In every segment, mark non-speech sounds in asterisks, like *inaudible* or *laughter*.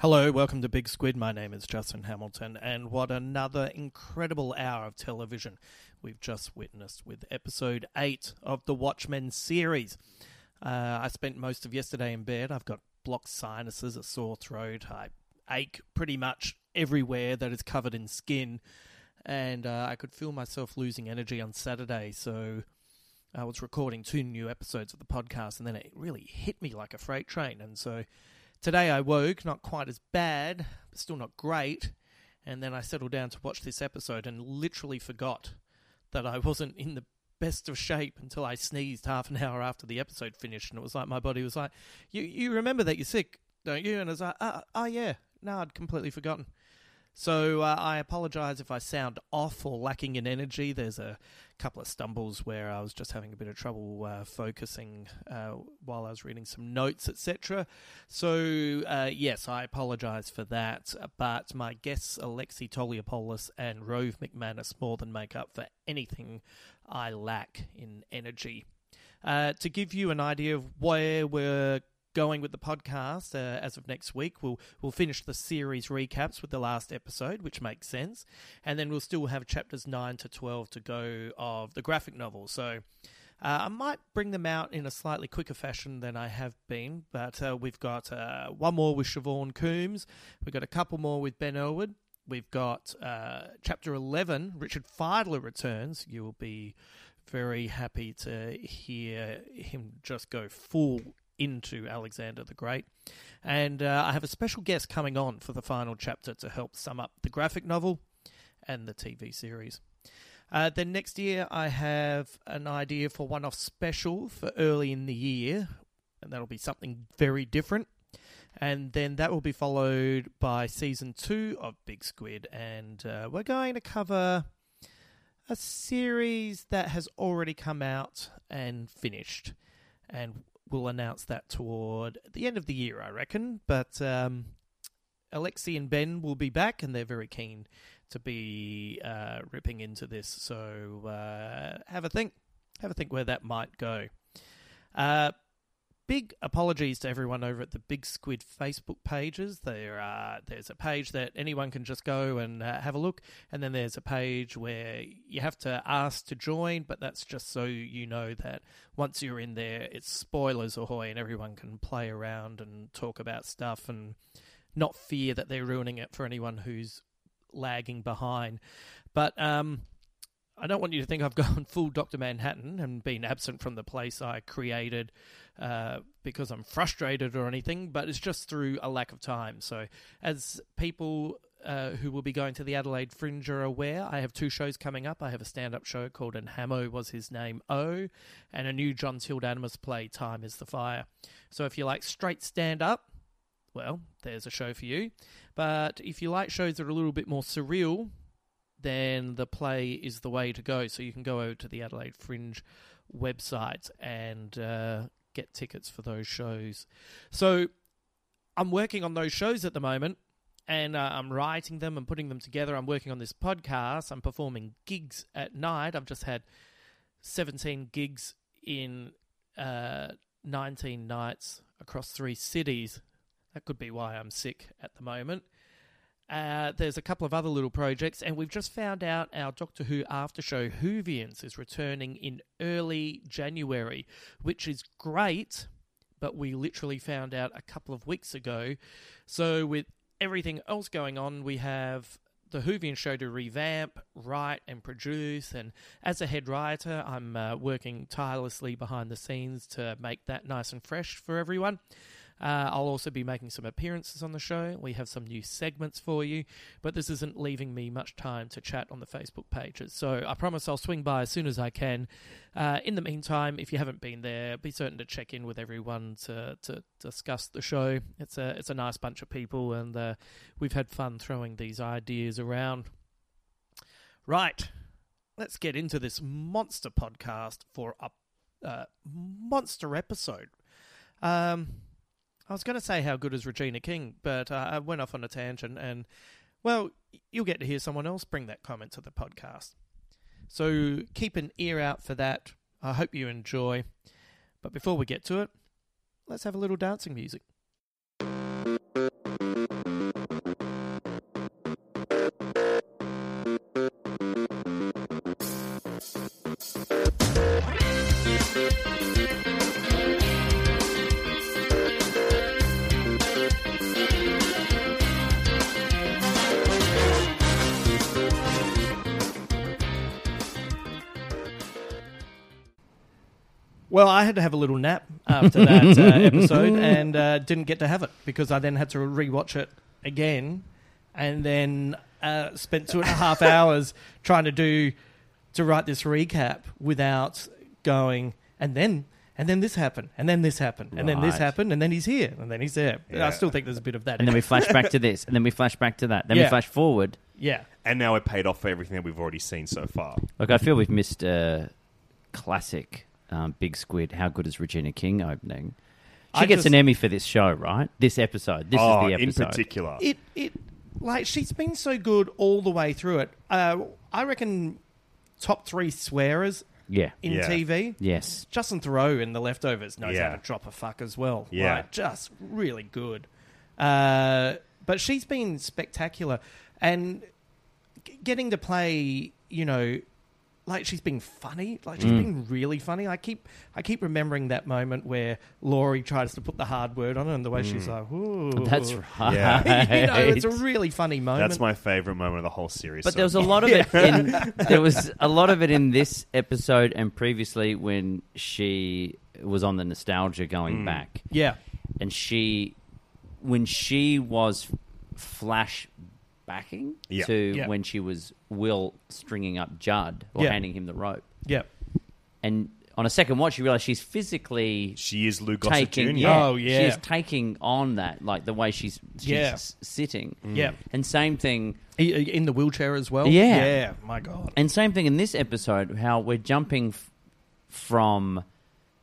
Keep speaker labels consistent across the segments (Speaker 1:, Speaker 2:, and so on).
Speaker 1: Hello, welcome to Big Squid. My name is Justin Hamilton, and what another incredible hour of television we've just witnessed with episode 8 of the Watchmen series. Uh, I spent most of yesterday in bed. I've got blocked sinuses, a sore throat. I ache pretty much everywhere that is covered in skin, and uh, I could feel myself losing energy on Saturday, so I was recording two new episodes of the podcast, and then it really hit me like a freight train. And so today I woke, not quite as bad, but still not great. And then I settled down to watch this episode and literally forgot that I wasn't in the best of shape until I sneezed half an hour after the episode finished. And it was like my body was like, You, you remember that you're sick, don't you? And I was like, Oh, oh yeah. No, I'd completely forgotten. So uh, I apologize if I sound off or lacking in energy. There's a couple of stumbles where I was just having a bit of trouble uh, focusing uh, while I was reading some notes, etc. So uh, yes, I apologize for that. But my guests Alexi Toliopoulos and Rove McManus more than make up for anything I lack in energy. Uh, to give you an idea of where we're going with the podcast uh, as of next week. We'll we'll finish the series recaps with the last episode, which makes sense, and then we'll still have chapters nine to twelve to go of the graphic novel. So. Uh, I might bring them out in a slightly quicker fashion than I have been, but uh, we've got uh, one more with Siobhan Coombs. We've got a couple more with Ben Elwood. We've got uh, chapter 11, Richard Feidler returns. You will be very happy to hear him just go full into Alexander the Great. And uh, I have a special guest coming on for the final chapter to help sum up the graphic novel and the TV series. Uh, then next year, I have an idea for one off special for early in the year, and that'll be something very different. And then that will be followed by season two of Big Squid, and uh, we're going to cover a series that has already come out and finished. And we'll announce that toward the end of the year, I reckon. But um, Alexi and Ben will be back, and they're very keen to be uh, ripping into this. So uh, have a think, have a think where that might go. Uh, big apologies to everyone over at the Big Squid Facebook pages. There are there's a page that anyone can just go and uh, have a look, and then there's a page where you have to ask to join, but that's just so you know that once you're in there, it's spoilers ahoy, and everyone can play around and talk about stuff and not fear that they're ruining it for anyone who's lagging behind. But um, I don't want you to think I've *laughs* gone full Dr. Manhattan and been absent from the place I created uh, because I'm frustrated or anything, but it's just through a lack of time. So, as people uh, who will be going to the Adelaide Fringe are aware, I have two shows coming up. I have a stand up show called And Hamo Was His Name O, and a new John Tildamus play, Time is the Fire. So, if you like straight stand up, well, there's a show for you. But if you like shows that are a little bit more surreal, then the play is the way to go. So you can go over to the Adelaide Fringe website and uh, get tickets for those shows. So I'm working on those shows at the moment and uh, I'm writing them and putting them together. I'm working on this podcast. I'm performing gigs at night. I've just had 17 gigs in uh, 19 nights across three cities. That could be why I'm sick at the moment. Uh, there's a couple of other little projects, and we've just found out our Doctor Who after show, Whovians, is returning in early January, which is great, but we literally found out a couple of weeks ago. So, with everything else going on, we have the Hoovian show to revamp, write, and produce. And as a head writer, I'm uh, working tirelessly behind the scenes to make that nice and fresh for everyone. Uh, I'll also be making some appearances on the show. We have some new segments for you, but this isn't leaving me much time to chat on the Facebook pages. So I promise I'll swing by as soon as I can. Uh, in the meantime, if you haven't been there, be certain to check in with everyone to, to discuss the show. It's a it's a nice bunch of people, and uh, we've had fun throwing these ideas around. Right, let's get into this monster podcast for a uh, monster episode. Um, I was going to say how good is Regina King, but uh, I went off on a tangent, and well, you'll get to hear someone else bring that comment to the podcast. So keep an ear out for that. I hope you enjoy. But before we get to it, let's have a little dancing music. Well, I had to have a little nap after that
Speaker 2: *laughs*
Speaker 1: uh, episode and uh, didn't get to have it because I then had to rewatch it again and then uh, spent two and a
Speaker 2: *laughs*
Speaker 1: half hours trying to do to write this recap without going and then and then this happened and then this happened and then this
Speaker 2: Right.
Speaker 1: happened and then he's here and then he's there. I still think there's a bit of that.
Speaker 2: And
Speaker 1: in
Speaker 2: then we
Speaker 1: it.
Speaker 2: flash back
Speaker 1: *laughs*
Speaker 2: to this, and then we flash back to that. Then
Speaker 1: Yeah.
Speaker 2: we flash forward.
Speaker 1: yeah.
Speaker 3: And now we're paid off for everything that we've already seen so far.
Speaker 2: Look, I feel we've missed a classic um, Big Squid. How good is Regina King opening? She
Speaker 1: I
Speaker 2: gets an
Speaker 1: just-
Speaker 2: Emmy for this show, right? This episode. This
Speaker 3: oh,
Speaker 2: is the episode.
Speaker 3: in
Speaker 2: *laughs*
Speaker 3: particular.
Speaker 1: it it like she's been so good all the way through it. Uh, I reckon top three swearers
Speaker 2: Yeah.
Speaker 1: in
Speaker 3: Yeah.
Speaker 1: TV.
Speaker 2: Yes.
Speaker 1: Justin Thoreau in The Leftovers knows
Speaker 3: Yeah.
Speaker 1: how to drop a fuck as well.
Speaker 3: Yeah.
Speaker 1: Like, just really good. Uh, but she's been spectacular, and g- getting to play, you know, like she's being funny, like she's
Speaker 3: Mm.
Speaker 1: being really funny. I keep, I keep remembering that moment where Laurie tries to put the hard word on her, and the way
Speaker 3: Mm.
Speaker 1: she's like, "Ooh,
Speaker 2: That's right.
Speaker 1: *laughs*
Speaker 3: Yeah.
Speaker 1: you know, it's a really funny moment.
Speaker 3: That's my favorite moment of the whole series.
Speaker 2: But
Speaker 3: so
Speaker 2: there was a lot
Speaker 1: *laughs*
Speaker 2: of it in there was a lot of it in this episode and previously when she was on the nostalgia going
Speaker 1: Hmm.
Speaker 2: back.
Speaker 1: yeah,
Speaker 2: And she when she was flashbacking
Speaker 3: Yeah.
Speaker 2: to
Speaker 1: Yeah.
Speaker 2: when she was Will stringing up Judd or
Speaker 1: Yeah.
Speaker 2: handing him the rope.
Speaker 1: yeah.
Speaker 2: And on a second watch you realize she's physically
Speaker 3: She is Lou Gossett
Speaker 2: taking
Speaker 3: Jr.
Speaker 2: yeah,
Speaker 1: Oh, yeah.
Speaker 2: she's taking on that like the way she's, she's
Speaker 1: Yeah.
Speaker 2: s- sitting.
Speaker 1: Yeah.
Speaker 2: And same thing
Speaker 1: I- In the wheelchair as well.
Speaker 2: Yeah.
Speaker 1: yeah. My God.
Speaker 2: And same thing in this episode, how we're jumping f- from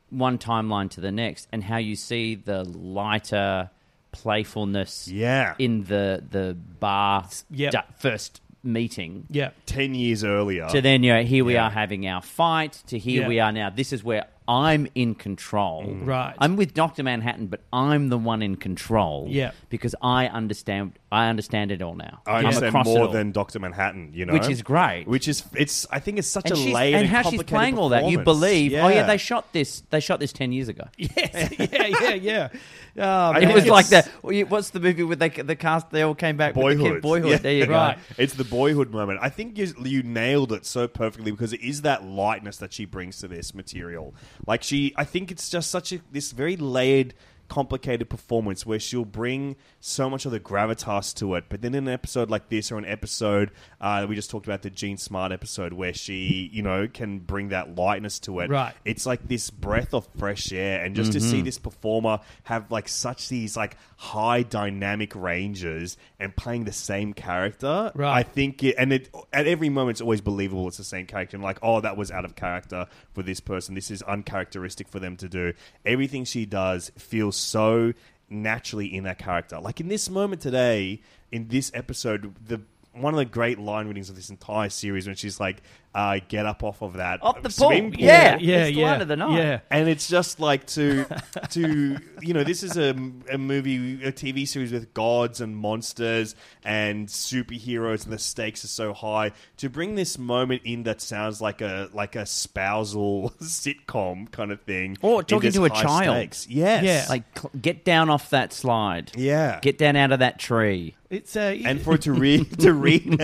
Speaker 2: one timeline to the next, and how you see the lighter playfulness
Speaker 3: Yeah.
Speaker 2: in the the bar
Speaker 1: Yep.
Speaker 2: du- first meeting.
Speaker 1: Yeah. *laughs*
Speaker 3: Ten years earlier.
Speaker 2: So then, you know, here we
Speaker 3: Yeah.
Speaker 2: are having our fight. To here
Speaker 1: Yeah.
Speaker 2: we are now. This is where I'm in control.
Speaker 3: Mm.
Speaker 1: Right.
Speaker 2: I'm with Doctor Manhattan, but I'm the one in control.
Speaker 1: Yeah.
Speaker 2: because I understand. I understand it all now.
Speaker 3: I
Speaker 2: I'm
Speaker 3: understand
Speaker 2: across it
Speaker 3: more
Speaker 2: all.
Speaker 3: than Doctor Manhattan, you know,
Speaker 2: Which is great.
Speaker 3: Which is it's. I think it's such
Speaker 2: and,
Speaker 3: a
Speaker 2: she's,
Speaker 3: layered
Speaker 2: and how she's
Speaker 3: complicated
Speaker 2: playing all that. You
Speaker 3: performance.
Speaker 2: believe? Oh yeah, they shot this. They shot this ten years ago.
Speaker 1: Yes. yeah. Yeah.
Speaker 3: *laughs*
Speaker 1: Yeah. Oh,
Speaker 3: I
Speaker 2: It
Speaker 3: think
Speaker 2: was like
Speaker 3: it's-
Speaker 2: that. What's the movie with they, the cast? They all came back. With the
Speaker 3: Boyhood,
Speaker 2: kid, boyhood.
Speaker 3: Yeah.
Speaker 2: There
Speaker 3: *laughs*
Speaker 2: you go.
Speaker 1: Right.
Speaker 3: It's the boyhood moment. I think you, you nailed it so perfectly because it is that lightness that she brings to this material. Like she, I think it's just such a this very layered complicated performance where she'll bring so much of the gravitas to it. But then in an episode like this, or an episode uh, we just talked about the Gene Smart episode, where she, you know, can bring that lightness to it.
Speaker 1: Right.
Speaker 3: It's like this breath of fresh air, and just
Speaker 2: Mm-hmm.
Speaker 3: to see this performer have like such these like high dynamic ranges and playing the same character.
Speaker 1: Right.
Speaker 3: I think it, and it at every moment it's always believable. It's the same character. And like, oh, that was out of character for this person. This is uncharacteristic for them to do. Everything she does feels so naturally in that character. Like in this moment today, in this episode, the one of the great line readings of this entire series when she's like, uh, "Get up off of that
Speaker 2: Off the
Speaker 3: swim
Speaker 2: pool, yeah.
Speaker 1: yeah,
Speaker 2: It's the
Speaker 1: yeah,
Speaker 2: line of the night.
Speaker 1: yeah.
Speaker 3: and it's just like to to you know this is a, a movie a tv series with gods and monsters and superheroes and the stakes are so high to bring this moment in that sounds like a like a spousal *laughs* sitcom kind of thing
Speaker 2: Or
Speaker 3: in
Speaker 2: talking
Speaker 3: this
Speaker 2: to a
Speaker 3: high
Speaker 2: child.
Speaker 3: stakes. yes
Speaker 1: Yeah.
Speaker 2: Like, cl- get down off that slide.
Speaker 3: yeah
Speaker 2: Get down out of that tree.
Speaker 1: It's uh,
Speaker 3: and for it to read *laughs* to read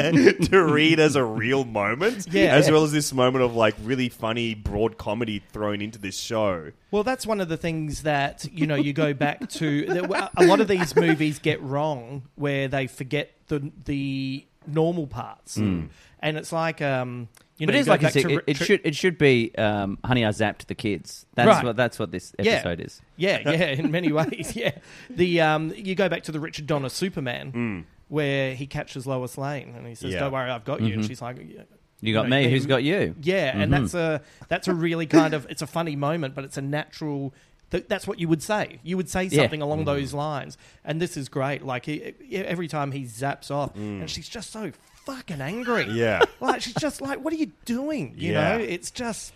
Speaker 3: to read as a real moment,
Speaker 1: Yeah.
Speaker 3: as well as this moment of like really funny broad comedy thrown into this show.
Speaker 1: Well, that's one of the things that you know you go back to. *laughs* that- A lot of these movies get wrong where they forget the the normal parts,
Speaker 3: Hmm.
Speaker 1: and it's like um, you know,
Speaker 2: but it
Speaker 1: you
Speaker 2: is
Speaker 1: go
Speaker 2: like I
Speaker 1: back
Speaker 2: said,
Speaker 1: to
Speaker 2: it,
Speaker 1: Ri-
Speaker 2: it
Speaker 1: Tri-
Speaker 2: should it should be um, honey I zapped the kids. That's
Speaker 1: Right.
Speaker 2: what that's what this
Speaker 1: Yeah.
Speaker 2: episode is.
Speaker 1: Yeah, *laughs* yeah, in many ways, yeah. The um, you go back to the Richard Donner Superman where he catches Lois Lane and he says,
Speaker 3: Hmm. Yeah.
Speaker 1: "Don't worry, I've got you," and she's like. "Yeah."
Speaker 2: Mm-hmm. You got
Speaker 1: know,
Speaker 2: me. Who's
Speaker 1: um,
Speaker 2: got you?
Speaker 1: Yeah, and
Speaker 2: Mm-hmm.
Speaker 1: that's a that's a really kind of it's a funny moment, but it's a natural. Th- that's what you would say. You would say
Speaker 2: Yeah. Mm-hmm.
Speaker 1: something along those lines, and this is great. Like he, he- every time he zaps off,
Speaker 2: Mm.
Speaker 1: and she's just so fucking angry.
Speaker 3: Yeah.
Speaker 1: *laughs* like she's just like, "What are you doing?" You
Speaker 3: Yeah.
Speaker 1: know, it's just.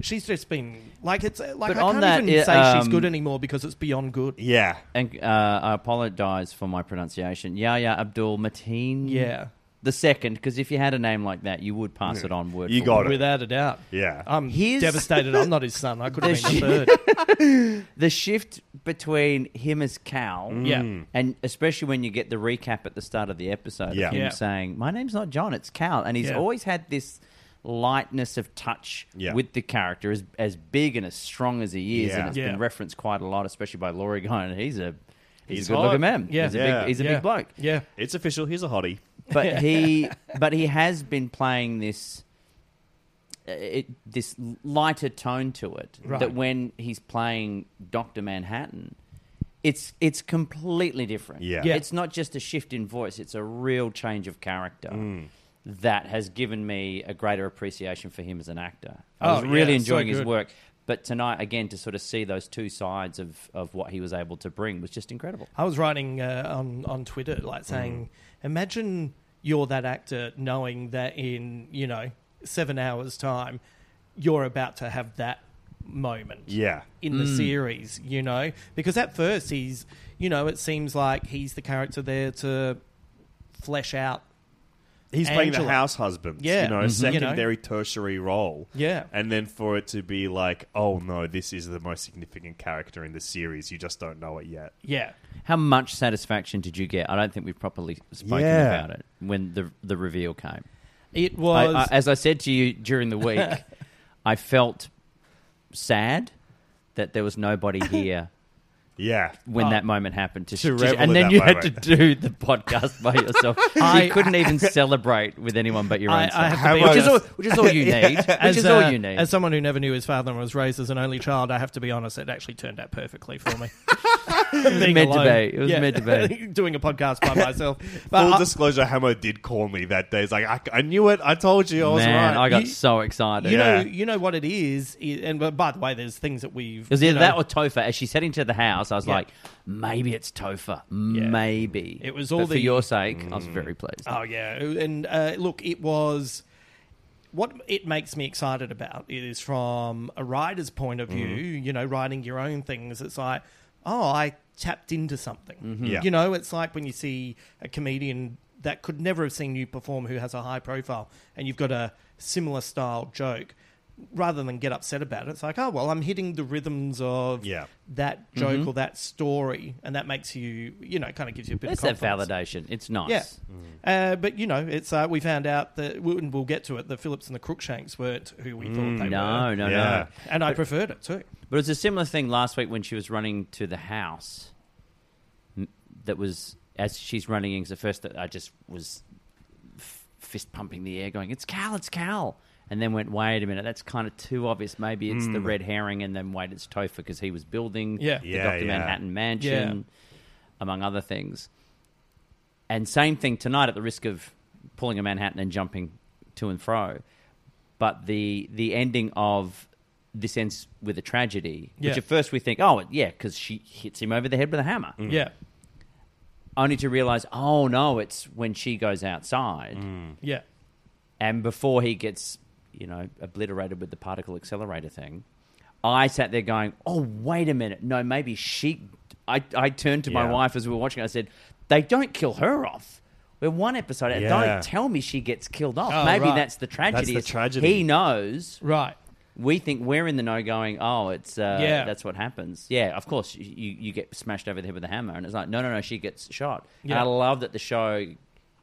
Speaker 1: She's just been like it's like
Speaker 2: But
Speaker 1: I
Speaker 2: on
Speaker 1: can't
Speaker 2: that,
Speaker 1: even
Speaker 2: it,
Speaker 1: say she's
Speaker 2: um,
Speaker 1: good anymore because it's beyond good.
Speaker 3: Yeah,
Speaker 2: And uh, I apologize for my pronunciation. Yahya Abdul Mateen.
Speaker 1: Yeah.
Speaker 2: The second, because if you had a name like that, you would pass it on word.
Speaker 3: You
Speaker 2: for
Speaker 3: got
Speaker 2: word.
Speaker 3: it.
Speaker 1: Without a doubt.
Speaker 3: Yeah.
Speaker 1: I'm
Speaker 2: His-
Speaker 1: devastated. I'm not his son. I
Speaker 2: *laughs*
Speaker 1: could have
Speaker 2: The
Speaker 1: been the third.
Speaker 2: The shift between him as Cal,
Speaker 1: Mm. Yeah.
Speaker 2: and especially when you get the recap at the start of the episode
Speaker 3: Yeah.
Speaker 2: of him
Speaker 1: Yeah.
Speaker 2: saying, "My name's not John, it's Cal," and he's
Speaker 1: Yeah.
Speaker 2: always had this lightness of touch
Speaker 3: Yeah.
Speaker 2: with the character, as as big and as strong as he is,
Speaker 3: Yeah.
Speaker 2: and it's
Speaker 1: Yeah.
Speaker 2: been referenced quite a lot, especially by Laurie Guy, and he's a he's,
Speaker 3: He's
Speaker 2: a good looking
Speaker 3: hot.
Speaker 2: man.
Speaker 1: Yeah.
Speaker 2: he's a
Speaker 3: Yeah.
Speaker 2: big he's a
Speaker 1: Yeah.
Speaker 2: big bloke.
Speaker 1: Yeah.
Speaker 3: it's official. Here's a hottie.
Speaker 1: *laughs*
Speaker 2: but he but he has been playing this uh, it, this lighter tone to it
Speaker 1: Right.
Speaker 2: that when he's playing Doctor Manhattan, it's it's completely different.
Speaker 3: Yeah. Yeah.
Speaker 2: it's not just a shift in voice; it's a real change of character. That has given me a greater appreciation for him as an actor. I was
Speaker 1: Oh,
Speaker 2: really
Speaker 1: yeah, so
Speaker 2: enjoying his
Speaker 1: good.
Speaker 2: work, but tonight again to sort of see those two sides of, of what he was able to bring was just incredible.
Speaker 1: I was writing uh, on on Twitter, like saying,
Speaker 2: Mm.
Speaker 1: imagine you're that actor, knowing that in you know seven hours' time, you're about to have that moment
Speaker 3: Yeah.
Speaker 1: in
Speaker 2: Mm.
Speaker 1: the series, you know, because at first he's, you know, it seems like he's the character there to flesh out
Speaker 3: He's playing the
Speaker 1: Angela.
Speaker 3: house husband.
Speaker 1: Yeah.
Speaker 3: You know,
Speaker 1: Mhm.
Speaker 3: secondary, tertiary role.
Speaker 1: Yeah.
Speaker 3: And then for it to be like, oh no, this is the most significant character in the series. You just don't know it yet.
Speaker 1: yeah
Speaker 2: How much satisfaction did you get? I don't think we've properly spoken
Speaker 3: Yeah.
Speaker 2: about it when the the reveal came.
Speaker 1: it
Speaker 2: I,
Speaker 1: was
Speaker 2: I, as I said to you during
Speaker 1: *laughs*
Speaker 2: the week, I felt sad that there
Speaker 1: *laughs*
Speaker 2: was nobody here
Speaker 3: Yeah.
Speaker 2: when
Speaker 1: Uh,
Speaker 2: that moment happened. To, to,
Speaker 3: revel in
Speaker 2: and then
Speaker 3: that
Speaker 2: you had to
Speaker 3: moment.
Speaker 2: do the podcast
Speaker 1: *laughs*
Speaker 2: by yourself.
Speaker 1: I-
Speaker 2: you couldn't
Speaker 1: *laughs*
Speaker 2: even celebrate with anyone but your
Speaker 1: I-
Speaker 2: own
Speaker 1: I
Speaker 2: self,
Speaker 1: have to be
Speaker 2: which, is all,
Speaker 1: honest.
Speaker 2: which is
Speaker 1: *laughs*
Speaker 2: all you need.
Speaker 1: as,
Speaker 2: *laughs* which is
Speaker 1: uh,
Speaker 2: all you need.
Speaker 1: as someone who never knew his father and was raised as an only child, I have to be honest, it actually turned out perfectly for
Speaker 2: *laughs*
Speaker 1: me. it was
Speaker 2: meant to be. It was meant to be.
Speaker 1: *laughs* Doing a podcast by
Speaker 2: *laughs*
Speaker 1: myself. But uh,
Speaker 3: Full
Speaker 1: I-
Speaker 3: disclosure, Hamo did call me that day. He's like, I, I knew it. I told you. I was
Speaker 2: Man,
Speaker 3: right.
Speaker 2: I got
Speaker 1: You-
Speaker 2: so excited.
Speaker 1: you know,
Speaker 3: Yeah.
Speaker 1: you know what it is, i- and but by the way, there's things that we've.
Speaker 2: It was either
Speaker 1: you know,
Speaker 2: that or Topher. As she's heading to the house, I was
Speaker 1: Yeah.
Speaker 2: like, maybe it's Topher. Maybe.
Speaker 1: It was all
Speaker 2: But
Speaker 1: the-
Speaker 2: for your sake, I was very pleased.
Speaker 1: Oh yeah, and uh, look, it was what it makes me excited about is from a writer's point of view.
Speaker 3: Mm-hmm.
Speaker 1: You know, writing your own things. It's like, oh, I tapped into something.
Speaker 3: Mm-hmm. Yeah.
Speaker 1: You know, it's like when you see a comedian that could never have seen you perform who has a high profile, and you've got a similar style joke. rather than get upset about it, it's like, oh, well, I'm hitting the rhythms of
Speaker 3: Yeah. Mm-hmm.
Speaker 1: that joke or that story. And that makes you, you know, kind of gives you a bit
Speaker 2: It's
Speaker 1: of
Speaker 2: that
Speaker 1: confidence.
Speaker 2: validation. It's nice.
Speaker 1: Yeah.
Speaker 2: Mm.
Speaker 1: Uh, but, you know, it's uh, we found out that, and we'll get to it, the Phillips and the Crookshanks weren't who we thought they
Speaker 2: Mm. No,
Speaker 1: were.
Speaker 2: no,
Speaker 3: Yeah.
Speaker 2: no.
Speaker 1: And I preferred it too.
Speaker 2: But it's a similar thing last week when she was running to the house. m- That was as she's running in. 'cause at first, I just was f- fist pumping the air, going, "It's Cal, it's Cal," and then went, "Wait a minute, that's kind of too obvious. Maybe it's the red herring." And then wait, it's Topher because he was building
Speaker 1: Mm. Yeah.
Speaker 2: the
Speaker 3: Yeah,
Speaker 2: Doctor
Speaker 3: yeah.
Speaker 2: Manhattan mansion, among other things. And same thing tonight, at the risk of pulling a Manhattan and jumping to and fro, but the the ending of this ends with a tragedy,
Speaker 1: Yeah.
Speaker 2: which at first we think, oh yeah, because she hits him over the head with a hammer,
Speaker 3: Mm.
Speaker 1: Yeah.
Speaker 2: only to realize, oh no, it's when she goes outside
Speaker 3: Mm.
Speaker 1: Yeah.
Speaker 2: and before he gets you know obliterated with the particle accelerator thing. I sat there going, oh wait a minute, no, maybe she. I I turned to my
Speaker 3: Yeah.
Speaker 2: wife as we were watching. I said, they don't kill her off. We're one episode. out.
Speaker 3: Yeah.
Speaker 2: Don't tell me she gets killed off.
Speaker 1: Oh,
Speaker 2: maybe
Speaker 1: right.
Speaker 2: that's the tragedy.
Speaker 3: the
Speaker 2: It's-
Speaker 3: tragedy.
Speaker 2: He knows
Speaker 1: Right.
Speaker 2: we think we're in the know going, oh, it's uh,
Speaker 1: Yeah.
Speaker 2: that's what happens. Yeah, of course, you, you get smashed over the head with a hammer. And it's like, no, no, no, she gets shot. And
Speaker 1: Yeah.
Speaker 2: I love that the show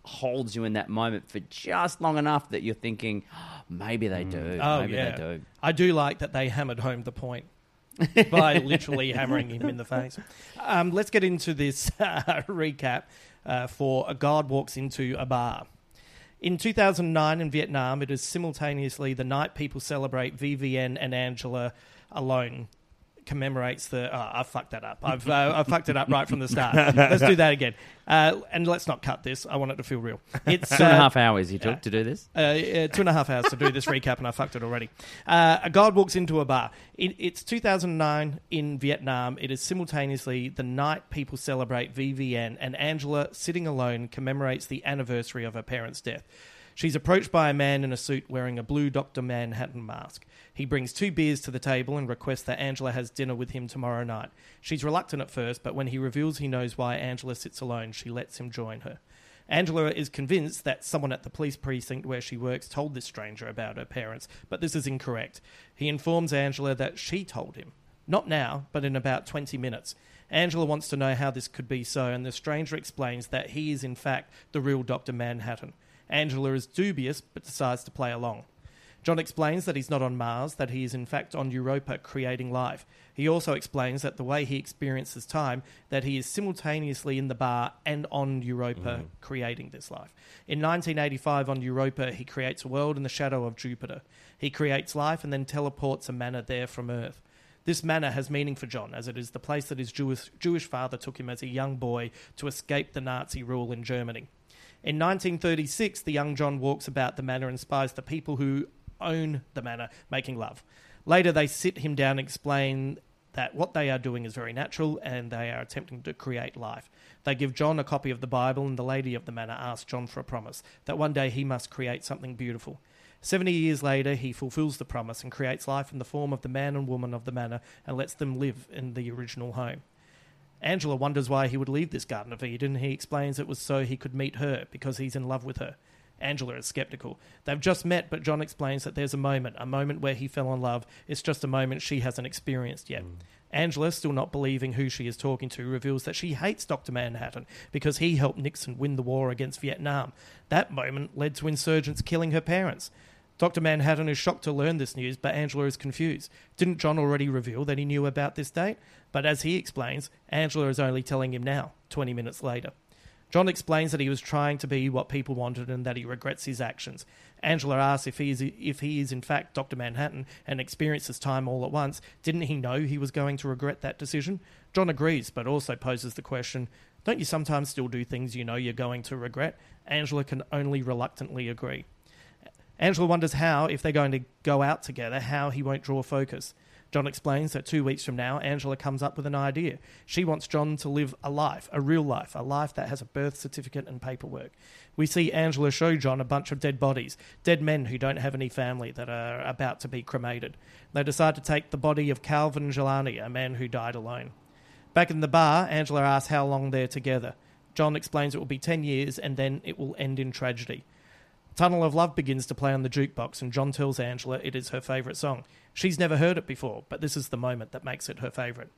Speaker 2: holds you in that moment for just long enough that you're thinking, *gasps* oh, maybe they
Speaker 3: Mm.
Speaker 2: do.
Speaker 1: Oh,
Speaker 2: maybe
Speaker 1: yeah.
Speaker 2: they do.
Speaker 1: I do like that they hammered home the
Speaker 2: *laughs*
Speaker 1: point by literally hammering him in the face. Um, let's get into this *laughs* uh, recap uh, for A God Walks Into a Bar. In 2009 in Vietnam, it is simultaneously the night people celebrate VVN and Angela alone. Commemorates the. Oh, I fucked that up. I've uh, I fucked it up right from the start.
Speaker 2: *laughs*
Speaker 1: Let's do that again, uh, and let's not cut this. I want it to feel
Speaker 2: *laughs*
Speaker 1: real. It's
Speaker 2: Two and a
Speaker 1: uh,
Speaker 2: half hours you took to do this.
Speaker 1: uh, uh, two and a half hours to do this recap, and I fucked it already. Uh, a guard walks into a bar. It, it's 2009 in Vietnam. It is simultaneously the night people celebrate VVN, and Angela, sitting alone, commemorates the anniversary of her parents' death. She's approached by a man in a suit wearing a blue Dr. Manhattan mask. He brings two beers to the table and requests that Angela has dinner with him tomorrow night. She's reluctant at first, but when he reveals he knows why Angela sits alone, she lets him join her. Angela is convinced that someone at the police precinct where she works told this stranger about her parents, but this is incorrect. He informs Angela that she told him. Not now, but in about 20 minutes. Angela wants to know how this could be so, and the stranger explains that he is, in fact, the real Dr. Manhattan. Angela is dubious, but decides to play along. John explains that he's not on Mars, that he is in fact on Europa creating life. He also explains that the way he experiences time, that he is simultaneously in the bar and on Europa creating this life. In 1985 on Europa, he creates a world in the shadow of Jupiter. He creates life and then teleports a manor there from Earth. This manor has meaning for John, as it is the place that his Jewish, Jewish father took him as a young boy to escape the Nazi rule in Germany. In 1936, the young John walks about the manor and spies the people who own the manor making love. Later, they sit him down and explain that what they are doing is very natural and they are attempting to create life. They give John a copy of the Bible, and the lady of the manor asks John for a promise that one day he must create something beautiful. 70 years later, he fulfills the promise and creates life in the form of the man and woman of the manor and lets them live in the original home. Angela wonders why he would leave this Garden of Eden. He explains it was so he could meet her because he's in love with her. Angela is skeptical. They've just met, but John explains that there's a moment, a moment where he fell in love. It's just a moment she hasn't experienced yet. Angela, still not believing who she is talking to, reveals that she hates Dr. Manhattan because he helped Nixon win the war against Vietnam. That moment led to insurgents killing her parents. Dr. Manhattan is shocked to learn this news, but Angela is confused. Didn't John already reveal that he knew about this date? But as he explains, Angela is only telling him now, 20 minutes later. John explains that he was trying to be what people wanted and that he regrets his actions. Angela asks if he is, if he is in fact Dr. Manhattan and experiences time all at once. Didn't he know he was going to regret that decision? John agrees, but also poses the question Don't you sometimes still do things you know you're going to regret? Angela can only reluctantly agree. Angela wonders how, if they're going to go out together, how he won't draw focus. John explains that two weeks from now, Angela comes up with an idea. She wants John to live a life, a real life, a life that has a birth certificate and paperwork. We see Angela show John a bunch of dead bodies, dead men who don't have any family that are about to be cremated. They decide to take the body of Calvin Gelani, a man who died alone. Back in the bar, Angela asks how long they're together. John explains it will be 10 years and then it will end in tragedy. Tunnel of Love begins to play on the jukebox, and John tells Angela it is her favourite song. She's never heard it before, but this is the moment that makes it her favourite.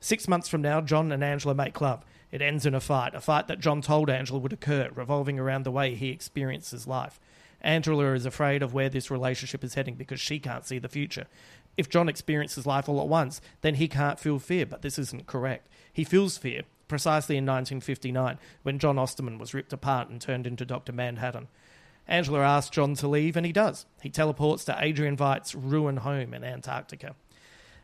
Speaker 1: Six months from now, John and Angela make love. It ends in a fight, a fight that John told Angela would occur, revolving around the way he experiences life. Angela is afraid of where this relationship is heading because she can't see the future. If John experiences life all at once, then he can't feel fear, but this isn't correct. He feels fear, precisely in 1959, when John Osterman was ripped apart and turned into Dr. Manhattan. Angela asks John to leave, and he does. He teleports to Adrian Veidt's ruined home in Antarctica.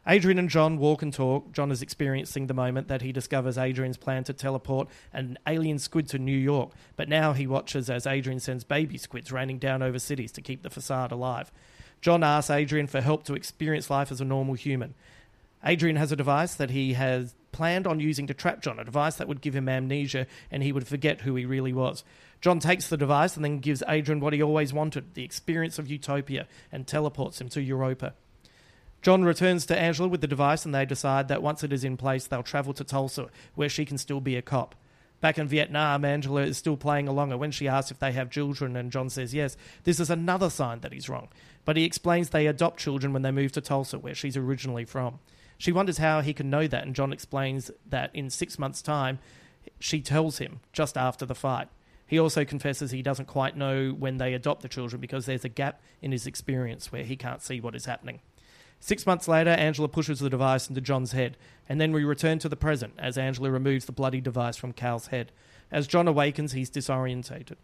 Speaker 1: Adrian and John walk and talk. John is experiencing the moment that he discovers Adrian's plan to teleport an alien squid to New York, but now he watches as Adrian sends baby squids raining down over cities to keep the facade alive. John asks Adrian for help to experience life as a normal human. Adrian has a device that he has planned on using to trap John, a device that would give him amnesia and he would forget who he really was. John takes the device and then gives Adrian what he always wanted the experience of utopia and teleports him to Europa. John returns to Angela with the device, and they decide that once it is in place, they'll travel to Tulsa, where she can still be a cop. Back in Vietnam, Angela is still playing along, and when she asks if they have children, and John says yes, this is another sign that he's wrong. But he explains they adopt children when they move to Tulsa, where she's originally from. She wonders how he can know that, and John explains that in six months' time, she tells him just after the fight. He also confesses he doesn't quite know when they adopt the children because there's a gap in his experience where he can't see what is happening. Six months later, Angela pushes the device into John's head, and then we return to the present as Angela removes the bloody device from Cal's head. As John awakens, he's disorientated.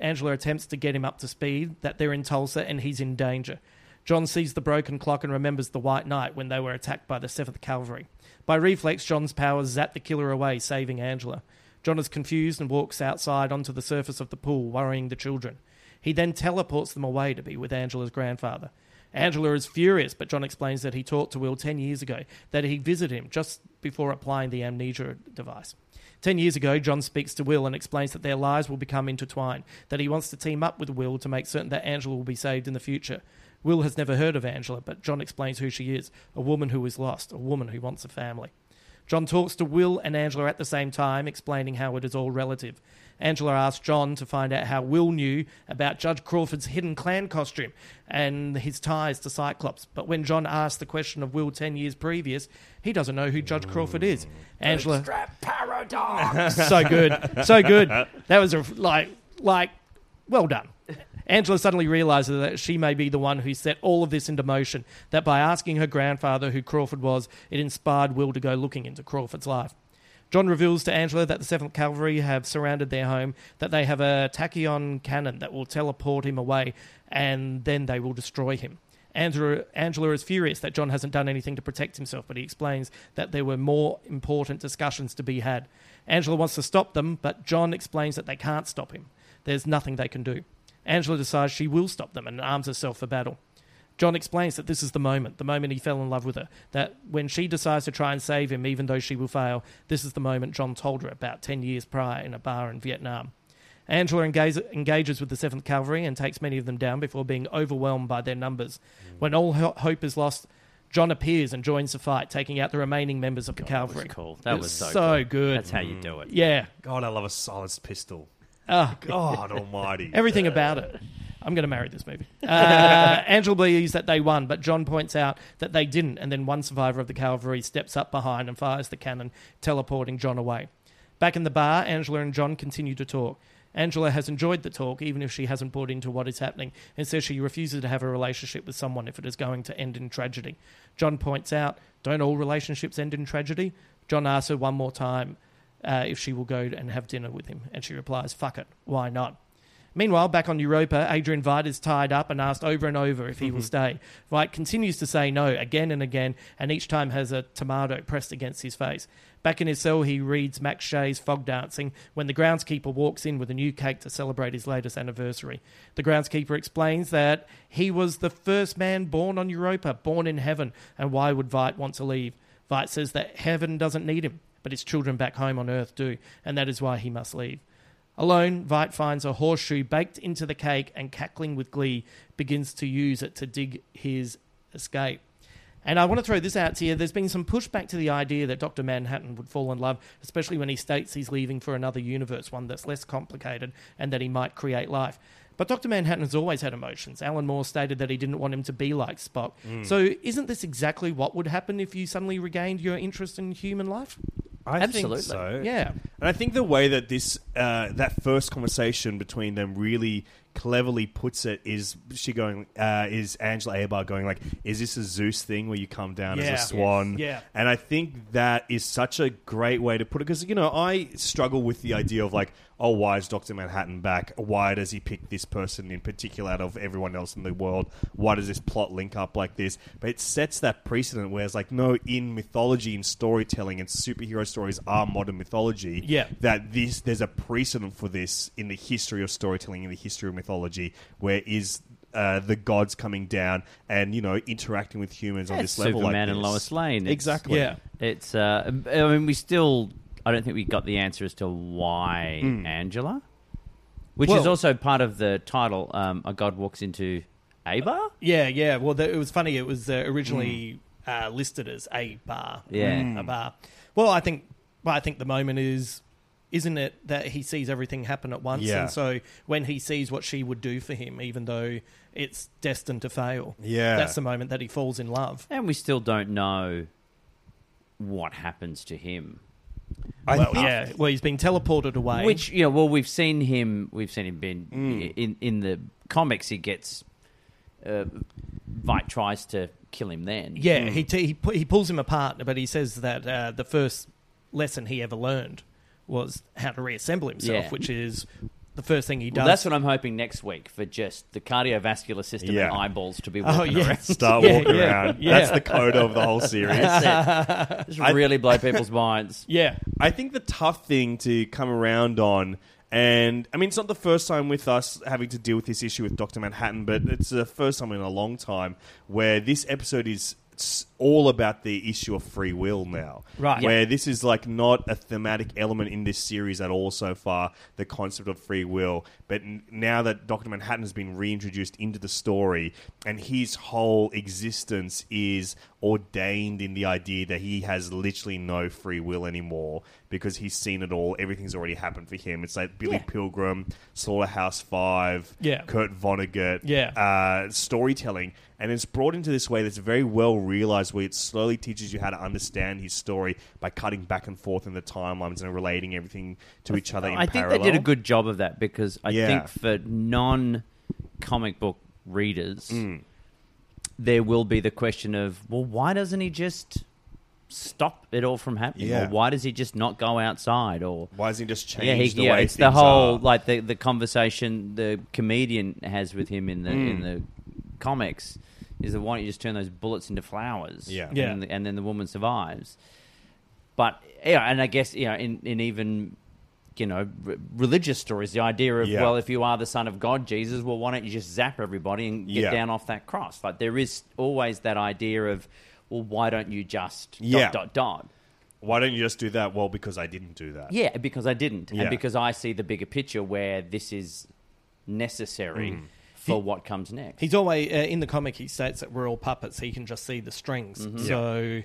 Speaker 1: Angela attempts to get him up to speed that they're in Tulsa and he's in danger. John sees the broken clock and remembers the White Knight when they were attacked by the 7th Cavalry. By reflex, John's powers zap the killer away, saving Angela. John is confused and walks outside onto the surface of the pool, worrying the children. He then teleports them away to be with Angela's grandfather. Angela is furious, but John explains that he talked to Will 10 years ago, that he visited him just before applying the amnesia device. 10 years ago, John speaks to Will and explains that their lives will become intertwined, that he wants to team up with Will to make certain that Angela will be saved in the future. Will has never heard of Angela, but John explains who she is a woman who is lost, a woman who wants a family. John talks to Will and Angela at the same time, explaining how it is all relative. Angela asks John to find out how Will knew about Judge Crawford's hidden clan costume and his ties to Cyclops. But when John asks the question of Will 10 years previous, he doesn't know who Judge Crawford is. Angela. so good. So good. That was a, like, like, well done. Angela suddenly realizes that she may be the one who set all of this into motion, that by asking her grandfather who Crawford was, it inspired Will to go looking into Crawford's life. John reveals to Angela that the 7th Cavalry have surrounded their home, that they have a tachyon cannon that will teleport him away, and then they will destroy him. Angela, Angela is furious that John hasn't done anything to protect himself, but he explains that there were more important discussions to be had. Angela wants to stop them, but John explains that they can't stop him. There's nothing they can do. Angela decides she will stop them and arms herself for battle. John explains that this is the moment, the moment he fell in love with her, that when she decides to try and save him, even though she will fail, this is the moment John told her about 10 years prior in a bar in Vietnam. Angela engage, engages with the 7th Cavalry and takes many of them down before being overwhelmed by their numbers.
Speaker 2: Mm.
Speaker 1: When all ho- hope is lost, John appears and joins the fight, taking out the remaining members of the Cavalry.
Speaker 2: cool. That
Speaker 1: It's
Speaker 2: was so cool.
Speaker 1: good. Mm.
Speaker 2: That's how you do it.
Speaker 1: yeah,
Speaker 3: God, I love a silenced pistol.
Speaker 1: Oh.
Speaker 3: God *laughs* Almighty!
Speaker 1: Everything about it. I'm going to marry this movie. Uh, Angela believes that they won, but John points out that they didn't, and then one survivor of the cavalry steps up behind and fires the cannon, teleporting John away. Back in the bar, Angela and John continue to talk. Angela has enjoyed the talk, even if she hasn't bought into what is happening, and says she refuses to have a relationship with someone if it is going to end in tragedy. John points out, don't all relationships end in tragedy? John asks her one more time uh, if she will go and have dinner with him, and she replies, fuck it, why not? Meanwhile, back on Europa, Adrian Veidt is tied up and asked over and over if he will stay. Veidt continues to say no again and again, and each time has a tomato pressed against his face. Back in his cell, he reads Max Shea's Fog Dancing when the groundskeeper walks in with a new cake to celebrate his latest anniversary. The groundskeeper explains that he was the first man born on Europa, born in heaven, and why would Veidt want to leave? Veidt says that heaven doesn't need him, but his children back home on Earth do, and that is why he must leave. Alone, Veit finds a horseshoe baked into the cake and, cackling with glee, begins to use it to dig his escape. And I want to throw this out to you. There's been some pushback to the idea that Dr. Manhattan would fall in love, especially when he states he's leaving for another universe, one that's less complicated, and that he might create life. But Dr. Manhattan has always had emotions. Alan Moore stated that he didn't want him to be like Spock. So, isn't this exactly what would happen if you suddenly regained your interest in human life?
Speaker 3: I
Speaker 2: Absolutely.
Speaker 3: think so.
Speaker 1: Yeah.
Speaker 3: And I think the way that this uh, that first conversation between them really cleverly puts it is she going uh, is Angela Abar going like is this a Zeus thing where you come down
Speaker 1: Yeah.
Speaker 3: as a swan?
Speaker 1: Yes.
Speaker 3: And I think that is such a great way to put it because you know I struggle with the idea of like oh why is Doctor Manhattan back? Why does he pick this person in particular out of everyone else in the world? Why does this plot link up like this? But it sets that precedent where it's like no in mythology and storytelling and superhero stories are modern mythology
Speaker 1: Yeah.
Speaker 3: that this there's a precedent for this in the history of storytelling in the history of mythology where is uh, the gods coming down and you know interacting with humans on
Speaker 2: Yeah,
Speaker 3: this level
Speaker 2: Superman
Speaker 3: like
Speaker 2: and
Speaker 3: this.
Speaker 2: Lois Lane. It's-
Speaker 3: exactly
Speaker 1: Yeah.
Speaker 2: It's. Uh, I mean, we still. I don't think we got the answer as to why Angela, which is
Speaker 1: Hmm. Well-
Speaker 2: also part of the title. Um, a god walks into a bar.
Speaker 1: Yeah, yeah. Well, that, it was funny. It was uh, originally uh, listed as a bar.
Speaker 2: Yeah.
Speaker 1: a bar. Well, I think, well, I think the moment is, isn't it that he sees everything happen at once,
Speaker 3: Yeah.
Speaker 1: and so when he sees what she would do for him, even though it's destined to fail.
Speaker 3: Yeah.
Speaker 1: that's the moment that he falls in love.
Speaker 2: And we still don't know what happens to him.
Speaker 3: I-
Speaker 1: well, yeah. Well, he's been teleported away.
Speaker 2: Which you know, well, we've seen him. We've seen him been
Speaker 1: Hmm.
Speaker 2: in in the comics. He gets. Uh, Vite tries to kill him then.
Speaker 1: yeah, he t- he pu- he pulls him apart, but he says that uh, the first lesson he ever learned was how to reassemble himself,
Speaker 2: Yeah.
Speaker 1: which is the first thing he does.
Speaker 2: Well, that's what I'm hoping next week for just the cardiovascular system
Speaker 3: Yeah.
Speaker 2: and eyeballs to be
Speaker 1: Oh
Speaker 2: walking
Speaker 1: yeah,
Speaker 2: around.
Speaker 1: *laughs*
Speaker 3: start
Speaker 1: Yeah,
Speaker 3: walking
Speaker 1: yeah,
Speaker 3: around
Speaker 1: yeah.
Speaker 3: that's the coda of the whole series
Speaker 2: That's it. *laughs* Just
Speaker 3: I-
Speaker 2: really
Speaker 1: *laughs*
Speaker 2: blow people's minds.
Speaker 1: Yeah.
Speaker 3: I think the tough thing to come around on, and I mean, it's not the first time with us having to deal with this issue with Dr. Manhattan, but it's the first time in a long time where this episode is s- all about the issue of free will now.
Speaker 1: Right.
Speaker 3: Where this is like not a thematic element in this series at all so far, the concept of free will. But n- now that Dr. Manhattan has been reintroduced into the story, and his whole existence is ordained in the idea that he has literally no free will anymore because he's seen it all, everything's already happened for him. It's like Billy Pilgrim, Slaughterhouse Five,
Speaker 1: Yeah.
Speaker 3: Kurt Vonnegut,
Speaker 1: Yeah.
Speaker 3: uh, storytelling, and it's brought into this way that's very well realized, where it slowly teaches you how to understand his story by cutting back and forth in the timelines and relating everything to each other. In
Speaker 2: I think
Speaker 3: parallel.
Speaker 2: they did a good job of that because I
Speaker 3: Yeah.
Speaker 2: think for non comic book readers,
Speaker 3: Mm.
Speaker 2: there will be the question of, well, why doesn't he just stop it all from happening?
Speaker 3: Yeah.
Speaker 2: Or why does he just not go outside? Or
Speaker 3: Why doesn't he just change
Speaker 2: yeah, he,
Speaker 3: the
Speaker 2: yeah,
Speaker 3: way
Speaker 2: it's the
Speaker 3: things
Speaker 2: whole
Speaker 3: are?
Speaker 2: like the the conversation the comedian has with him in the
Speaker 3: Hmm.
Speaker 2: in the comics is that why don't you just turn those bullets into flowers?
Speaker 3: Yeah.
Speaker 2: and,
Speaker 1: Yeah.
Speaker 2: then the- and then the woman survives. But yeah, and I guess you know in in even. You know, r- religious stories. The idea of
Speaker 3: Yeah.
Speaker 2: well, if you are the son of God, Jesus, well, why don't you just zap everybody and get
Speaker 3: Yeah.
Speaker 2: down off that cross? Like there is always that idea of, well, why don't you just dot
Speaker 3: Yeah.
Speaker 2: dot dot?
Speaker 3: Why don't you just do that? Well, because I didn't do that.
Speaker 2: Yeah, because I didn't,
Speaker 3: Yeah.
Speaker 2: and because I see the bigger picture where this is necessary for what comes next.
Speaker 1: He's always uh, in the comic. He states that we're all puppets. He can just see the strings. So,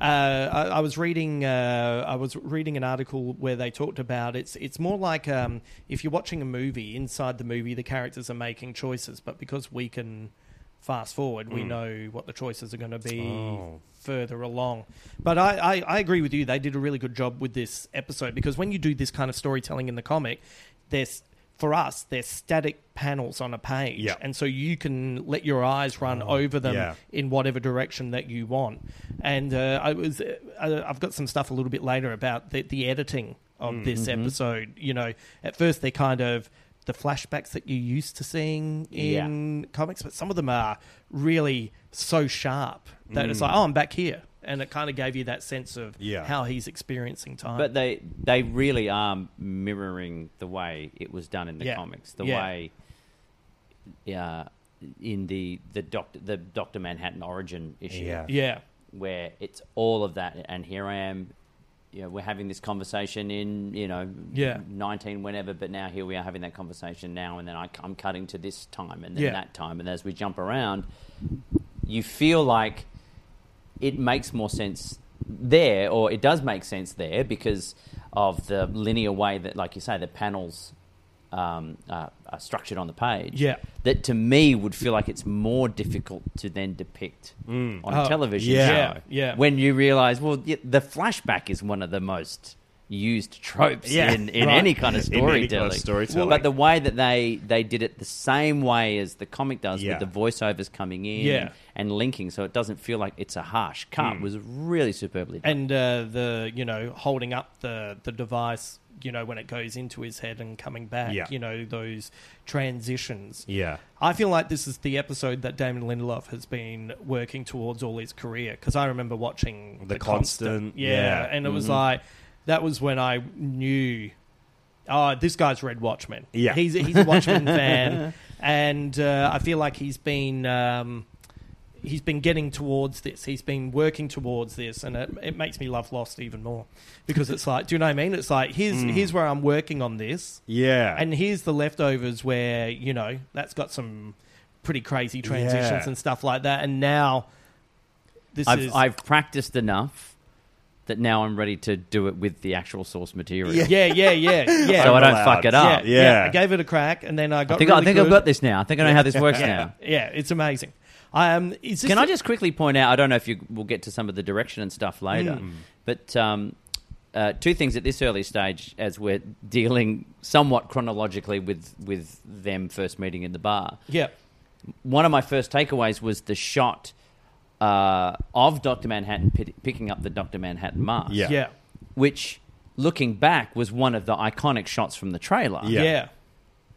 Speaker 1: uh, I, I was reading. Uh, I was reading an article where they talked about it's. It's more like um, if you're watching a movie. Inside the movie, the characters are making choices, but because we can fast forward, we know what the choices are going to be further along. But I, I, I agree with you. They did a really good job with this episode because when you do this kind of storytelling in the comic, there's for us there's static panels on a page
Speaker 3: Yeah. Oh,
Speaker 1: and so you can let your eyes run over them
Speaker 3: yeah.
Speaker 1: in whatever direction that you want and uh, i was uh, I- i've got some stuff a little bit later about the, the editing of
Speaker 3: Mm,
Speaker 1: this
Speaker 3: mm-hmm.
Speaker 1: episode you know at first they're kind of the flashbacks that you're used to seeing
Speaker 2: Yeah.
Speaker 1: in comics, but some of them are really so sharp that it's like, oh, I'm back here. And it kind of gave you that sense of
Speaker 3: Mm. Yeah.
Speaker 1: how he's experiencing time.
Speaker 2: but they they really are mirroring the way it was done in the
Speaker 1: Yeah.
Speaker 2: comics, the
Speaker 1: Yeah.
Speaker 2: way, yeah, in the the doctor the Doctor Manhattan origin issue,
Speaker 3: Yeah.
Speaker 1: yeah.
Speaker 2: where it's all of that, and here I am. You know, we're having this conversation in you know
Speaker 1: Yeah.
Speaker 2: 19 whenever but now here we are having that conversation now and then I, i'm cutting to this time and then
Speaker 1: Yeah.
Speaker 2: that time and as we jump around you feel like it makes more sense there, or it does make sense there because of the linear way that, like you say, the panels um, uh, are structured on the page.
Speaker 1: Yeah.
Speaker 2: That to me would feel like it's more difficult to then depict
Speaker 1: Mm.
Speaker 2: on a television
Speaker 1: yeah.
Speaker 2: show.
Speaker 1: Yeah, yeah.
Speaker 2: When you realize, well, y- the flashback is one of the most used tropes
Speaker 1: Yeah,
Speaker 2: in, in
Speaker 1: right.
Speaker 2: any kind of
Speaker 3: In any kind of
Speaker 2: storytelling.
Speaker 3: storytelling.
Speaker 2: But the way that they, they did it the same way as the comic does
Speaker 3: Yeah.
Speaker 2: with the voiceovers coming in
Speaker 1: Yeah. Mm.
Speaker 2: and linking so it doesn't feel like it's a harsh cut was really superbly done.
Speaker 1: and uh, the you know holding up the the device you know when it goes into his head and coming back
Speaker 3: Yeah.
Speaker 1: you know those transitions
Speaker 3: Yeah.
Speaker 1: i feel like this is the episode that damon lindelof has been working towards all his career because i remember watching
Speaker 3: The Constant, yeah. Mm-hmm.
Speaker 1: and it was like that was when i knew oh this guy's read watchmen
Speaker 3: Yeah.
Speaker 1: he's, he's a watchmen
Speaker 3: *laughs*
Speaker 1: fan and uh, i feel like he's been um, he's been getting towards this. He's been working towards this, and it, it makes me love Lost even more because it's like, do you know what I mean? It's like here's
Speaker 2: Mm.
Speaker 1: here's where I'm working on this,
Speaker 3: Yeah.
Speaker 1: and here's the leftovers where you know that's got some pretty crazy transitions
Speaker 3: Yeah.
Speaker 1: and stuff like that. And now this
Speaker 2: I've,
Speaker 1: is
Speaker 2: I've practiced enough that now I'm ready to do it with the actual source material.
Speaker 1: *laughs* yeah, yeah, yeah, yeah.
Speaker 2: *laughs* So I don't
Speaker 3: Allowed.
Speaker 2: fuck it
Speaker 1: yeah,
Speaker 2: up.
Speaker 3: Yeah.
Speaker 1: I gave it a crack, and then I got.
Speaker 2: I think,
Speaker 1: really
Speaker 2: I think
Speaker 1: good.
Speaker 2: I've got this now. I think I know how this works now.
Speaker 1: Yeah, it's amazing. Um, is this
Speaker 2: Can
Speaker 1: the-
Speaker 2: I just quickly point out? I don't know if you will get to some of the direction and stuff later, but um, uh, two things at this early stage, as we're dealing somewhat chronologically with with them first meeting in the bar.
Speaker 1: Yeah,
Speaker 2: one of my first takeaways was the shot uh, of Doctor Manhattan p- picking up the Doctor Manhattan mask.
Speaker 3: Yeah.
Speaker 1: yeah,
Speaker 2: Which, looking back, was one of the iconic shots from the trailer.
Speaker 3: Yeah.
Speaker 1: yeah.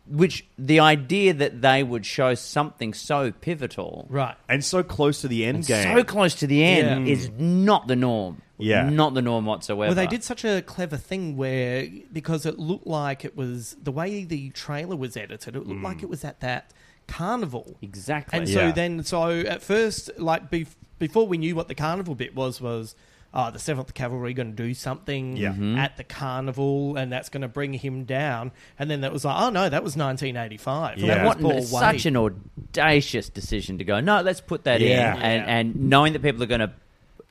Speaker 2: Which the idea that they would show something so pivotal,
Speaker 1: Right.
Speaker 3: and so close to the end game. Mm.
Speaker 2: so close to the end,
Speaker 1: Yeah.
Speaker 2: is not the norm.
Speaker 3: Yeah.
Speaker 2: Not the norm whatsoever.
Speaker 1: Well, they did such a clever thing where because it looked like it was the way the trailer was edited, it looked like it was at that carnival.
Speaker 2: exactly.
Speaker 1: And
Speaker 3: Mm. Yeah.
Speaker 1: so then, so at first, like bef- before we knew what the carnival bit was, was uh, the Seventh Cavalry going to do something
Speaker 3: Yeah.
Speaker 2: Mm-hmm.
Speaker 3: Mhm.
Speaker 1: at the carnival, and that's going to bring him down. And then that was like, oh no, that was 1985.
Speaker 3: Yeah.
Speaker 1: That was
Speaker 2: What an-
Speaker 1: Paul
Speaker 2: it's
Speaker 1: Wade.
Speaker 2: such an audacious decision to go. No, let's put that
Speaker 3: Yeah.
Speaker 2: in, and,
Speaker 1: Yeah.
Speaker 2: and knowing that people are going to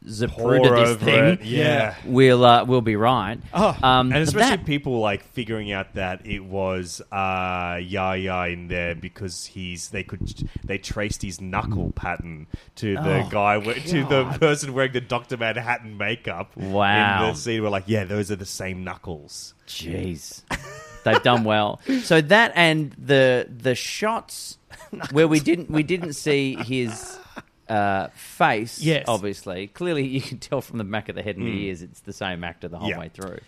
Speaker 2: zapruder
Speaker 3: Pour
Speaker 2: this
Speaker 3: over
Speaker 2: thing,
Speaker 3: it. Yeah.
Speaker 2: we'll uh, we'll be right.
Speaker 1: Oh,
Speaker 2: um,
Speaker 3: And
Speaker 2: but
Speaker 3: especially
Speaker 2: that-
Speaker 3: people like figuring out that it was uh, Yaya in there because he's they could they traced his knuckle pattern to the
Speaker 2: Oh,
Speaker 3: guy we- to the person wearing the Doctor Manhattan makeup.
Speaker 2: Wow.
Speaker 3: In the scene, we're like, yeah, those are the same knuckles.
Speaker 2: jeez, they've done well. So that and the the shots where we didn't we didn't see his. Uh, face,
Speaker 1: Yes. Hmm.
Speaker 2: obviously. Clearly, you can tell from the back of the head and the ears, it's the same actor the whole
Speaker 3: Yeah.
Speaker 2: way through.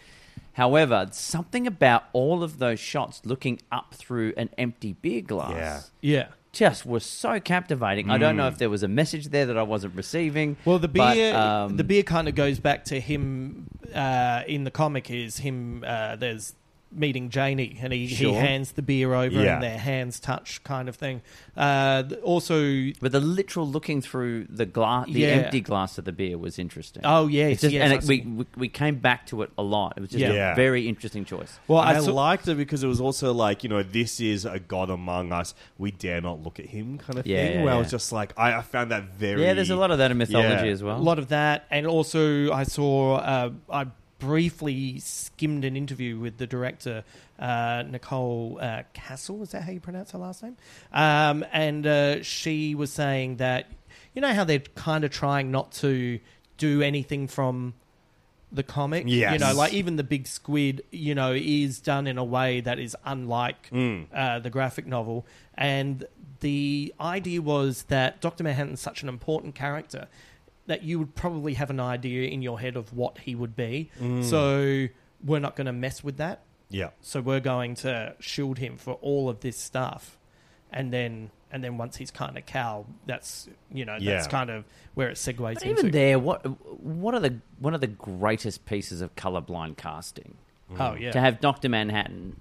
Speaker 2: However, something about all of those shots looking up through an empty beer glass
Speaker 3: Yeah.
Speaker 1: yeah. Hmm.
Speaker 2: just was so captivating. I don't know if there was a message there that I wasn't receiving.
Speaker 1: Well, the
Speaker 2: but,
Speaker 1: beer,
Speaker 2: um,
Speaker 1: the beer kind of goes back to him uh, in the comic. Is him? Uh, there's meeting Janie, and he, he
Speaker 2: Sure.
Speaker 1: hands the beer over,
Speaker 3: Yeah.
Speaker 1: and their hands touch, kind of thing. Uh, th- also,
Speaker 2: but the literal looking through the glass, the
Speaker 1: Yeah.
Speaker 2: empty glass of the beer was interesting.
Speaker 1: oh yes,
Speaker 2: It's just,
Speaker 1: yes,
Speaker 2: and
Speaker 1: I
Speaker 2: it,
Speaker 1: see.
Speaker 2: we, we we came back to it a lot. It was just
Speaker 1: Yeah.
Speaker 2: a
Speaker 3: Yeah.
Speaker 2: very interesting choice.
Speaker 3: Well, I,
Speaker 1: I saw-
Speaker 3: liked it because it was also like, you know, this is a god among us. We dare not look at him kind of
Speaker 2: Yeah,
Speaker 3: thing.
Speaker 2: yeah,
Speaker 3: where I
Speaker 2: yeah.
Speaker 3: was just like, I, I found that very.
Speaker 2: yeah, there's a lot of that in mythology
Speaker 3: Yeah.
Speaker 2: as well.
Speaker 1: a lot of that, and also I saw uh, I briefly skimmed an interview with the director uh, Nicole uh, Castle. Is that how you pronounce her last name? Um, and uh, she was saying that you know how they're kind of trying not to do anything from the comic. You
Speaker 3: Yes.
Speaker 1: know, like even the big squid, you know, is done in a way that is unlike
Speaker 3: Hmm.
Speaker 1: uh, the graphic novel. And the idea was that Dr. Manhattan's such an important character that you would probably have an idea in your head of what he would be.
Speaker 3: Hmm.
Speaker 1: So we're not going to mess with that.
Speaker 3: Yeah.
Speaker 1: So we're going to shield him for all of this stuff. And then. And then once he's kind of cow, that's you know
Speaker 3: Yeah.
Speaker 1: that's kind of where it segues
Speaker 2: But
Speaker 1: into.
Speaker 2: even there, what what are the one of the greatest pieces of colorblind casting?
Speaker 1: oh yeah,
Speaker 2: to have Doctor Manhattan.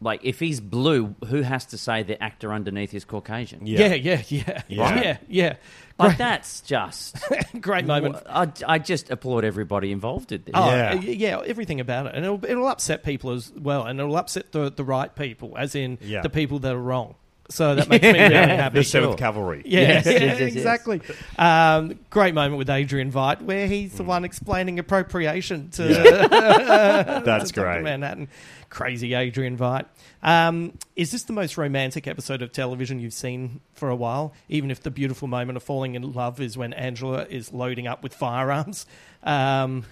Speaker 2: Like if he's blue, who has to say the actor underneath is Caucasian?
Speaker 1: Yeah, yeah, yeah, yeah, *laughs*
Speaker 3: Right?
Speaker 1: yeah. yeah.
Speaker 2: Like that's just
Speaker 1: Great *laughs* moment.
Speaker 2: I, I just applaud everybody involved in this.
Speaker 1: Oh,
Speaker 3: Yeah.
Speaker 1: yeah. yeah, everything about it, and it'll it'll upset people as well, and it'll upset the the right people, as in
Speaker 3: Yeah.
Speaker 1: the people that are wrong. So that
Speaker 3: *laughs*
Speaker 1: makes me really happy.
Speaker 3: the Seventh Cavalry.
Speaker 1: Yeah,
Speaker 2: Yes,
Speaker 1: yeah,
Speaker 2: yes, yes, yes.
Speaker 1: exactly. Um, great moment with Adrian Veidt where he's
Speaker 3: Mm.
Speaker 1: the one explaining appropriation to *laughs*
Speaker 3: *laughs* That's great.
Speaker 1: Manhattan. Crazy Adrian Veidt. Um, is this the most romantic episode of television you've seen for a while? Even if the beautiful moment of falling in love is when Angela is loading up with firearms. *laughs* Um,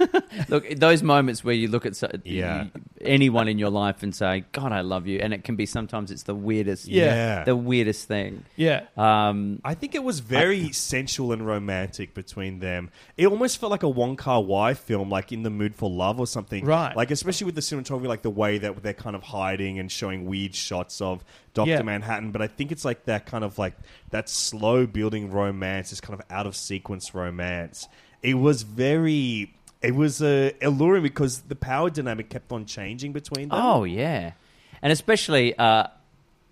Speaker 2: Look, those moments where you look at so,
Speaker 3: Yeah.
Speaker 2: anyone in your life and say, "God, I love you," and it can be sometimes it's the weirdest,
Speaker 3: Yeah.
Speaker 2: the weirdest thing.
Speaker 1: yeah.
Speaker 2: Um,
Speaker 3: I think it was very sensual and romantic between them. It almost felt like a Wong Kar Wai film, like In the Mood for Love or something.
Speaker 1: Right.
Speaker 3: Like especially with the cinematography, like the way that they're kind of hiding and showing weird shots of Doctor
Speaker 1: Yeah.
Speaker 3: Manhattan. But I think it's like that kind of like that slow building romance, this kind of out of sequence romance. It was very. It was uh, alluring because the power dynamic kept on changing between them.
Speaker 2: oh yeah, and especially uh,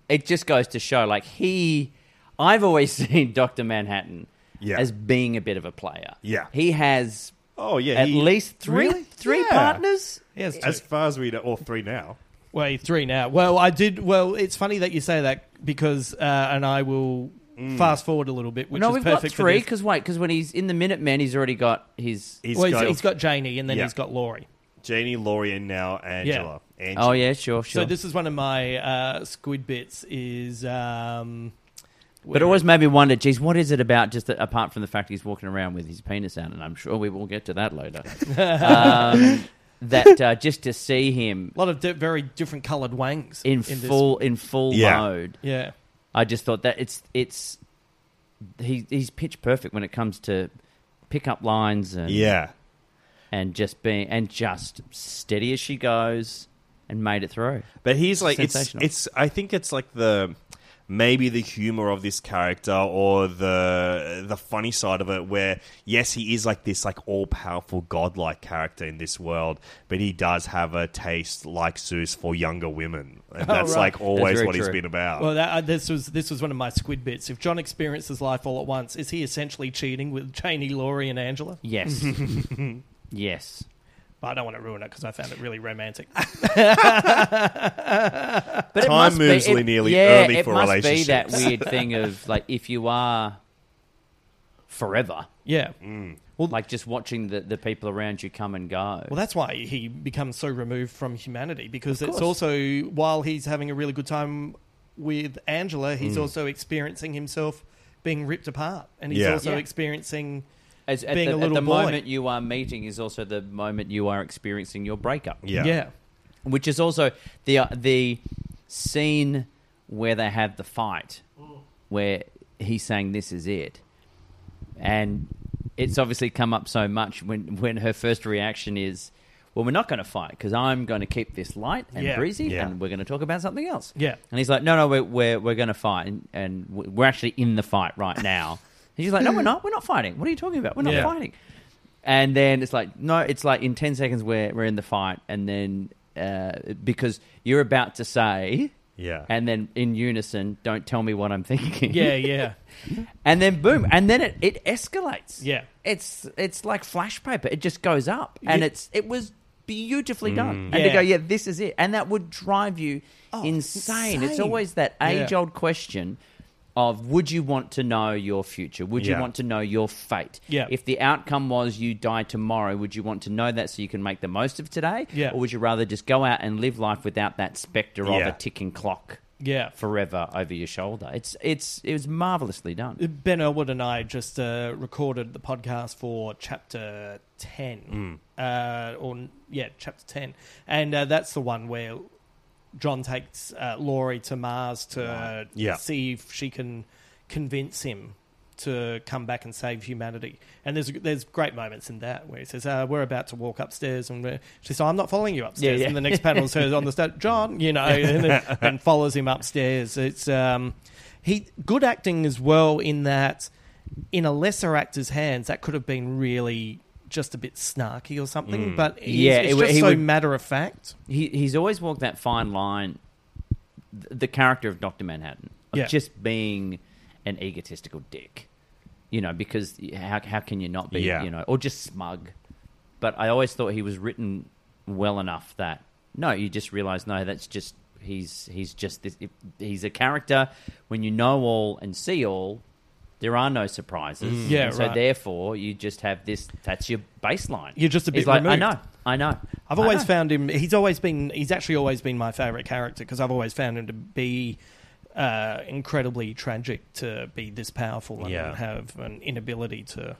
Speaker 2: it just goes to show, like he, I've always *laughs* seen Doctor Manhattan
Speaker 3: Yeah.
Speaker 2: as being a bit of a player.
Speaker 3: Yeah.
Speaker 2: he has
Speaker 3: Oh, yeah,
Speaker 2: at
Speaker 3: he-
Speaker 2: least three
Speaker 3: Really?
Speaker 2: three
Speaker 3: Yeah.
Speaker 2: partners.
Speaker 1: Yes,
Speaker 3: As far as we know, or three now.
Speaker 1: Way three now. Well, I did. Well, it's funny that you say that because, uh, and I will
Speaker 3: Mm.
Speaker 1: fast forward a little bit, which
Speaker 2: no,
Speaker 1: is
Speaker 2: we've got
Speaker 1: perfect for
Speaker 2: three.
Speaker 1: this.
Speaker 2: Because wait, because when he's in the Minutemen, he's already got his.
Speaker 3: He's
Speaker 1: Well, he's,
Speaker 3: got,
Speaker 1: he's got Janie, and then
Speaker 3: Yeah.
Speaker 1: he's got Laurie.
Speaker 3: Janie, Laurie, and now Angela. Angela.
Speaker 2: Oh yeah, sure, sure.
Speaker 1: So this is one of my uh, squid bits. Is um,
Speaker 2: But it always made me wonder, geez, what is it about just that, apart from the fact he's walking around with his penis out, and I'm sure we will get to that later. um, that uh, just to see him
Speaker 1: a lot of di- very different coloured wangs
Speaker 2: in,
Speaker 1: this.
Speaker 2: full in full
Speaker 3: Yeah.
Speaker 2: mode,
Speaker 1: Yeah,
Speaker 2: I just thought that it's it's he, he's pitch perfect when it comes to pick up lines and
Speaker 3: Yeah.
Speaker 2: and just being and just steady as she goes and made it through.
Speaker 3: But he's like it's
Speaker 2: Sensational.
Speaker 3: it's I think it's like the maybe the humor of this character or the the funny side of it where yes he is like this like all powerful godlike character in this world but he does have a taste like Zeus for younger women and that's
Speaker 1: right.
Speaker 3: like always
Speaker 2: Oh, very
Speaker 3: what he's
Speaker 2: true.
Speaker 3: been about.
Speaker 1: well, that, uh, this was this was one of my squid bits. If John experiences life all at once, is he essentially cheating with Janie, Laurie, and Angela?
Speaker 2: Yes, *laughs* yes.
Speaker 1: But I don't want to ruin it because I found it really
Speaker 3: *laughs*
Speaker 1: romantic.
Speaker 2: But
Speaker 3: Time
Speaker 2: must be-
Speaker 3: moves
Speaker 2: it-
Speaker 3: linearly
Speaker 2: yeah,
Speaker 3: early
Speaker 2: it
Speaker 3: for
Speaker 2: must be that
Speaker 3: relationships. *laughs*
Speaker 2: weird thing of like if you are forever,
Speaker 1: Yeah.
Speaker 3: Mm.
Speaker 2: like just watching the, the people around you come and go.
Speaker 1: Well, that's why he becomes so removed from humanity because it's
Speaker 2: course.
Speaker 1: also while he's having a really good time with Angela, he's
Speaker 3: Mm.
Speaker 1: also experiencing himself being ripped apart, and he's
Speaker 3: Yeah.
Speaker 1: also
Speaker 2: Yeah.
Speaker 1: experiencing
Speaker 2: As, at
Speaker 1: being
Speaker 2: the,
Speaker 1: a
Speaker 2: at
Speaker 1: little
Speaker 2: the
Speaker 1: boy.
Speaker 2: moment you are meeting is also the moment you are experiencing your breakup.
Speaker 3: yeah.
Speaker 2: which is also the uh, the scene where they have the fight, where he's saying this is it, and it's obviously come up so much when when her first reaction is. Well, we're not going to fight because I'm going to keep this light and
Speaker 1: Yeah.
Speaker 2: breezy,
Speaker 3: Yeah.
Speaker 2: and we're going to talk about something else.
Speaker 1: Yeah.
Speaker 2: And he's like, "No, no, we're we're, we're going to fight, and, and we're actually in the fight right
Speaker 1: *laughs*
Speaker 2: now." and she's like, "No, we're not. We're not fighting. What are you talking about? We're not
Speaker 1: Yeah.
Speaker 2: fighting." and then it's like no it's like in 10 seconds we're, we're in the fight and then uh, because you're about to say
Speaker 3: Yeah.
Speaker 2: and then in unison don't tell me what i'm thinking
Speaker 1: yeah, *laughs* yeah,
Speaker 2: and then boom and then it, it escalates
Speaker 1: Yeah.
Speaker 2: it's it's like flash paper it just goes up and
Speaker 1: Yeah.
Speaker 2: it's it was beautifully
Speaker 3: Mm.
Speaker 2: done and
Speaker 1: Yeah. Oh,
Speaker 2: to go yeah this is it and that would drive you insane. it's
Speaker 1: insane.
Speaker 2: always that
Speaker 1: Yeah.
Speaker 2: age old question of would you want to know your future would
Speaker 3: Yeah.
Speaker 2: you want to know your fate
Speaker 1: Yeah.
Speaker 2: if the outcome was you die tomorrow would you want to know that so you can make the most of today
Speaker 1: Yeah.
Speaker 2: or would you rather just go out and live life without that specter of
Speaker 3: Yeah.
Speaker 2: a ticking clock
Speaker 1: yeah.
Speaker 2: forever over your shoulder it's it's it was marvelously done
Speaker 1: Ben Elwood and I just uh, recorded the podcast for chapter 10. Uh, or, yeah, chapter 10. And uh, that's the one where John takes uh, Laurie to Mars to uh,
Speaker 3: Yeah.
Speaker 1: see if she can convince him to come back and save humanity. And there's there's great moments in that where he says, uh, "We're about to walk upstairs," and we're, she says, "Oh, "I'm not following you upstairs."
Speaker 2: Yeah, yeah.
Speaker 1: And the next panel
Speaker 2: *laughs*
Speaker 1: says, "On the stage, John," you know, and, then, and follows him upstairs. It's um, he good acting as well in that in a lesser actor's hands that could have been really just a bit snarky or something, but he's,
Speaker 2: Mm. Yeah,
Speaker 1: it's
Speaker 2: it w-
Speaker 1: just
Speaker 2: he
Speaker 1: so
Speaker 2: would-
Speaker 1: matter of fact.
Speaker 2: he, he's always walked that fine line th- the character of dr manhattan of
Speaker 1: Yeah.
Speaker 2: just being an egotistical dick you know because how, how can you not be
Speaker 3: Yeah.
Speaker 2: you know or just smug but i always thought he was written well enough that no you just realize no that's just He's he's just this, if- he's a character. When you know all and see all, there are no surprises.
Speaker 1: Yeah,
Speaker 2: And so
Speaker 1: right.
Speaker 2: therefore you just have this. That's your baseline.
Speaker 1: You're just a
Speaker 2: He's
Speaker 1: bit
Speaker 2: like, I
Speaker 1: removed.
Speaker 2: know, I know.
Speaker 1: I've
Speaker 2: I
Speaker 1: always
Speaker 2: know."
Speaker 1: found him. He's always been. He's actually always been my favorite character because I've always found him to be uh, incredibly tragic to be this powerful and
Speaker 4: Yeah.
Speaker 1: have an inability to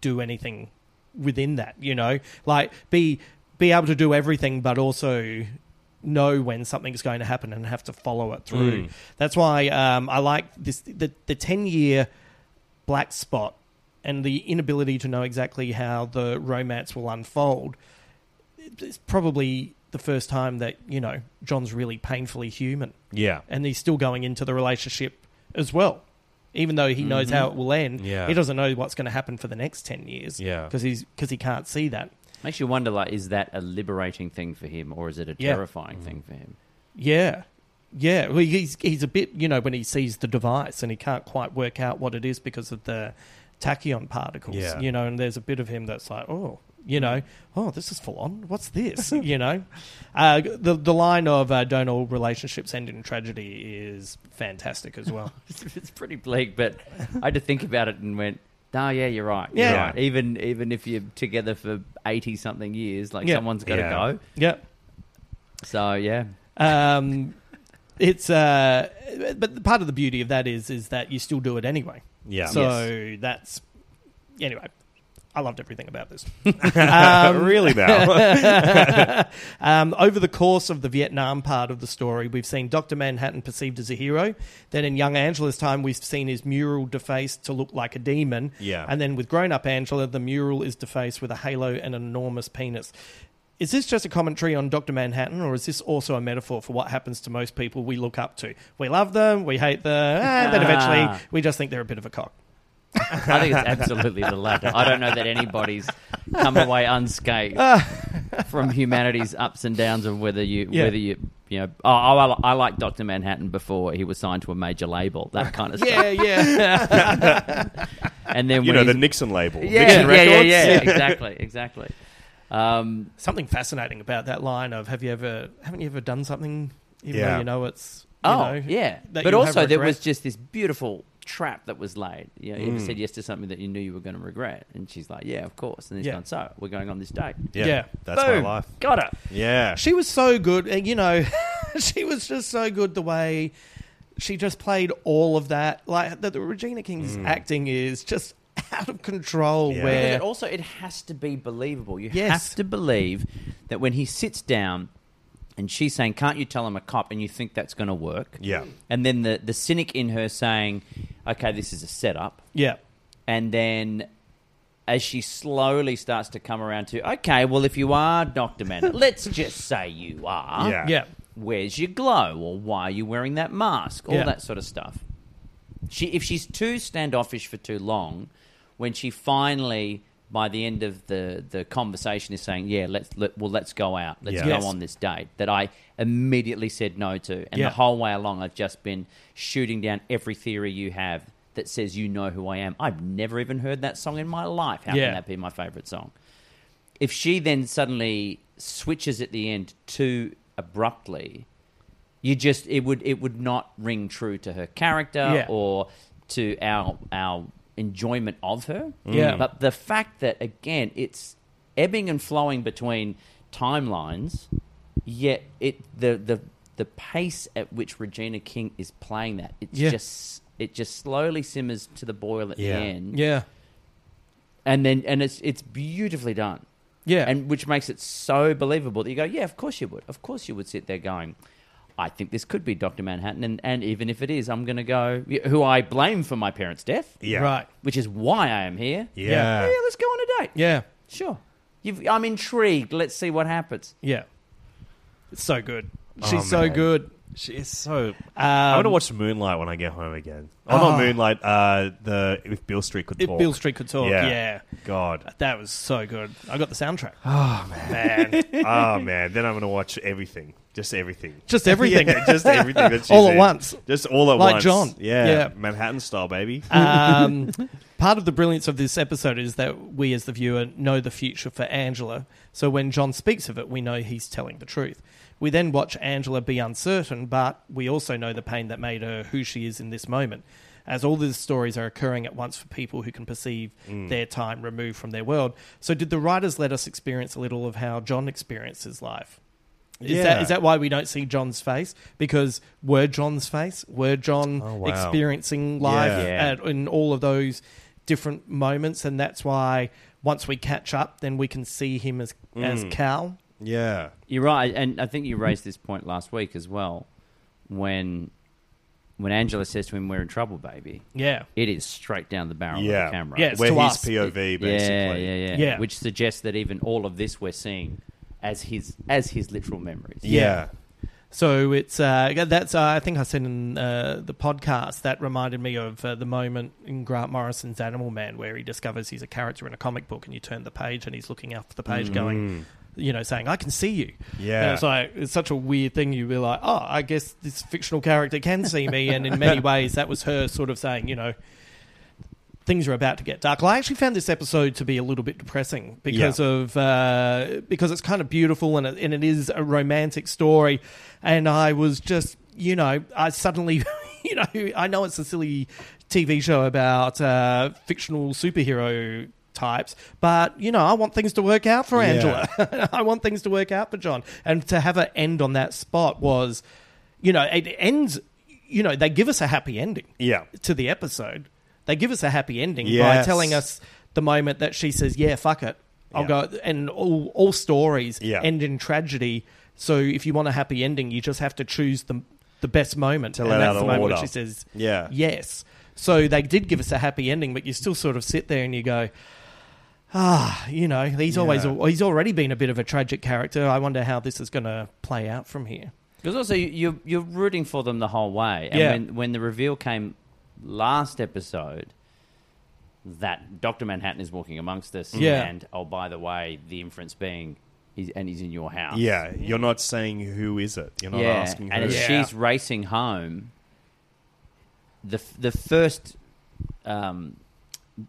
Speaker 1: do anything within that. You know, like be be able to do everything, but also know when something's going to happen and have to follow it through. That's why um, I like this the the ten year black spot and the inability to know exactly how the romance will unfold it's probably the first time that you know John's really painfully human,
Speaker 4: Yeah.
Speaker 1: and he's still going into the relationship as well, even though he knows how it will end.
Speaker 4: Mm-hmm. Yeah.
Speaker 1: he doesn't know what's going to happen for the next ten years.
Speaker 4: Yeah.
Speaker 1: because he's because he can't see that.
Speaker 2: Makes you wonder, like, is that a liberating thing for him, or is it a
Speaker 1: Yeah. Mm.
Speaker 2: terrifying thing for him? *laughs*
Speaker 1: Yeah, yeah. Well, he's he's a bit you know when he sees the device and he can't quite work out what it is because of the tachyon particles.
Speaker 4: Yeah.
Speaker 1: you know, and there's a bit of him that's like, oh. You know, oh, this is full on.
Speaker 4: *laughs*
Speaker 1: What's this? you know, uh, the the line of uh, "Don't all relationships end in tragedy" is fantastic
Speaker 4: *laughs*
Speaker 1: as well.
Speaker 2: it's pretty bleak, but I had to think about it and went, "Ah, yeah, you're right. You're
Speaker 1: Yeah.
Speaker 2: right. Even even if you're together for eighty something years, like
Speaker 1: Yeah.
Speaker 2: someone's got to
Speaker 4: Yeah.
Speaker 2: go."
Speaker 1: yep.
Speaker 2: So yeah,
Speaker 1: Um, it's uh, but part of the beauty of that is is that you still do it anyway.
Speaker 4: Yeah.
Speaker 1: So that's anyway. I loved everything about this.
Speaker 3: *laughs* really
Speaker 2: *laughs*
Speaker 3: now.
Speaker 1: Um, over the course of the Vietnam part of the story, we've seen Dr. Manhattan perceived as a hero. Then in young Angela's time, we've seen his mural defaced to look like a demon.
Speaker 4: Yeah.
Speaker 1: And then with grown up Angela, the mural is defaced with a halo and an enormous penis. Is this just a commentary on Dr. Manhattan, or is this also a metaphor for what happens to most people we look up to? We love them, we hate them, and then
Speaker 2: Ah.
Speaker 1: eventually we just think they're a bit of a cock.
Speaker 2: I think it's absolutely the latter. I don't know that anybody's come
Speaker 1: *laughs*
Speaker 2: away unscathed from humanity's ups and downs of whether you
Speaker 1: Yeah.
Speaker 2: whether you you know. Oh, I, li- I like Doctor Manhattan before he was signed to a major label, that kind of stuff.
Speaker 1: *laughs* yeah.
Speaker 2: And then
Speaker 3: you
Speaker 2: when
Speaker 3: know, the
Speaker 2: he's-
Speaker 3: Nixon label.
Speaker 2: yeah,
Speaker 3: Nixon
Speaker 2: yeah, yeah,
Speaker 3: Records.
Speaker 1: *laughs*
Speaker 2: yeah, exactly, exactly. Um,
Speaker 1: Something fascinating about that line of "Have you ever? Haven't you ever done something even though
Speaker 4: Yeah.
Speaker 1: you know it's?" You
Speaker 2: Oh,
Speaker 1: know,
Speaker 2: yeah.
Speaker 1: that
Speaker 2: But
Speaker 1: you'll have
Speaker 2: also, there
Speaker 1: regret. Mm.
Speaker 2: was just this beautiful trap that was laid. You, know, you said yes to something that you knew you were going to regret. And she's like, yeah, of course. And he's
Speaker 1: Yeah.
Speaker 2: gone, so we're going on this date.
Speaker 1: Yeah.
Speaker 4: That's
Speaker 2: Boom.
Speaker 4: my life.
Speaker 2: Got it.
Speaker 4: Yeah.
Speaker 1: She was so good, and you know, *laughs* she was just so good the way she just played all of that. Like the, the Regina King's
Speaker 2: Mm.
Speaker 1: acting is just *laughs* out of control.
Speaker 4: Yeah.
Speaker 2: Because
Speaker 1: Where
Speaker 2: it also, it has to be believable. You
Speaker 1: Yes.
Speaker 2: have to believe that when he sits down and she's saying, can't you tell him a cop? And you think that's going to work.
Speaker 4: Yeah.
Speaker 2: And then the, the cynic in her saying, okay, this is a setup.
Speaker 1: yeah,
Speaker 2: and then as she slowly starts to come around to, okay, well, if you are Dr. Manhattan, *laughs* let's just say you are.
Speaker 4: Yeah.
Speaker 1: yeah,
Speaker 2: Where's your glow? Or why are you wearing that mask? All
Speaker 1: Yeah.
Speaker 2: that sort of stuff. She, if she's too standoffish for too long, when she finally, by the end of the, the conversation, is saying, yeah, let's, let, well, let's go out. Let's
Speaker 4: Yeah.
Speaker 2: go
Speaker 1: Yes.
Speaker 2: on this date that I immediately said no to. And
Speaker 1: Yeah.
Speaker 2: the whole way along, I've just been shooting down every theory you have that says you know who I am. I've never even heard that song in my life. How
Speaker 1: Yeah.
Speaker 2: can that be my favorite song? If she then suddenly switches at the end too abruptly, you just it would it would not ring true to her character
Speaker 1: Yeah.
Speaker 2: or to our our enjoyment of her.
Speaker 1: Mm. Yeah.
Speaker 2: But the fact that again it's ebbing and flowing between timelines, yet it the the the pace at which Regina King is playing that it's
Speaker 1: Yeah.
Speaker 2: just it just slowly simmers to the boil at
Speaker 4: Yeah.
Speaker 2: the end,
Speaker 1: yeah,
Speaker 2: and then and it's it's beautifully done.
Speaker 1: yeah,
Speaker 2: And which makes it so believable that you go, yeah, of course you would. Of course you would sit there going, I think this could be Dr. Manhattan. And, and even if it is, I'm going to go, who I blame for my parents' death,
Speaker 4: Yeah.
Speaker 1: right,
Speaker 2: which is why I am here.
Speaker 4: Yeah.
Speaker 2: Oh, yeah, let's go on a date.
Speaker 1: yeah,
Speaker 2: Sure. You've, I'm intrigued. Let's see what happens.
Speaker 1: yeah. It's so good. She's
Speaker 4: Oh,
Speaker 1: so
Speaker 4: man.
Speaker 1: good.
Speaker 4: She is so.
Speaker 1: Um,
Speaker 4: I'm gonna watch Moonlight when I get home again. Oh, not Moonlight. Uh, the if Bill Street could
Speaker 1: If
Speaker 4: talk.
Speaker 1: Bill Street could talk, yeah. *laughs*
Speaker 4: God.
Speaker 1: That was so good. I got the soundtrack.
Speaker 4: Man. oh man. Then I'm gonna watch everything. Just everything.
Speaker 1: Just
Speaker 4: *laughs*
Speaker 1: everything.
Speaker 4: Yeah, just
Speaker 1: *laughs*
Speaker 4: everything. That she's
Speaker 1: All at
Speaker 4: in.
Speaker 1: once.
Speaker 4: Just all at
Speaker 1: Like Uh,
Speaker 4: once.
Speaker 1: John.
Speaker 4: Yeah.
Speaker 1: Yeah.
Speaker 4: Manhattan style, baby.
Speaker 1: Um, part of the brilliance of this episode is that we, as the viewer, know the future for Angela. So when John speaks of it, we know he's telling the truth. We then watch Angela be uncertain, but we also know the pain that made her who she is in this moment. As all these stories are occurring at once for people who can perceive
Speaker 3: Mm.
Speaker 1: their time removed from their world. So, did the writers let us experience a little of how John experienced his life? Is that
Speaker 3: Yeah.
Speaker 1: is that why we don't see John's face? Because were John's face, were John
Speaker 3: Oh, wow.
Speaker 1: experiencing life
Speaker 3: Yeah.
Speaker 2: Yeah.
Speaker 1: At, in all of those different moments, and that's why once we catch up, then we can see him as as Cal.
Speaker 3: Yeah.
Speaker 2: You're right, and I think you raised this point last week as well, when when Angela says to him, "We're in trouble, baby."
Speaker 1: Yeah,
Speaker 2: It is straight down the barrel of
Speaker 3: Yeah.
Speaker 2: the camera.
Speaker 1: Yeah, it's
Speaker 3: Where
Speaker 1: to
Speaker 3: he's
Speaker 1: us.
Speaker 3: POV, basically.
Speaker 2: Yeah, yeah, yeah,
Speaker 1: Yeah.
Speaker 2: Which suggests that even all of this we're seeing as his as his literal memories.
Speaker 3: Yeah.
Speaker 1: So it's uh, that's uh, I think I said in uh, the podcast that reminded me of uh, the moment in Grant Morrison's Animal Man where he discovers he's a character in a comic book and you turn the page and he's looking up the page going, you know, saying I can see you.
Speaker 3: Mm. Yeah.
Speaker 1: and it's like it's such a weird thing. You'd be like, oh, I guess this fictional character can see me, and in
Speaker 3: *laughs*
Speaker 1: many ways that was her sort of saying, you know. Things are about to get dark. Well, I actually found this episode to be a little bit depressing because
Speaker 3: Yeah.
Speaker 1: of uh, because it's kind of beautiful and it, and it is a romantic story, and I was just you know I suddenly *laughs* you know I know it's a silly TV show about uh, fictional superhero types, but you know I want things to work out for Angela. *laughs* I want things to work out for John, and to have it end on that spot was, you know, it ends. You know, they give us a happy ending
Speaker 3: Yeah.
Speaker 1: to the episode. They give us a happy ending by
Speaker 3: Yes.
Speaker 1: telling us the moment that she says, "Yeah, fuck it, I'll
Speaker 3: Yeah.
Speaker 1: go." And all all stories
Speaker 3: Yeah.
Speaker 1: end in tragedy. So if you want a happy ending, you just have to choose the the best moment,
Speaker 3: To
Speaker 1: and
Speaker 3: let
Speaker 1: that's
Speaker 3: out
Speaker 1: the
Speaker 3: an
Speaker 1: moment
Speaker 3: order.
Speaker 1: when she says,
Speaker 3: Yeah.
Speaker 1: yes." So they did give us a happy ending, but you still sort of sit there and you go. Ah, you know, he's always
Speaker 3: Yeah.
Speaker 1: he's already been a bit of a tragic character. I wonder how this is going to play out from here.
Speaker 2: Because also you- you're you're rooting for them the whole way. And
Speaker 1: Yeah.
Speaker 2: when when the reveal came last episode that Doctor Manhattan is walking amongst us
Speaker 1: Yeah.
Speaker 2: and oh by the way, the inference being he's and he's in your house.
Speaker 3: Yeah. You're not saying who is it. You're not
Speaker 2: yeah.
Speaker 3: asking who.
Speaker 2: And as she's racing home, the f- the first um,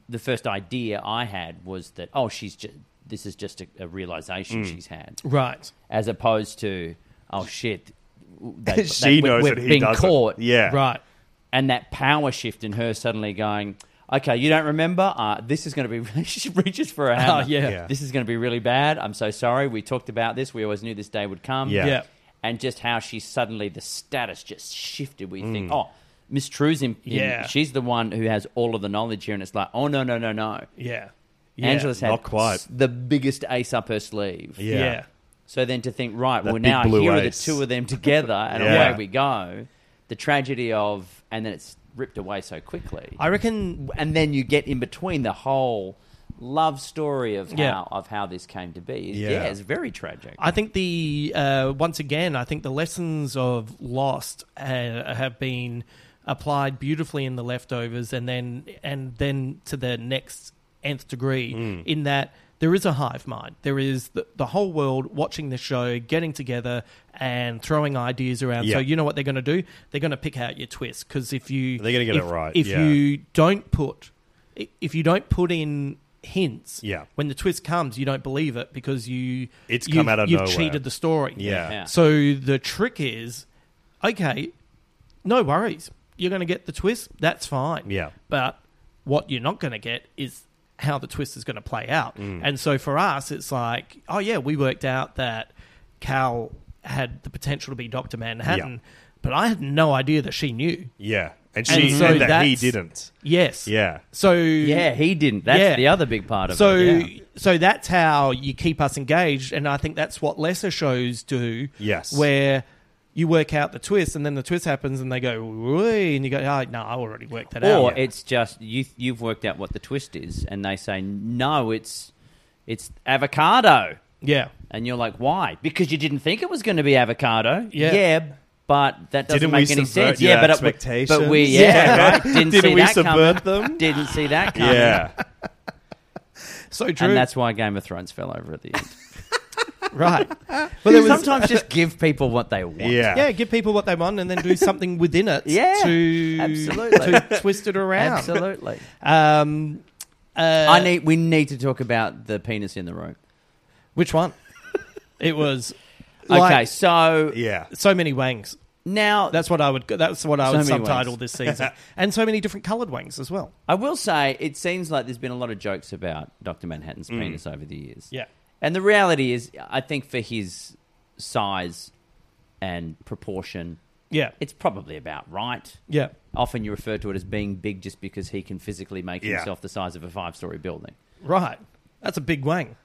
Speaker 2: the first idea I had was that oh she's just this is just a, a realization
Speaker 3: Mm.
Speaker 2: she's had
Speaker 1: Right.
Speaker 2: as opposed to oh shit
Speaker 3: *laughs*
Speaker 2: they, they-
Speaker 3: she knows
Speaker 2: we're
Speaker 3: that he
Speaker 2: being
Speaker 3: doesn't.
Speaker 2: caught
Speaker 3: Yeah.
Speaker 1: Right.
Speaker 2: and that power shift in her suddenly going okay you don't remember uh, this is going to be *laughs* she reaches for a hammer
Speaker 1: Oh, yeah.
Speaker 3: Yeah.
Speaker 2: this is going to be really bad I'm so sorry we talked about this we always knew this day would come
Speaker 3: Yeah.
Speaker 1: Yeah.
Speaker 2: and just how she suddenly the status just shifted we
Speaker 3: Mm.
Speaker 2: think oh Miss True's in, in-
Speaker 1: Yeah.
Speaker 2: she's the one who has all of the knowledge here and it's like oh no no no no
Speaker 1: Yeah.
Speaker 2: Angela's had
Speaker 3: not quite.
Speaker 2: s- the biggest ace up her sleeve
Speaker 3: Yeah.
Speaker 1: yeah.
Speaker 2: so then to think, right, well
Speaker 3: big
Speaker 2: now
Speaker 3: blue
Speaker 2: here are the
Speaker 3: ace.
Speaker 2: two of them
Speaker 3: *laughs*
Speaker 2: together, and
Speaker 3: Yeah.
Speaker 2: away we go. The tragedy of, and then it's ripped away so quickly,
Speaker 1: I reckon
Speaker 2: and then you get in between the whole love story of
Speaker 1: Yeah.
Speaker 2: how of how this came to be. Yeah,
Speaker 3: Yeah.
Speaker 2: it's very tragic.
Speaker 1: I think the uh, once again, I think the lessons of Lost uh, have been applied beautifully in the leftovers, and then and then to the next nth degree.
Speaker 3: Hmm.
Speaker 1: In that there is a hive mind, there is the, the whole world watching the show, getting together and throwing ideas around.
Speaker 3: Yeah.
Speaker 1: So you know what they're going to do? They're going to pick out your twist because if you
Speaker 3: They're gonna get
Speaker 1: if-
Speaker 3: it right,
Speaker 1: If
Speaker 3: yeah.
Speaker 1: you don't put i- if you don't put in hints,
Speaker 3: Yeah.
Speaker 1: when the twist comes, you don't believe it because you
Speaker 3: It's
Speaker 1: you've-
Speaker 3: come out of
Speaker 1: you've
Speaker 3: nowhere.
Speaker 1: cheated the story.
Speaker 3: Yeah.
Speaker 2: Yeah.
Speaker 1: So the trick is, okay, no worries. You're going to get the twist. That's fine.
Speaker 3: Yeah.
Speaker 1: But what you're not going to get is how the twist is going to play out.
Speaker 3: Mm.
Speaker 1: And so for us, it's like, oh yeah, we worked out that Cal had the potential to be Doctor Manhattan, but I had no idea that she knew.
Speaker 3: Yeah.
Speaker 1: And
Speaker 3: And she and,
Speaker 1: so
Speaker 3: that he
Speaker 1: that's-
Speaker 3: didn't.
Speaker 1: Yes.
Speaker 3: Yeah.
Speaker 1: So
Speaker 2: yeah, he didn't. That's
Speaker 1: Yeah.
Speaker 2: the other big part of
Speaker 1: so
Speaker 2: it. yeah.
Speaker 1: so that's how you keep us engaged and i think that's what lesser shows do
Speaker 3: Yes.
Speaker 1: where you work out the twist and then the twist happens and they go Wee, and you go oh no i already worked that
Speaker 2: Or
Speaker 1: out
Speaker 2: it's just you. You've worked out what the twist is, and they say no. It's it's avocado.
Speaker 1: yeah
Speaker 2: And you're like, why? Because you didn't think it was going to be avocado.
Speaker 1: Yeah.
Speaker 2: but that doesn't
Speaker 3: Didn't we
Speaker 2: make any
Speaker 3: subvert
Speaker 2: sense.
Speaker 3: your
Speaker 2: Yeah, but it,
Speaker 3: expectations?
Speaker 2: but we yeah,
Speaker 3: Yeah,
Speaker 2: right. Didn't,
Speaker 3: *laughs* Didn't
Speaker 2: see
Speaker 3: we
Speaker 2: that coming.
Speaker 3: subvert them?
Speaker 2: Didn't see that coming.
Speaker 3: *laughs* Yeah.
Speaker 1: so true
Speaker 2: And that's why Game of Thrones fell over at the end.
Speaker 1: *laughs*
Speaker 2: *laughs*
Speaker 1: right. Well, there was
Speaker 2: Sometimes just give people what they want.
Speaker 3: Yeah.
Speaker 1: yeah, give people what they want and
Speaker 2: *laughs*
Speaker 1: then do something within it
Speaker 2: Yeah,
Speaker 1: to
Speaker 2: absolutely.
Speaker 1: to twist it around.
Speaker 2: Absolutely.
Speaker 1: Um, uh,
Speaker 2: I need. We need to talk about the penis in the room.
Speaker 1: which one? It was
Speaker 2: okay,
Speaker 1: like,
Speaker 2: so
Speaker 3: Yeah.
Speaker 1: so many wangs.
Speaker 2: now
Speaker 1: That's what I would. That's what I
Speaker 2: So
Speaker 1: would
Speaker 2: many
Speaker 1: subtitle
Speaker 2: wangs.
Speaker 1: this season,
Speaker 2: *laughs*
Speaker 1: and so many different coloured wangs as well.
Speaker 2: I will say it seems like there's been a lot of jokes about Doctor Manhattan's penis over the years.
Speaker 1: Mm. Yeah.
Speaker 2: and the reality is, I think for his size and proportion,
Speaker 1: Yeah,
Speaker 2: it's probably about right.
Speaker 1: yeah,
Speaker 2: Often you refer to it as being big just because he can physically make
Speaker 3: Yeah.
Speaker 2: himself the size of a five-story building.
Speaker 1: right. That's a big wang.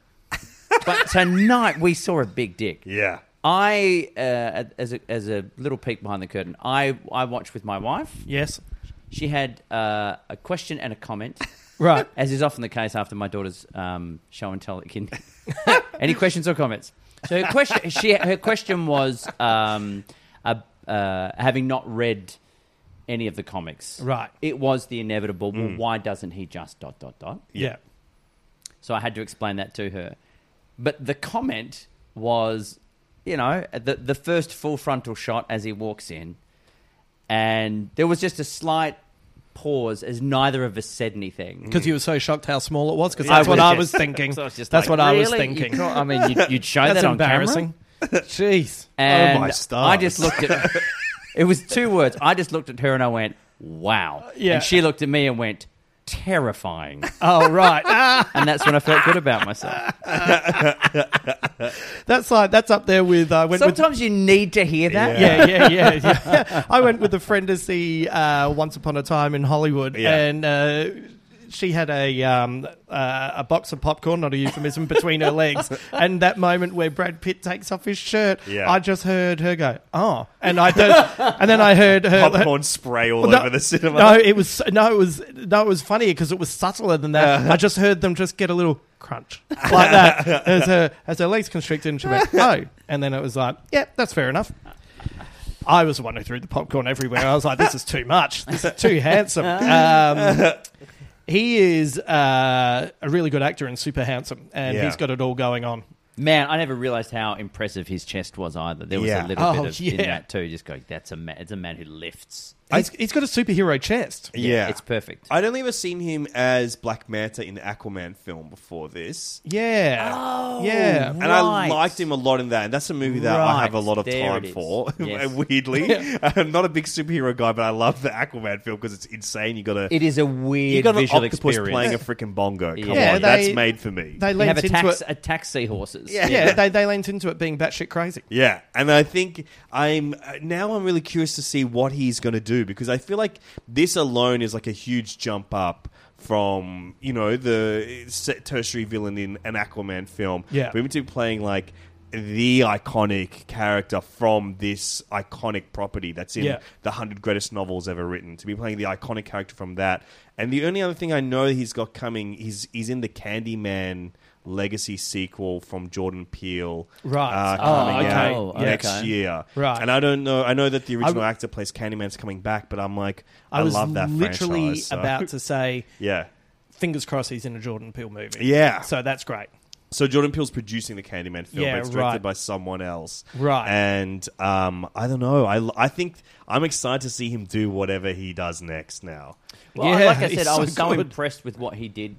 Speaker 2: But *laughs* tonight we saw a big dick.
Speaker 3: Yeah.
Speaker 2: I, uh, as a as a little peek behind the curtain, I I watched with my wife.
Speaker 1: Yes,
Speaker 2: She had uh, a question and a comment,
Speaker 1: *laughs* right.
Speaker 2: as is often the case after my daughter's um, show and tell at kindy. *laughs* Any questions or comments? So her question, she, her question was, um, uh, uh, having not read any of the comics,
Speaker 1: Right.
Speaker 2: It was the inevitable. Well, why doesn't he just dot dot dot?
Speaker 1: Yeah,
Speaker 2: So I had to explain that to her. But the comment was, you know, the the first full frontal shot as he walks in, and there was just a slight pause as neither of us said anything.
Speaker 1: because you were so shocked how small it was. Because that's what I was thinking.
Speaker 2: So it's
Speaker 1: That's
Speaker 2: just like,
Speaker 1: what I was
Speaker 2: really? You
Speaker 1: thinking. *laughs*
Speaker 2: can't- *laughs* I mean, you'd, you'd show
Speaker 1: That's
Speaker 2: that on camera?
Speaker 1: embarrassing. Jeez.
Speaker 2: And
Speaker 3: my
Speaker 2: I
Speaker 3: stars.
Speaker 2: just looked at. it was two words. I just looked at her and I went, "Wow!"
Speaker 1: Uh, Yeah.
Speaker 2: And she looked at me and went, "Terrifying."
Speaker 1: Oh right. Ah,
Speaker 2: and that's when I felt good about myself.
Speaker 1: that's like that's up there with I went with
Speaker 2: Sometimes you need to hear that.
Speaker 1: *laughs* yeah, yeah, yeah, yeah. *laughs* I went with a friend to see uh, Once Upon a Time in Hollywood,
Speaker 3: Yeah.
Speaker 1: and uh, she had a um, uh, a box of popcorn, not a euphemism, between her legs. And that moment where Brad Pitt takes off his shirt,
Speaker 3: Yeah.
Speaker 1: I just heard her go, "Oh," and I don't, and then I heard her.
Speaker 3: Popcorn spray all
Speaker 1: No,
Speaker 3: over the cinema.
Speaker 1: No, it was no, it was no, it was funnier because it was subtler than that.
Speaker 3: Uh-huh.
Speaker 1: I just heard them just get a little
Speaker 3: *laughs*
Speaker 1: crunch like that as her as her legs constricted, and she went oh, and then it was like, yeah, that's fair enough. I was the one who threw the popcorn everywhere. I was like, this is too much. This is too handsome.
Speaker 3: *laughs*
Speaker 1: Um, he is uh, a really good actor and super handsome, and
Speaker 3: Yeah.
Speaker 1: he's got it all going on.
Speaker 2: Man, I never realized how impressive his chest was either. There was a
Speaker 3: Yeah.
Speaker 2: little
Speaker 1: Oh,
Speaker 2: bit of in
Speaker 1: yeah.
Speaker 2: that too. Just going, that's a man. It's a man who lifts.
Speaker 1: He's, he's got a superhero chest.
Speaker 3: yeah.
Speaker 2: it's perfect.
Speaker 3: I'd only ever seen him as Black Manta in the Aquaman film before this.
Speaker 1: Yeah.
Speaker 2: Oh,
Speaker 1: Yeah.
Speaker 3: And I
Speaker 2: right.
Speaker 3: liked him a lot in that. And that's a movie that I have a
Speaker 2: Right.
Speaker 3: lot of
Speaker 2: There it
Speaker 3: time
Speaker 2: is.
Speaker 3: for, *laughs*
Speaker 2: Yes.
Speaker 3: weirdly. *laughs* I'm not a big superhero guy, but I love the Aquaman film because it's insane. You got a
Speaker 2: It is a
Speaker 3: you
Speaker 2: weird
Speaker 3: got an
Speaker 2: visual
Speaker 3: octopus
Speaker 2: experience.
Speaker 3: playing a freaking bongo. Come
Speaker 2: Yeah,
Speaker 3: on,
Speaker 1: they-
Speaker 3: that's made for me.
Speaker 1: They
Speaker 2: they have
Speaker 1: leant into
Speaker 2: attacks,
Speaker 1: it.
Speaker 2: attacks seahorses.
Speaker 1: Yeah, they, they leant into it being batshit crazy.
Speaker 3: Yeah, and I think I'm uh, now I'm really curious to see what he's going to do because I feel like this alone is like a huge jump up from you know the uh, se- tertiary villain in an Aquaman film.
Speaker 1: Yeah.
Speaker 3: for him to be playing like the iconic character from this iconic property that's in
Speaker 1: Yeah.
Speaker 3: the 100 greatest novels ever written to be playing the iconic character from that and the only other thing i know he's got coming he's he's in the candyman legacy sequel from jordan peele
Speaker 1: Right.
Speaker 3: uh,
Speaker 1: Oh,
Speaker 3: coming
Speaker 2: okay.
Speaker 3: out
Speaker 2: Oh,
Speaker 3: next
Speaker 2: okay.
Speaker 3: year.
Speaker 1: Right.
Speaker 3: And I don't know. I know that the original
Speaker 1: I-
Speaker 3: actor plays Candyman's coming back, but I'm like, I,
Speaker 1: I, was
Speaker 3: love that
Speaker 1: literally
Speaker 3: franchise. so-
Speaker 1: about to say,
Speaker 3: *laughs* Yeah.
Speaker 1: fingers crossed he's in a Jordan Peele movie.
Speaker 3: Yeah.
Speaker 1: So that's great.
Speaker 3: So Jordan Peele's producing the Candyman film,
Speaker 1: Yeah,
Speaker 3: but it's directed
Speaker 1: right.
Speaker 3: by someone else.
Speaker 1: Right.
Speaker 3: And um, I don't know. I, I think I'm excited to see him do whatever he does next now.
Speaker 2: Well,
Speaker 1: Yeah,
Speaker 2: like I
Speaker 1: he's
Speaker 2: said, I
Speaker 1: so
Speaker 2: was so
Speaker 1: good.
Speaker 2: impressed with what he did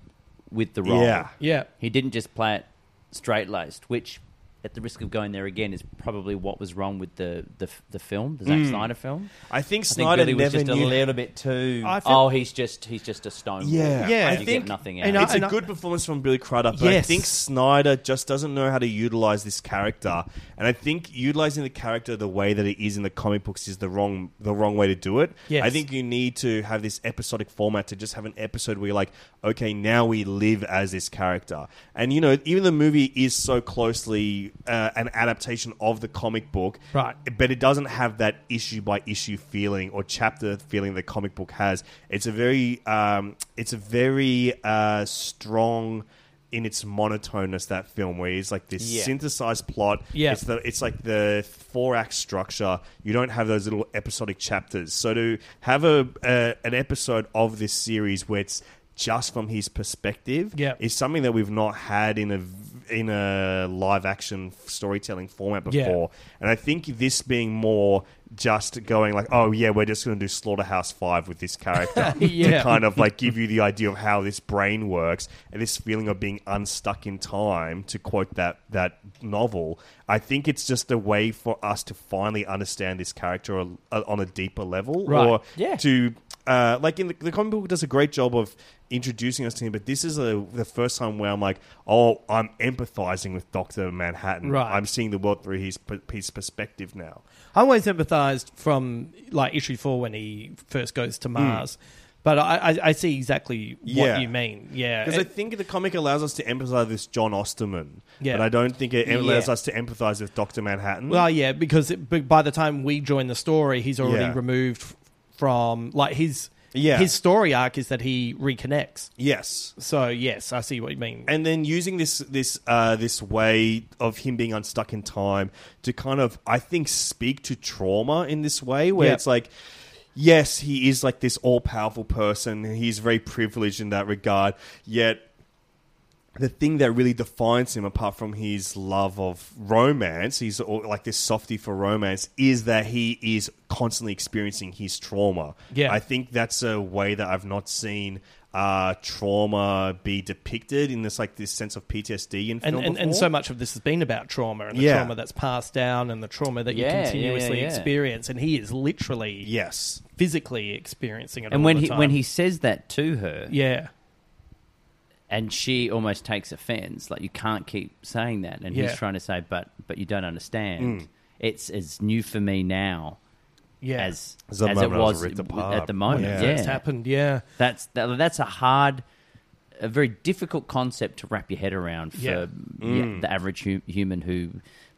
Speaker 2: with the role.
Speaker 3: Yeah.
Speaker 1: Yeah.
Speaker 2: He didn't just play it straight laced, which, at the risk of going there again, is probably what was wrong with the the, the film, the Zack Snyder film.
Speaker 3: Mm.
Speaker 2: I
Speaker 3: I think
Speaker 2: think
Speaker 3: Snyder
Speaker 2: Billy was
Speaker 3: never
Speaker 2: just a
Speaker 3: knew.
Speaker 2: little bit too.
Speaker 1: I feel-
Speaker 2: oh, he's just he's just a stone. wall.
Speaker 3: Yeah.
Speaker 1: Yeah.
Speaker 3: I
Speaker 2: you
Speaker 3: think-
Speaker 2: get nothing
Speaker 1: and
Speaker 2: out.
Speaker 1: I-
Speaker 2: of
Speaker 3: it's
Speaker 2: it.
Speaker 3: a good performance from Billy Crudup, but I
Speaker 1: Yes.
Speaker 3: think Snyder just doesn't know how to utilize this character, and I think utilizing the character the way that it is in the comic books is the wrong the wrong way to do it.
Speaker 1: Yes.
Speaker 3: I think you need to have this episodic format to just have an episode where you're like, okay, now we live as this character, and you know, even the movie is so closely uh, an adaptation of the comic book,
Speaker 1: Right.
Speaker 3: But it doesn't have that issue by issue feeling or chapter feeling the comic book has. It's a very, um, it's a very uh, strong in its monotoneness that film where it's like this
Speaker 2: Yeah.
Speaker 3: synthesized plot.
Speaker 1: Yeah.
Speaker 3: it's the it's like the four act structure. You don't have those little episodic chapters. So to have a uh, an episode of this series where it's just from his perspective
Speaker 1: Yeah.
Speaker 3: is something that we've not had in a v- in a live action storytelling format
Speaker 1: Yeah.
Speaker 3: before, and I think this being more just going like, oh yeah, we're just going to do Slaughterhouse Five with this character
Speaker 1: *laughs* Yeah.
Speaker 3: to kind of like give you the idea of how this brain works and this feeling of being unstuck in time. To quote that that novel, I think it's just a way for us to finally understand this character a- a- on a deeper level,
Speaker 1: Right.
Speaker 3: or
Speaker 1: Yeah.
Speaker 3: to uh, like in the, the comic book does a great job of introducing us to him, but this is a, the first time where I'm like, oh, I'm empathizing with Doctor Manhattan.
Speaker 1: Right.
Speaker 3: I'm seeing the world through his per- his perspective now.
Speaker 1: I always empathised from like issue four when he first goes to Mars, but I, I, I see exactly what
Speaker 3: Hmm. Yeah.
Speaker 1: you mean. Yeah,
Speaker 3: Because I
Speaker 1: It-
Speaker 3: think the comic allows us to empathize with John Osterman,
Speaker 1: Yeah.
Speaker 3: but I don't think it
Speaker 1: Yeah.
Speaker 3: allows us to empathize with Doctor Manhattan.
Speaker 1: well, yeah, because it, but by the time we join the story, he's already
Speaker 3: Yeah.
Speaker 1: removed f- from like his
Speaker 3: Yeah.
Speaker 1: his story arc is that he reconnects.
Speaker 3: yes,
Speaker 1: So yes, I see what you mean.
Speaker 3: and then using this this uh, this way of him being unstuck in time to kind of I think speak to trauma in this way where
Speaker 1: Yeah.
Speaker 3: it's like yes he is like this all powerful person he's very privileged in that regard yet the thing that really defines him, apart from his love of romance, he's all, like this softy for romance, is that he is constantly experiencing his trauma.
Speaker 1: Yeah.
Speaker 3: I think that's a way that I've not seen uh, trauma be depicted in this like this sense of PTSD
Speaker 1: and,
Speaker 3: in film
Speaker 1: and, and
Speaker 3: before.
Speaker 1: so much of this has been about trauma and the
Speaker 3: Yeah.
Speaker 1: trauma that's passed down and the trauma that
Speaker 2: Yeah,
Speaker 1: you
Speaker 2: yeah,
Speaker 1: continuously
Speaker 2: yeah, yeah.
Speaker 1: experience and he is literally
Speaker 3: yes,
Speaker 1: physically experiencing it all
Speaker 2: And when
Speaker 1: the
Speaker 2: he
Speaker 1: time.
Speaker 2: when he says that to her,
Speaker 1: yeah
Speaker 2: and she almost takes offense, like you can't keep saying that, and
Speaker 1: Yeah.
Speaker 2: he's trying to say, but but you don't understand. It's as new for me now
Speaker 1: yeah
Speaker 2: as as,
Speaker 3: As the
Speaker 2: it
Speaker 3: moment I was
Speaker 2: was
Speaker 3: ripped
Speaker 2: w-
Speaker 3: apart.
Speaker 2: at the moment.
Speaker 3: When it
Speaker 2: yeah,
Speaker 1: it's happened yeah
Speaker 2: that's that, that's a hard, a very difficult concept to wrap your head around for
Speaker 1: Yeah. Mm.
Speaker 2: yeah, the average hu- human who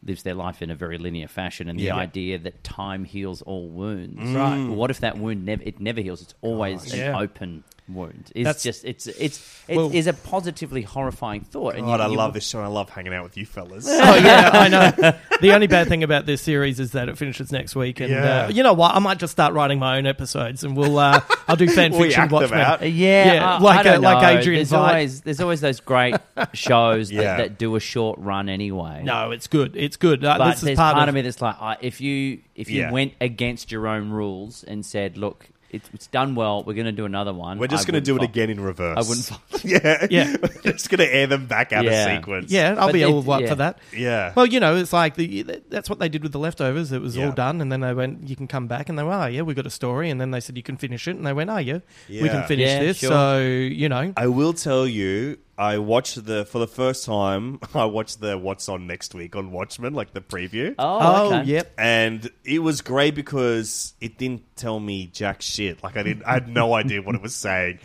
Speaker 2: lives their life in a very linear fashion, and
Speaker 3: Yeah.
Speaker 2: the idea that time heals all wounds.
Speaker 1: Right.
Speaker 2: What if that wound never it never heals? It's always an
Speaker 1: Mm. Yeah.
Speaker 2: open wound. It's
Speaker 1: That's-
Speaker 2: just it's it's it
Speaker 1: Well-
Speaker 2: is a positively horrifying thought. And
Speaker 3: God,
Speaker 2: you-
Speaker 3: I
Speaker 2: you-
Speaker 3: love this show. and I love hanging out with
Speaker 1: *laughs*
Speaker 3: you fellas.
Speaker 1: oh yeah i know the only bad thing about this series is that it finishes next week and
Speaker 3: Yeah.
Speaker 1: uh, you know what i might just start writing my own episodes and we'll uh, i'll do fan
Speaker 3: *laughs* We
Speaker 1: fiction
Speaker 3: act them
Speaker 1: watchmen
Speaker 3: out.
Speaker 2: Yeah,
Speaker 1: Yeah,
Speaker 2: I- I
Speaker 1: like, uh,
Speaker 2: don't
Speaker 1: like
Speaker 2: know.
Speaker 1: Adrian
Speaker 2: There's
Speaker 1: Veidt.
Speaker 2: always there's always those
Speaker 3: *laughs*
Speaker 2: great shows
Speaker 3: Yeah.
Speaker 2: that, that do a short run anyway.
Speaker 1: no it's good it's good uh,
Speaker 2: but
Speaker 1: this is
Speaker 2: there's
Speaker 1: part, of
Speaker 2: me that's like, I if you if you
Speaker 3: Yeah.
Speaker 2: went against your own rules and said, look, it, it's done well, we're going to do another one.
Speaker 3: We're just
Speaker 2: I
Speaker 3: going to do it
Speaker 2: wouldn't fo-
Speaker 3: again in reverse.
Speaker 2: I wouldn't. fo-
Speaker 3: *laughs* yeah,
Speaker 1: Yeah.
Speaker 3: We're just going to air them back out
Speaker 2: Yeah.
Speaker 3: of sequence.
Speaker 1: yeah i'll
Speaker 2: But
Speaker 1: be
Speaker 2: it-
Speaker 1: all up
Speaker 2: yeah.
Speaker 1: for that
Speaker 3: yeah.
Speaker 1: Well, you know, it's like the that's what they did with the leftovers. It was
Speaker 3: Yeah.
Speaker 1: all done, and then they went, "You can come back," and they were, "Oh yeah, we got a story," and then they said, "You can finish it," and they went, "Oh yeah, we
Speaker 3: Yeah.
Speaker 1: can finish
Speaker 2: Yeah,
Speaker 1: this."
Speaker 2: sure.
Speaker 1: So you know,
Speaker 3: I will tell you, I watched the for the first time. *laughs* I watched the What's on next week on Watchmen, like the preview,
Speaker 2: Oh, okay.
Speaker 1: yep,
Speaker 3: and it was great because it didn't tell me jack shit. Like I didn't, I had
Speaker 2: *laughs*
Speaker 3: no idea what it was saying.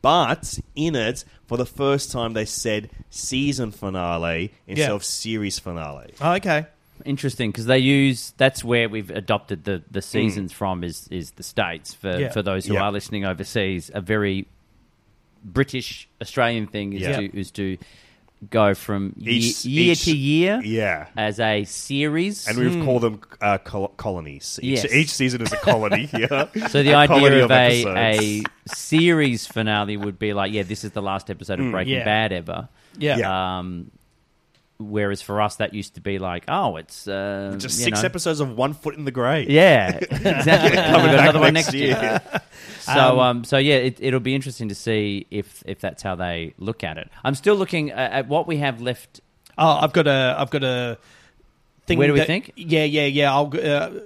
Speaker 3: But in it, for the first time, they said season finale instead
Speaker 1: Yeah.
Speaker 3: of series finale.
Speaker 1: oh, okay,
Speaker 2: Interesting, because they use that's where we've adopted the the seasons from is is the states for
Speaker 1: Yeah.
Speaker 2: for those who
Speaker 3: Mm. Yeah.
Speaker 2: are listening overseas. A very British Australian thing is
Speaker 3: Yeah.
Speaker 2: to is to go from
Speaker 3: Each-
Speaker 2: ye- year
Speaker 3: each-
Speaker 2: to year
Speaker 3: Yeah.
Speaker 2: as a series.
Speaker 3: And we've called them uh, col- colonies. Each,
Speaker 2: hmm. Yes.
Speaker 3: each season is a colony. Yeah.
Speaker 2: *laughs* So the
Speaker 3: A colony
Speaker 2: idea of a,
Speaker 3: episodes.
Speaker 2: a series finale would be like, yeah, this is the last episode
Speaker 3: Mm,
Speaker 2: of Breaking
Speaker 1: yeah.
Speaker 2: Bad ever.
Speaker 1: yeah,
Speaker 3: Yeah.
Speaker 2: Um, whereas for us, that used to be like, oh, it's uh,
Speaker 3: just
Speaker 2: you
Speaker 3: six
Speaker 2: know.
Speaker 3: episodes of One Foot in the Grave.
Speaker 2: Yeah,
Speaker 3: *laughs*
Speaker 2: exactly. We've got
Speaker 3: Back
Speaker 2: another one next year.
Speaker 3: year.
Speaker 2: So, um, so yeah, it, it'll be interesting to see if if that's how they look at it. I'm still looking at, at what we have left.
Speaker 1: Oh, I've got a, I've got a. Thing
Speaker 2: Where do we
Speaker 1: that-
Speaker 2: think? Mm-hmm.
Speaker 1: Yeah, yeah, yeah. I'll go-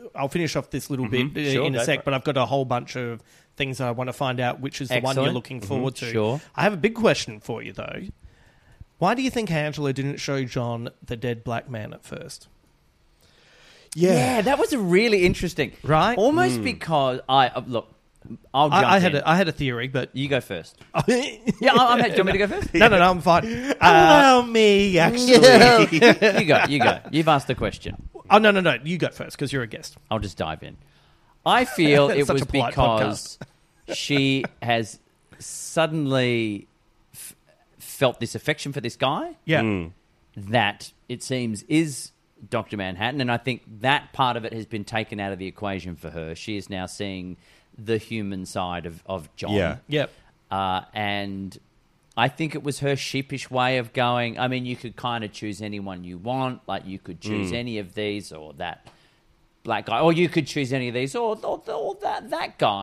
Speaker 1: uh, I'll finish off this little bit uh,
Speaker 2: Sure,
Speaker 1: in a
Speaker 2: go
Speaker 1: sec,
Speaker 2: for it.
Speaker 1: but I've got a whole bunch of things that I want to find out. Which is the one you're
Speaker 2: Excellent. Mm-hmm.
Speaker 1: looking forward to?
Speaker 2: Sure.
Speaker 1: I have a big question for you though. Why do you think Angela didn't show John the dead black man at first?
Speaker 3: Yeah. Mm.
Speaker 2: that was a really interesting,
Speaker 1: Right?
Speaker 2: Almost because I uh, look, I'll jump
Speaker 1: I, I had
Speaker 2: in.
Speaker 1: a, I had a theory, but
Speaker 2: you go first.
Speaker 1: no,
Speaker 2: Yeah, I, I'm. Do you want me to go first?
Speaker 1: *laughs* no, no, I'm
Speaker 2: *laughs*
Speaker 1: fine. Uh,
Speaker 3: Allow me, actually.
Speaker 2: you go, you go. You've asked the question.
Speaker 1: oh no, no, no, you go first because you're a guest.
Speaker 2: I'll just dive in.
Speaker 1: *laughs*
Speaker 2: I feel it
Speaker 1: Such
Speaker 2: was
Speaker 1: a polite
Speaker 2: because she has suddenly f- felt this affection for this guy
Speaker 1: Yeah,
Speaker 2: that it seems is Dr. Manhattan. And I think that part of it has been taken out of the equation for her. She is now seeing the human side of, of John.
Speaker 3: Yeah.
Speaker 1: yeah,
Speaker 2: Uh, and I think it was her sheepish way of going. I mean, you could kind of choose anyone you want. Like you could choose any of these or that black guy, or you could choose any of these or or, or that that guy.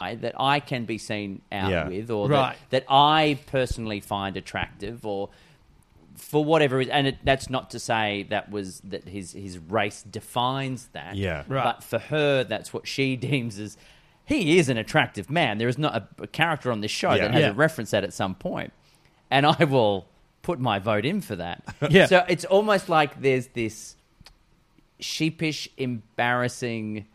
Speaker 2: I, that I can be seen out
Speaker 3: Yeah.
Speaker 2: with, or
Speaker 1: Right.
Speaker 2: that, that I personally find attractive, or for whatever reason. And it, that's not to say that was that his his race defines that.
Speaker 3: Yeah.
Speaker 1: Right.
Speaker 2: But for her, that's what she *laughs* deems as he is an attractive man. There is not a, a character on this show
Speaker 3: Yeah.
Speaker 2: that has
Speaker 1: Yeah.
Speaker 2: a reference that at some point, and I will put my vote in for that.
Speaker 1: *laughs* Yeah.
Speaker 2: So it's almost like there's this sheepish, embarrassing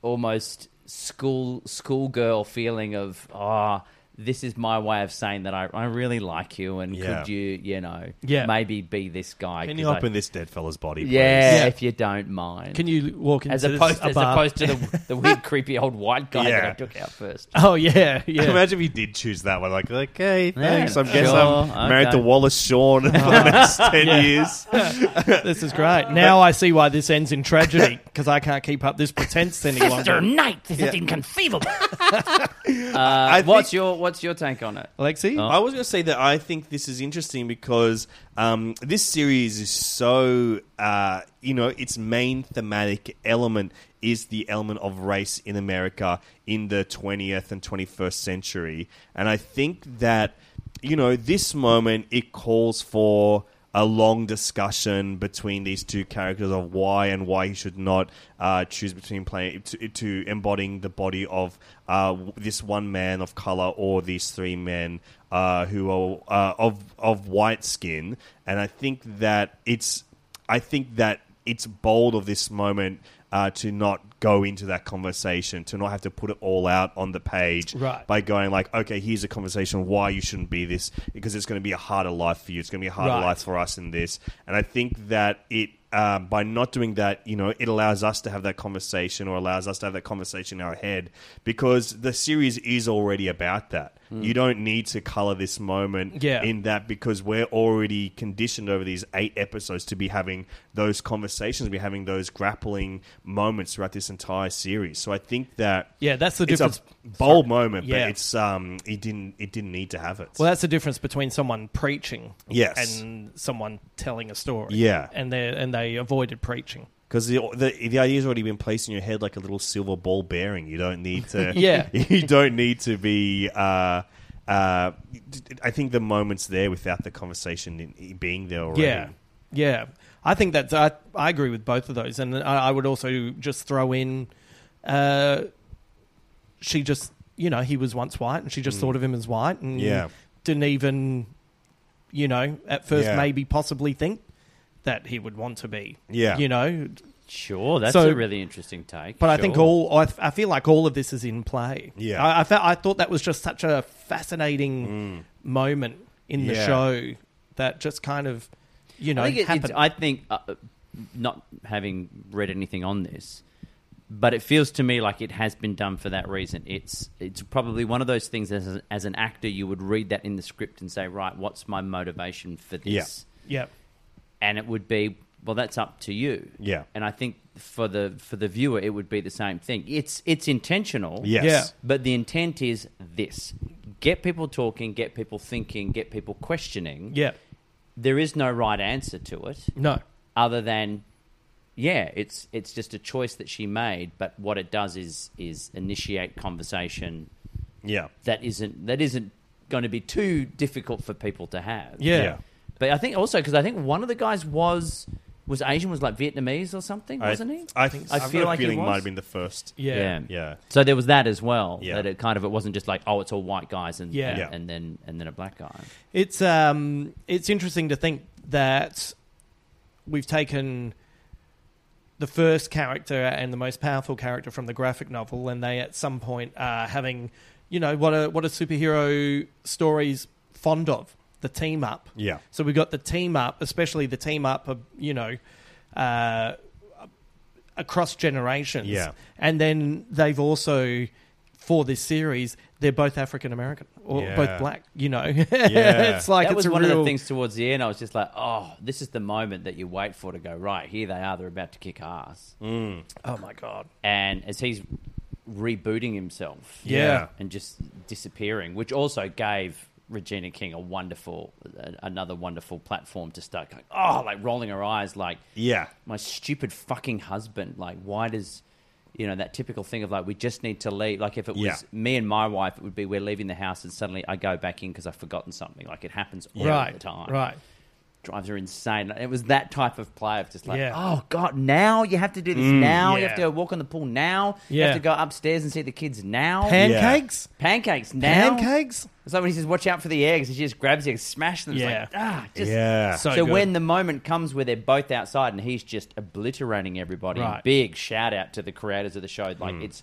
Speaker 2: almost school schoolgirl feeling of ah this is my way of saying that I, I really like you and
Speaker 3: Yeah.
Speaker 2: could you you know
Speaker 1: Yeah.
Speaker 2: maybe be this guy
Speaker 3: Can you
Speaker 2: 'cause I-
Speaker 3: open this dead fella's body?
Speaker 2: *laughs*
Speaker 3: please? *laughs*
Speaker 2: yeah,
Speaker 1: Yeah.
Speaker 2: if you don't mind
Speaker 1: Can you walk into
Speaker 2: as
Speaker 1: this,
Speaker 2: opposed
Speaker 1: a
Speaker 2: as
Speaker 1: bar?
Speaker 2: opposed to *laughs* the, the weird creepy old white guy that I
Speaker 3: Yeah.
Speaker 2: took out first
Speaker 1: Oh yeah,
Speaker 2: *laughs*
Speaker 1: yeah.
Speaker 3: Imagine if you did choose that one. Like, okay, thanks. I
Speaker 2: Sure,
Speaker 3: guess I'm married
Speaker 2: okay.
Speaker 3: to Wallace Shawn for the
Speaker 2: *laughs*
Speaker 3: next 10 years.
Speaker 1: this is great. Now I see why this ends in tragedy because I can't keep up this pretense any longer.
Speaker 2: Knight this is inconceivable
Speaker 3: I think-
Speaker 2: Uh, what's your what's your take on it
Speaker 1: Alexi,
Speaker 3: I was going to say that I think this is interesting because um, this series is so, uh, you know, its main thematic element is the element of race in America in the 20th and 21st century. And I think that, you know, this moment, it calls for a long discussion between these two characters of why and why he should not uh, choose between playing to, to embodying the body of uh, w- this one man of color or these three men uh, who are uh, of of white skin, and I think that it's I think that it's bold of this moment. Uh, to not go into that conversation, to not have to put it all out on the page,
Speaker 1: Right.
Speaker 3: by going like, okay, here's a conversation why you shouldn't be this, because it's going to be a harder life for you. It's going to be a harder
Speaker 1: Right.
Speaker 3: life for us in this. And I think that it, uh, by not doing that, you know, it allows us to have that conversation or allows us to have that conversation in our head because the series is already about that. You don't need to color this moment
Speaker 1: Hmm. Yeah.
Speaker 3: in that because we're already conditioned over these eight episodes to be having those conversations, be having those grappling moments throughout this entire series. So I think that
Speaker 1: Yeah, that's the
Speaker 3: it's
Speaker 1: difference-
Speaker 3: A bold moment,
Speaker 1: Yeah.
Speaker 3: but it's um, it didn't it didn't need to have it.
Speaker 1: Well, that's the difference between someone preaching,
Speaker 3: Yes.
Speaker 1: and someone telling a story.
Speaker 3: Yeah.
Speaker 1: and they and they avoided preaching.
Speaker 3: Because the, the the idea's already been placed in your head like a little silver ball bearing. You don't need to.
Speaker 1: *laughs* Yeah.
Speaker 3: *laughs* You don't need to be. Uh, uh, I think the moment's there without the conversation in, being there already.
Speaker 1: Yeah, yeah. I think that I, I agree with both of those, and I, I would also just throw in, uh, she just you know he was once white, and she just thought of him as white, and
Speaker 3: Mm. Yeah.
Speaker 1: didn't even, you know, at first
Speaker 3: Yeah.
Speaker 1: maybe possibly think that he would want to be.
Speaker 3: Yeah.
Speaker 1: you know.
Speaker 2: sure that's
Speaker 1: So-
Speaker 2: a really interesting take
Speaker 1: But I think
Speaker 2: sure.
Speaker 1: all I, I feel like all of this is in play.
Speaker 3: Yeah.
Speaker 1: I I, felt, I thought that was just such a fascinating moment in the
Speaker 3: Mm. Yeah.
Speaker 1: show that just kind of, you know,
Speaker 2: I think, it-
Speaker 1: happened.
Speaker 2: it's, I think uh, not having read anything on this, but it feels to me like it has been done for that reason. It's it's probably one of those things as, a, as an actor you would read that in the script and say, right, what's my motivation for this?
Speaker 1: yeah.
Speaker 2: And it would be, well, that's up to you.
Speaker 3: Yeah.
Speaker 2: And I think for the for the viewer, it would be the same thing. It's it's intentional.
Speaker 3: Yes.
Speaker 1: Yeah.
Speaker 2: But the intent is this: get people talking, get people thinking, get people questioning.
Speaker 1: Yeah.
Speaker 2: There is no right answer to it
Speaker 1: No.
Speaker 2: other than yeah, it's it's just a choice that she made, but what it does is is initiate conversation
Speaker 3: Yeah.
Speaker 2: that isn't that isn't going to be too difficult for people to have.
Speaker 3: Yeah. Yeah.
Speaker 2: But I think also because I think one of the guys was was Asian, was like Vietnamese or something, wasn't
Speaker 3: I,
Speaker 2: he?
Speaker 3: I think
Speaker 2: I
Speaker 3: I've
Speaker 2: feel
Speaker 3: got a
Speaker 2: like he
Speaker 3: feeling
Speaker 2: was.
Speaker 3: might have been the first.
Speaker 1: Yeah.
Speaker 2: Yeah.
Speaker 3: Yeah.
Speaker 2: So there was that as well.
Speaker 3: Yeah.
Speaker 2: That it kind of it wasn't just like oh it's all white guys and
Speaker 1: Yeah.
Speaker 2: and,
Speaker 3: Yeah.
Speaker 2: and then and then a black guy.
Speaker 1: It's um, it's interesting to think that we've taken the first character and the most powerful character from the graphic novel, and they at some point are having, you know, what a what a superhero stories fond of the team up.
Speaker 3: Yeah.
Speaker 1: So we've got the team up, especially the team up of you know. Uh, across generations
Speaker 3: Yeah.
Speaker 1: and then they've also for this series they're both african american or
Speaker 3: Yeah.
Speaker 1: both black you know *laughs*
Speaker 3: Yeah.
Speaker 1: it's like
Speaker 2: that
Speaker 1: it's
Speaker 2: was
Speaker 1: a
Speaker 2: one
Speaker 1: real
Speaker 2: of the things towards the end. I was just like, oh, this is the moment that you wait for to go right. Here they are. They're about to kick ass.
Speaker 1: oh my god
Speaker 2: And as he's rebooting himself,
Speaker 1: Yeah.
Speaker 2: and just disappearing, which also gave Regina King a wonderful, a- another wonderful platform to start going. Oh, like rolling her eyes, like
Speaker 3: Yeah.
Speaker 2: my stupid fucking husband. Like, why does you know that typical thing of like we just need to leave? Like, if it was
Speaker 3: Yeah.
Speaker 2: me and my wife, it would be we're leaving the house and suddenly I go back in because I've forgotten something. Like, it happens all
Speaker 1: right
Speaker 2: the time.
Speaker 1: right
Speaker 2: Drives her insane. It was that type of play of just like,
Speaker 1: Yeah.
Speaker 2: oh god, now you have to do this now. You
Speaker 1: yeah.
Speaker 2: have to walk on the pool now. You
Speaker 1: Yeah.
Speaker 2: have to go upstairs and see the kids now.
Speaker 1: pancakes
Speaker 2: Pancakes now.
Speaker 1: pancakes
Speaker 2: It's like when he says, "Watch out for the eggs," and she just grabs the eggs, smash them. It's
Speaker 1: Yeah.
Speaker 2: like, ah, just
Speaker 3: Yeah.
Speaker 2: so,
Speaker 1: good.
Speaker 2: when the moment comes where they're both outside and he's just obliterating everybody,
Speaker 1: Right. Mm.
Speaker 2: big shout out to the creators of the show. Like it's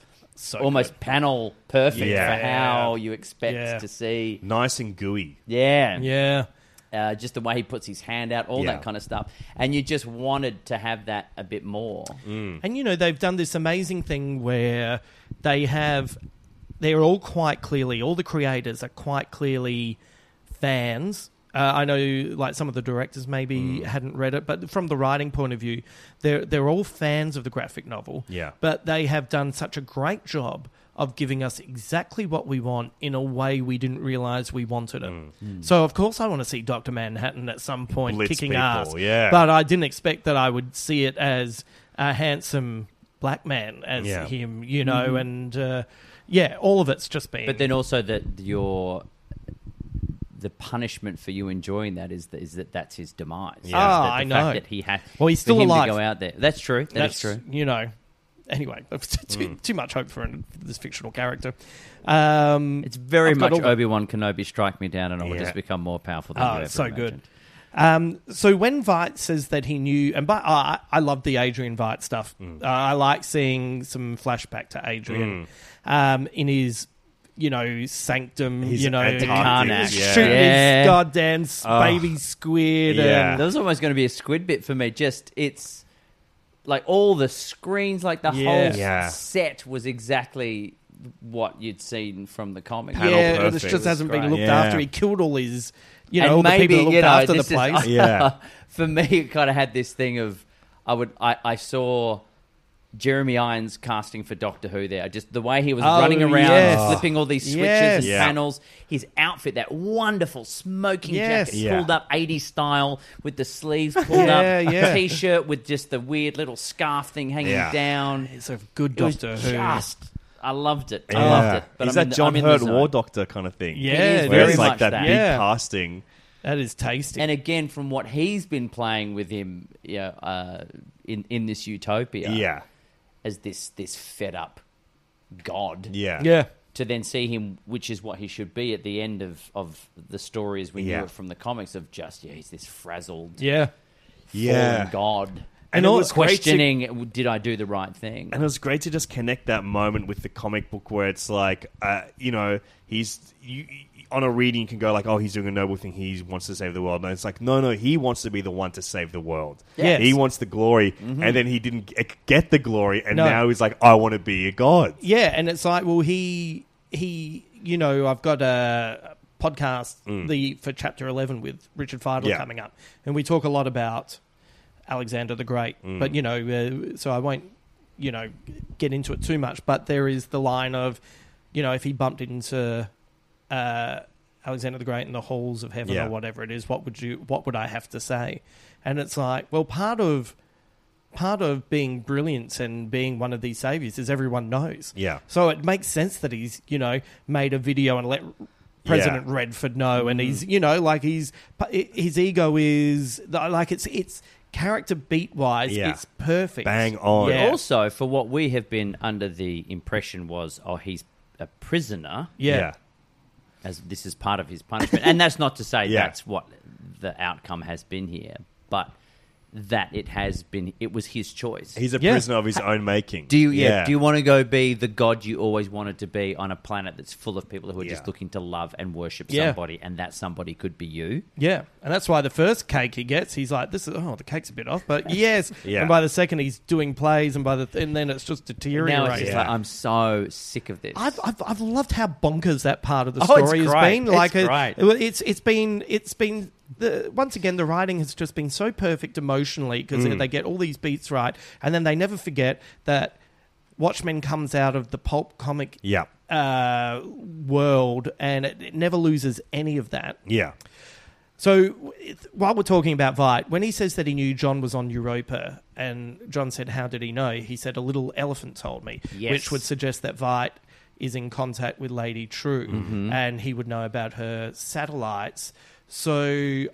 Speaker 2: almost panel perfect
Speaker 3: Yeah.
Speaker 2: for how you expect
Speaker 1: Yeah.
Speaker 2: to see.
Speaker 3: Nice and gooey.
Speaker 2: Yeah,
Speaker 1: yeah
Speaker 2: Uh, just the way he puts his hand out, all
Speaker 3: Yeah.
Speaker 2: that kind of stuff, and you just wanted to have that a bit more.
Speaker 3: Mm.
Speaker 1: And you know, they've done this amazing thing where they have they're all quite clearly all the creators are quite clearly fans. Uh, I know, like some of the directors maybe
Speaker 3: Mm.
Speaker 1: hadn't read it, but from the writing point of view, they're they're all fans of the graphic novel.
Speaker 3: Yeah.
Speaker 1: but they have done such a great job of giving us exactly what we want in a way we didn't realize we wanted it. So of course, I want to see Doctor Manhattan at some point
Speaker 3: Mm. Blitz
Speaker 1: kicking
Speaker 3: people,
Speaker 1: ass.
Speaker 3: yeah.
Speaker 1: but but I didn't expect that I would see it as a handsome black man as
Speaker 3: Yeah.
Speaker 1: him, you know, and uh, yeah, all of it's just been.
Speaker 2: Mm-hmm. But then also that your the punishment for you enjoying that is that, is that that's his demise. Is
Speaker 1: Ah,
Speaker 2: that the
Speaker 1: I
Speaker 2: fact
Speaker 1: know.
Speaker 2: that he had.
Speaker 1: Well, he's
Speaker 2: for
Speaker 1: still
Speaker 2: him
Speaker 1: alive.
Speaker 2: To go out there. That's true.
Speaker 1: that's
Speaker 2: That's true.
Speaker 1: you know. Anyway, *laughs* too, too much hope for an- this fictional character. Um,
Speaker 2: It's very
Speaker 1: I've got all
Speaker 2: much
Speaker 1: the-
Speaker 2: Obi Wan Kenobi. Strike me down, and I will
Speaker 3: Yeah.
Speaker 2: just become more powerful. Than
Speaker 1: Oh,
Speaker 2: you
Speaker 1: it's so
Speaker 2: ever
Speaker 1: good.
Speaker 2: imagined.
Speaker 1: Um, so when Vite says that he knew, and but I I love the Adrian Vite stuff.
Speaker 3: Mm.
Speaker 1: Uh, I like seeing some flashback to Adrian
Speaker 3: Mm.
Speaker 1: um, in his, you know, sanctum.
Speaker 3: His
Speaker 1: you know,
Speaker 3: Antarctic,
Speaker 2: yeah.
Speaker 1: shooting
Speaker 2: Yeah.
Speaker 1: his goddamn s- baby squid.
Speaker 3: Yeah.
Speaker 2: Um, That was almost going to be a squid bit for me. Just it's like all the screens, like the whole
Speaker 1: Yeah.
Speaker 2: s-
Speaker 3: Yeah.
Speaker 2: set was exactly what you'd seen from the comic.
Speaker 1: And, yeah, it
Speaker 3: perfect.
Speaker 1: just hasn't been
Speaker 2: Great.
Speaker 1: looked
Speaker 3: Yeah.
Speaker 1: after. He killed all his, you know,
Speaker 2: And
Speaker 1: all the people that looked
Speaker 2: you know,
Speaker 1: after the
Speaker 2: this is- *laughs*
Speaker 1: place.
Speaker 3: Yeah.
Speaker 2: for me, it kind of had this thing of I would I, I saw Jeremy Irons casting for Doctor Who there. Just the way he was
Speaker 1: Oh,
Speaker 2: running around,
Speaker 1: yes.
Speaker 2: flipping all these switches
Speaker 1: Yes.
Speaker 2: and
Speaker 3: Yeah.
Speaker 2: panels. His outfit, that wonderful smoking
Speaker 1: Yes.
Speaker 2: jacket
Speaker 3: Yeah.
Speaker 2: pulled up 80s style with the sleeves pulled
Speaker 1: Yeah,
Speaker 2: up,
Speaker 1: yeah.
Speaker 2: t-shirt with just the weird little scarf thing hanging
Speaker 3: Yeah.
Speaker 2: down.
Speaker 1: It's a good
Speaker 2: It was
Speaker 1: Doctor Who.
Speaker 2: just I loved it. I
Speaker 3: Yeah.
Speaker 2: loved it. But
Speaker 3: He's
Speaker 2: I'm in
Speaker 3: that
Speaker 2: the-
Speaker 3: John
Speaker 2: I'm in the
Speaker 3: Hurt
Speaker 2: zone.
Speaker 3: War Doctor kind of thing.
Speaker 1: Yeah,
Speaker 2: It is
Speaker 3: Where
Speaker 2: very
Speaker 3: it's like
Speaker 2: much
Speaker 3: that,
Speaker 2: that.
Speaker 3: big
Speaker 1: Yeah.
Speaker 3: casting.
Speaker 1: that is tasty.
Speaker 2: And again, from what he's been playing with him, you know, uh, in in this utopia,
Speaker 3: Yeah.
Speaker 2: as this this fed up god,
Speaker 3: Yeah.
Speaker 1: yeah,
Speaker 2: to then see him, which is what he should be at the end of of the story as we
Speaker 3: Yeah.
Speaker 2: knew it from the comics of just yeah, he's this frazzled,
Speaker 1: yeah.
Speaker 2: fallen
Speaker 3: Yeah.
Speaker 2: god,
Speaker 3: And it was great to-
Speaker 2: questioning, did I do the right thing?
Speaker 3: And it was great to just connect that moment with the comic book where it's like, uh, you know, he's you, you- on a reading you can go like, oh, he's doing a noble thing. He wants to save the world. And it's like, no, no, he wants to be the one to save the world.
Speaker 1: Yes.
Speaker 3: He wants the glory. And then he didn't g- get the glory. And
Speaker 1: No.
Speaker 3: now he's like, I want to be a god.
Speaker 1: Yeah, and it's like, well, he he, you know, I've got a podcast the for chapter eleven with Richard Feidel
Speaker 3: Mm. Yeah.
Speaker 1: coming up, and we talk a lot about Alexander the Great,
Speaker 3: Mm.
Speaker 1: but you know, uh, so I won't, you know, get into it too much. But there is the line of, you know, if he bumped into uh, Alexander the Great in the halls of heaven
Speaker 3: Yeah.
Speaker 1: or whatever it is, what would you, what would I have to say? And it's like, well, part of part of being brilliant and being one of these saviors is everyone knows.
Speaker 3: Yeah.
Speaker 1: So it makes sense that he's, you know, made a video and let President
Speaker 3: Yeah. Mm-hmm.
Speaker 1: Redford know, and he's, you know, like he's his ego is like it's it's character beat wise,
Speaker 3: Yeah.
Speaker 1: it's perfect.
Speaker 3: Bang on.
Speaker 1: Yeah.
Speaker 2: Also, for what we have been under the impression was, oh, he's a prisoner,
Speaker 1: Yeah.
Speaker 2: as this is part of his punishment. and that's not to say
Speaker 3: *laughs* Yeah.
Speaker 2: that's what the outcome has been here, but that it has been, it was his choice.
Speaker 3: He's a
Speaker 1: Yeah.
Speaker 3: prisoner of his own making.
Speaker 2: do you, yeah, Do you want to go be the god you always wanted to be on a planet that's full of people who are
Speaker 3: Yeah.
Speaker 2: just looking to love and worship
Speaker 1: Yeah.
Speaker 2: somebody, and that somebody could be you?
Speaker 1: Yeah, and that's why the first cake he gets, he's like, "This is oh, the cake's a bit off,"
Speaker 3: *laughs*
Speaker 1: but yes.
Speaker 3: Yeah.
Speaker 1: And by the second, he's doing plays, and by the th- and then it's just deteriorating.
Speaker 2: Now it's just like, I'm so sick of this.
Speaker 1: I've, I've, I've loved how bonkers that part of the
Speaker 2: Oh, it's
Speaker 1: story has
Speaker 2: great.
Speaker 1: been.
Speaker 2: It's
Speaker 1: Like it-
Speaker 2: great.
Speaker 1: well, it's it's been it's been the, once again the writing has just been so perfect emotionally because
Speaker 2: Mm.
Speaker 1: they get all these beats right, and then they never forget that Watchmen comes out of the pulp comic
Speaker 3: Yeah.
Speaker 1: uh, world, and it, it never loses any of that.
Speaker 3: Yeah.
Speaker 1: So it- while we're talking about Vite, when he says that he knew John was on Europa, and John said, "How did he know?" He said, "A little elephant told me,"
Speaker 2: Yes.
Speaker 1: which would suggest that Vite is in contact with Lady True,
Speaker 3: Mm-hmm.
Speaker 1: and he would know about her satellites. So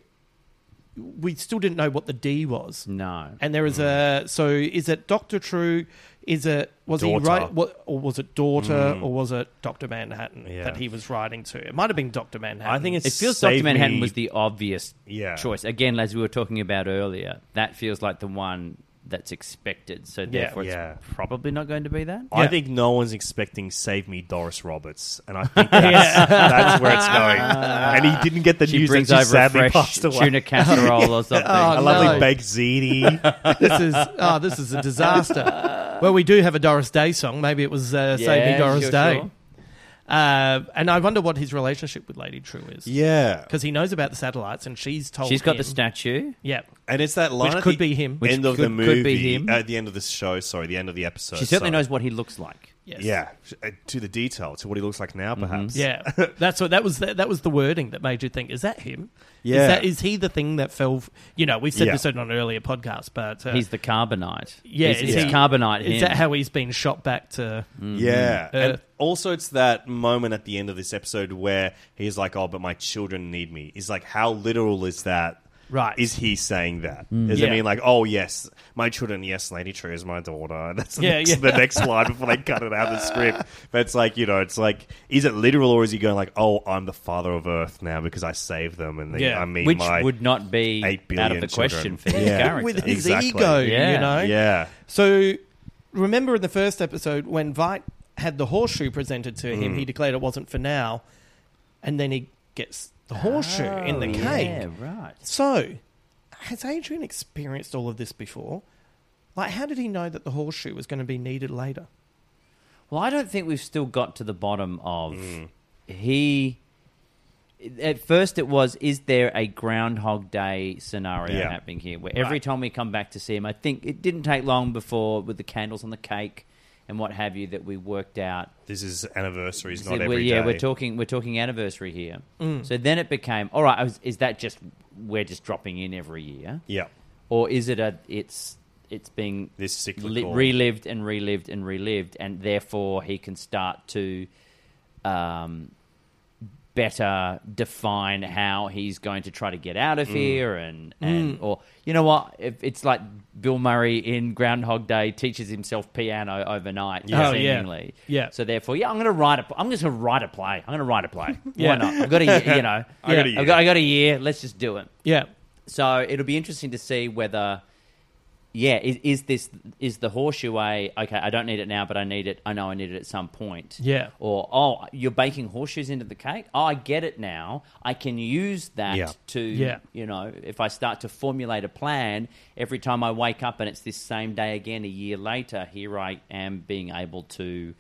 Speaker 1: we still didn't know what the D was.
Speaker 2: no.
Speaker 1: And there is a so is it Doctor True? Is it was
Speaker 3: Mm-hmm. Daughter. Mm.
Speaker 1: he right? What, or was it daughter? Or was it Doctor Manhattan
Speaker 3: Yeah.
Speaker 1: that he was writing to? It might have been Doctor Manhattan.
Speaker 3: I think it's
Speaker 2: It feels
Speaker 3: saved
Speaker 2: Dr. Manhattan
Speaker 3: me-
Speaker 2: was the obvious
Speaker 3: Yeah.
Speaker 2: choice. Again, as we were talking about earlier, that feels like the one that's expected. So therefore,
Speaker 3: Yeah.
Speaker 2: it's probably not going to be that.
Speaker 3: I
Speaker 1: Yeah.
Speaker 3: think no one's expecting Save Me Doris Roberts, and
Speaker 2: *laughs*
Speaker 3: I think that's, that's where it's going. And he didn't get the
Speaker 2: She
Speaker 3: news
Speaker 2: brings
Speaker 3: that
Speaker 2: over
Speaker 3: she
Speaker 2: a
Speaker 3: sadly
Speaker 2: fresh
Speaker 3: passed away.
Speaker 2: tuna casserole or something.
Speaker 3: a
Speaker 1: *laughs* Oh,
Speaker 3: lovely
Speaker 1: no.
Speaker 3: baked ziti.
Speaker 1: this is oh, this is a disaster. well, we do have a Doris Day song. Maybe it was uh, Save Me
Speaker 2: Yeah,
Speaker 1: Doris
Speaker 2: sure,
Speaker 1: Day.
Speaker 2: sure.
Speaker 1: Uh, and I wonder what his relationship with Lady True is.
Speaker 3: *laughs* yeah,
Speaker 1: because he knows about the satellites, and she's told.
Speaker 2: She's got
Speaker 1: him-
Speaker 2: the statue.
Speaker 1: Yeah,
Speaker 3: and it's that line
Speaker 1: Which
Speaker 3: at
Speaker 1: could
Speaker 3: the
Speaker 1: be him. Which
Speaker 3: End of the
Speaker 2: could- could be
Speaker 3: movie.
Speaker 2: him.
Speaker 3: At the end of the show. Sorry, the end of the episode.
Speaker 2: She certainly
Speaker 3: so-
Speaker 2: knows what he Mm-hmm. looks like.
Speaker 1: yes.
Speaker 3: Yeah, uh, to the detail, to what he looks like now, perhaps.
Speaker 1: yeah. That's what that was. That, that was the wording that made you think: Is that him?
Speaker 3: Yeah.
Speaker 1: Is, that, is he the thing that fell? f- You know, we've said
Speaker 3: Yeah.
Speaker 1: this on an earlier podcast, but uh,
Speaker 2: He's the carbonite.
Speaker 1: yeah,
Speaker 2: he's,
Speaker 1: is
Speaker 2: he's
Speaker 1: he-
Speaker 2: carbonite.
Speaker 1: Is
Speaker 2: him. Mm.
Speaker 1: that how he's been shot back to?
Speaker 3: Yeah.
Speaker 1: Uh,
Speaker 3: and also, it's that moment at the end of this episode where he's like, oh, but my children need me. He's like, how literal is that?
Speaker 1: Right.
Speaker 3: Is he saying that? Does it
Speaker 1: Yeah.
Speaker 3: mean like, oh, yes, my children, yes, Lady True is my daughter? *laughs* And that's the,
Speaker 1: Yeah,
Speaker 3: next,
Speaker 1: yeah.
Speaker 3: the next line before they cut it out of the script. But it's like, you know, it's like, is it literal or is he going like, oh, I'm the father of Earth now because I saved them and they,
Speaker 1: Yeah.
Speaker 3: I mean
Speaker 2: Which
Speaker 3: my
Speaker 2: would not be
Speaker 3: eight billion
Speaker 2: out of the
Speaker 3: children.
Speaker 2: question for his
Speaker 3: Yeah.
Speaker 2: character.
Speaker 1: With his
Speaker 3: Exactly.
Speaker 1: ego, you
Speaker 2: Yeah.
Speaker 1: know.
Speaker 3: Yeah.
Speaker 1: So remember in the first episode when Vite had the horseshoe presented to him, he
Speaker 3: Mm.
Speaker 1: declared it wasn't for now, and then he gets the horseshoe in
Speaker 3: Oh,
Speaker 1: the cake.
Speaker 2: Yeah, right.
Speaker 1: So has Adrian experienced all of this before? Like, how did he know that the horseshoe was going to be needed later?
Speaker 2: Well, I don't think we've still got to the bottom of
Speaker 3: Hmm.
Speaker 2: he. At first, it was is there a Groundhog Day scenario
Speaker 3: Yeah.
Speaker 2: happening here where every time we come back to see him, I think it didn't take long before with the candles on the cake and what have you that we worked out.
Speaker 3: This is anniversaries,
Speaker 2: that
Speaker 3: not every
Speaker 2: we're,
Speaker 3: day. Hmm.
Speaker 2: yeah, we're talking we're talking anniversary here. So then it became all right. Is, is that just we're just dropping in every year?
Speaker 3: Yeah.
Speaker 2: or is it a it's it's being
Speaker 3: This cyclical-
Speaker 2: relived and relived and relived and therefore he can start to um better define how he's going to try to get out
Speaker 3: Mm.
Speaker 2: of here and and or you know what if it's like bill murray in groundhog day teaches himself piano overnight
Speaker 1: Yeah. Oh, yeah.
Speaker 2: seemingly
Speaker 1: Yeah.
Speaker 2: so therefore yeah i'm gonna write a i'm just gonna write a play i'm gonna write a play
Speaker 1: Yeah.
Speaker 2: why not i've got a year, you know
Speaker 3: *laughs* I got a year.
Speaker 2: I've, got, I got a year let's just do it
Speaker 1: Yeah.
Speaker 2: so it'll be interesting to see whether, yeah, is, is this is the horseshoe a okay? I don't need it now, but I need it. I know I need it at some point.
Speaker 1: Yeah.
Speaker 2: Or oh, you're baking horseshoes into the cake. Oh, I get it now. I can use that
Speaker 3: Yeah.
Speaker 2: to
Speaker 1: Yeah.
Speaker 2: you know if I start to formulate a plan every time I wake up and it's this same day again a year later. Here I am being able to.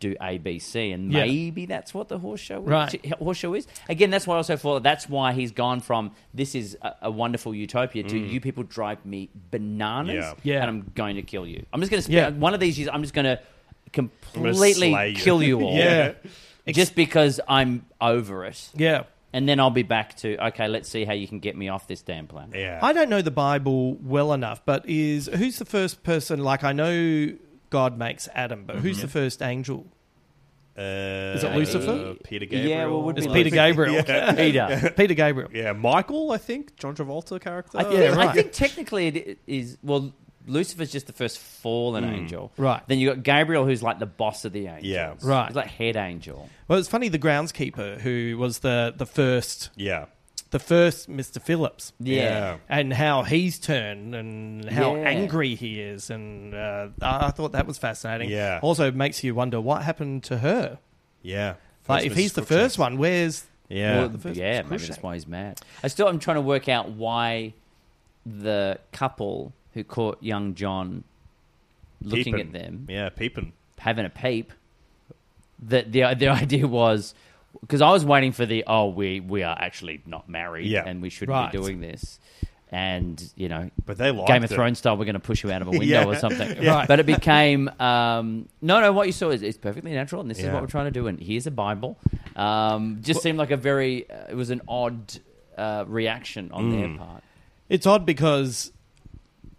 Speaker 2: Do ABC and
Speaker 1: Yeah.
Speaker 2: maybe that's what the horseshoe
Speaker 1: Right.
Speaker 2: is. Horseshoe is again. That's why I also thought that's why he's gone from this is a, a wonderful utopia to you people drive me bananas
Speaker 3: Yeah.
Speaker 1: Mm. Yeah.
Speaker 2: and I'm going to kill you. I'm just going to
Speaker 1: Yeah.
Speaker 2: one of these years. I'm just going to
Speaker 3: gonna
Speaker 2: completely
Speaker 3: slay you.
Speaker 2: kill you
Speaker 1: *laughs*
Speaker 2: all.
Speaker 1: Yeah.
Speaker 2: just because I'm over it.
Speaker 1: Yeah.
Speaker 2: and then I'll be back to okay. Let's see how you can get me off this damn planet.
Speaker 3: Yeah.
Speaker 1: I don't know the Bible well enough, but is who's the first person? Like I know God makes Adam, but
Speaker 3: Mm-hmm.
Speaker 1: who's the first angel?
Speaker 3: Uh,
Speaker 1: Is it Lucifer?
Speaker 3: Peter Gabriel.
Speaker 2: Yeah, well, would
Speaker 1: It's
Speaker 2: be
Speaker 1: Peter
Speaker 2: like- *laughs*
Speaker 1: Gabriel.
Speaker 2: Peter.
Speaker 1: Peter Gabriel.
Speaker 3: Yeah, Michael, I think. John Travolta character.
Speaker 1: Oh,
Speaker 2: I think, I think technically it is. Well, Lucifer's just the first fallen angel.
Speaker 1: Hmm, Right.
Speaker 2: Then you got Gabriel, who's like the boss of the angels.
Speaker 3: Yeah.
Speaker 1: Right.
Speaker 2: He's like head angel.
Speaker 1: Well, it's funny the groundskeeper who was the the first
Speaker 3: yeah.
Speaker 1: the first Mr. Phillips.
Speaker 2: Yeah.
Speaker 1: And how he's turned and how
Speaker 2: Yeah.
Speaker 1: angry he is. And uh, I I thought that was fascinating.
Speaker 3: Yeah.
Speaker 1: Also makes you wonder what happened to her.
Speaker 3: Yeah.
Speaker 1: like, if he's the first one, where's.
Speaker 3: Yeah.
Speaker 2: Well, yeah, maybe that's why he's mad. I still am trying to work out why the couple who caught young John looking
Speaker 3: Peeping.
Speaker 2: at them
Speaker 3: Yeah, peeping.
Speaker 2: having a peep. That the *laughs* the idea was because I was waiting for the oh we we are actually not married
Speaker 3: Yeah.
Speaker 2: and we shouldn't
Speaker 1: Right.
Speaker 2: be doing this. And you know,
Speaker 3: But they liked
Speaker 2: Game of
Speaker 3: it.
Speaker 2: Thrones style, we're going to push you out of
Speaker 1: *laughs*
Speaker 2: a window
Speaker 3: Yeah.
Speaker 2: or something.
Speaker 1: Yeah. Right.
Speaker 2: But it became um, no, no. What you saw is it's perfectly natural, and this is
Speaker 3: Yeah.
Speaker 2: what we're trying to do. And here's a Bible. Um, just seemed like a very uh, it was an odd uh, reaction on
Speaker 1: Mm.
Speaker 2: their part.
Speaker 1: It's odd because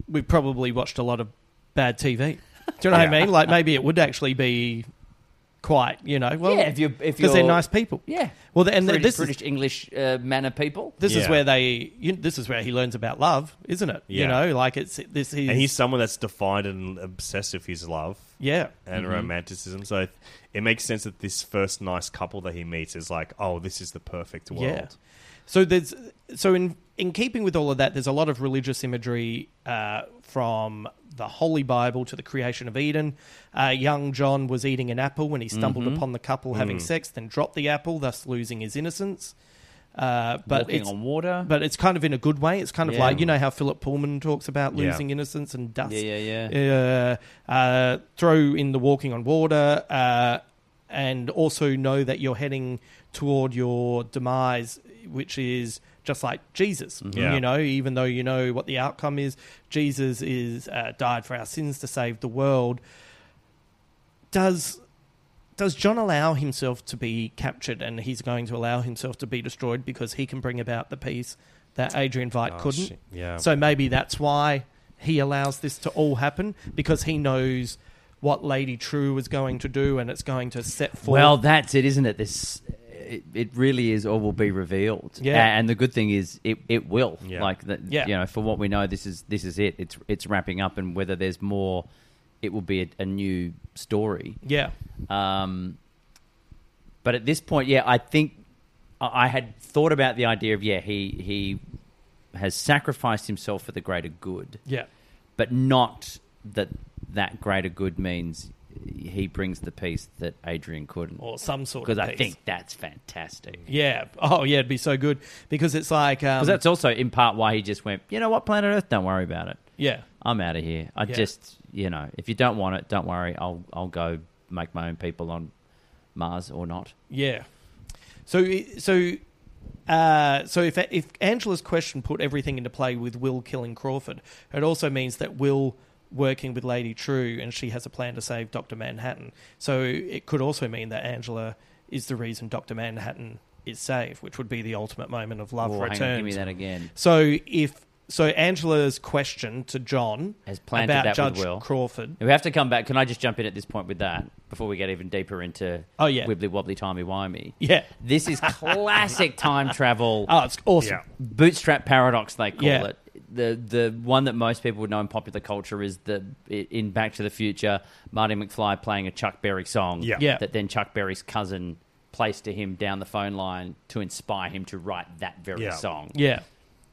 Speaker 1: we've probably watched a lot of bad TV. Do you know what I
Speaker 3: Yeah.
Speaker 1: mean? Like maybe it would actually be quite, you know. Well,
Speaker 2: Yeah, if you- if
Speaker 1: Because they're
Speaker 2: you're-
Speaker 1: nice people.
Speaker 2: Yeah.
Speaker 1: Well, and
Speaker 2: British,
Speaker 1: this is-
Speaker 2: British English uh, manner people.
Speaker 1: This is
Speaker 3: Yeah.
Speaker 1: where they. You, this is where he learns about love, isn't it? You
Speaker 3: Yeah.
Speaker 1: know, like it's this is.
Speaker 3: And he's someone that's defined and obsessed with his love
Speaker 1: yeah.
Speaker 3: and
Speaker 2: Mm-hmm.
Speaker 3: romanticism. So it makes sense that this first nice couple that he meets is like, oh, this is the perfect world.
Speaker 1: Yeah. So there's so in in keeping with all of that, there's a lot of religious imagery uh, from the Holy Bible to the creation of Eden. Uh, young John was eating an apple when he stumbled
Speaker 3: Mm-hmm.
Speaker 1: upon the couple
Speaker 3: Mm.
Speaker 1: having sex, then dropped the apple, thus losing his innocence. Uh, but
Speaker 2: Walking
Speaker 1: it's
Speaker 2: on water.
Speaker 1: but it's kind of in a good way. It's kind of
Speaker 2: Yeah.
Speaker 1: like you know how Philip Pullman talks about
Speaker 3: Yeah.
Speaker 1: losing innocence and dust.
Speaker 2: Yeah, yeah,
Speaker 1: yeah. Uh, uh, throw in the walking on water, uh, and also know that you're heading toward your demise, which is just like Jesus.
Speaker 3: Yeah.
Speaker 1: You know, even though you know what the outcome is, Jesus is uh, died for our sins to save the world. Does does John allow himself to be captured and he's going to allow himself to be destroyed because he can bring about the peace that Adrian Veidt couldn't?
Speaker 3: Ah, shit. Yeah.
Speaker 1: So maybe that's why he allows this to all happen because he knows what Lady True is going to do and it's going to set forth.
Speaker 2: Well, that's it, isn't it? This it, it really is all will be revealed.
Speaker 1: Yeah.
Speaker 2: A- And the good thing is it, it will.
Speaker 3: Yeah.
Speaker 2: Like that
Speaker 1: Yeah.
Speaker 2: you know, for what we know this is this is it. It's it's wrapping up and whether there's more it will be a, a new story.
Speaker 1: yeah.
Speaker 2: Um, but at this point, yeah, I think I I had thought about the idea of yeah, he he has sacrificed himself for the greater good
Speaker 1: Yeah.
Speaker 2: but not that that greater good means he brings the peace that Adrian couldn't.
Speaker 1: Or some sort of
Speaker 2: Because I
Speaker 1: peace.
Speaker 2: think that's fantastic. Because
Speaker 1: Yeah. Oh, yeah, it'd be so good because it's like um,
Speaker 2: that's also in part why he just went, you know what, planet Earth, don't worry about it.
Speaker 1: yeah.
Speaker 2: I'm out of here. I
Speaker 1: Yeah.
Speaker 2: just, you know, if you don't want it, don't worry. I'll I'll go make my own people on Mars or not.
Speaker 1: Yeah. So so uh, so if if Angela's question put everything into play with Will killing Crawford, it also means that Will working with Lady True and she has a plan to save Doctor Manhattan. So it could also mean that Angela is the reason Doctor Manhattan is saved, which would be the ultimate moment of love
Speaker 2: Or hang on,
Speaker 1: returned.
Speaker 2: give me that again.
Speaker 1: So if so, Angela's question to John
Speaker 2: Has planted
Speaker 1: about
Speaker 2: that with
Speaker 1: Judge
Speaker 2: Will.
Speaker 1: Crawford.
Speaker 2: We have to come back. Can I just jump in at this point with that before we get even deeper into
Speaker 1: Oh, yeah.
Speaker 2: wibbly wobbly timey wimey?
Speaker 1: Yeah.
Speaker 2: This is classic time travel.
Speaker 1: *laughs* Oh, it's awesome.
Speaker 3: Yeah.
Speaker 2: bootstrap paradox they call
Speaker 1: Yeah.
Speaker 2: it the the one that most people would know in popular culture is the in back to the future marty mcfly playing a chuck berry song
Speaker 3: Yeah.
Speaker 1: Yeah.
Speaker 2: that then chuck berry's cousin plays to him down the phone line to inspire him to write that very
Speaker 3: Yeah.
Speaker 2: song
Speaker 1: Yeah.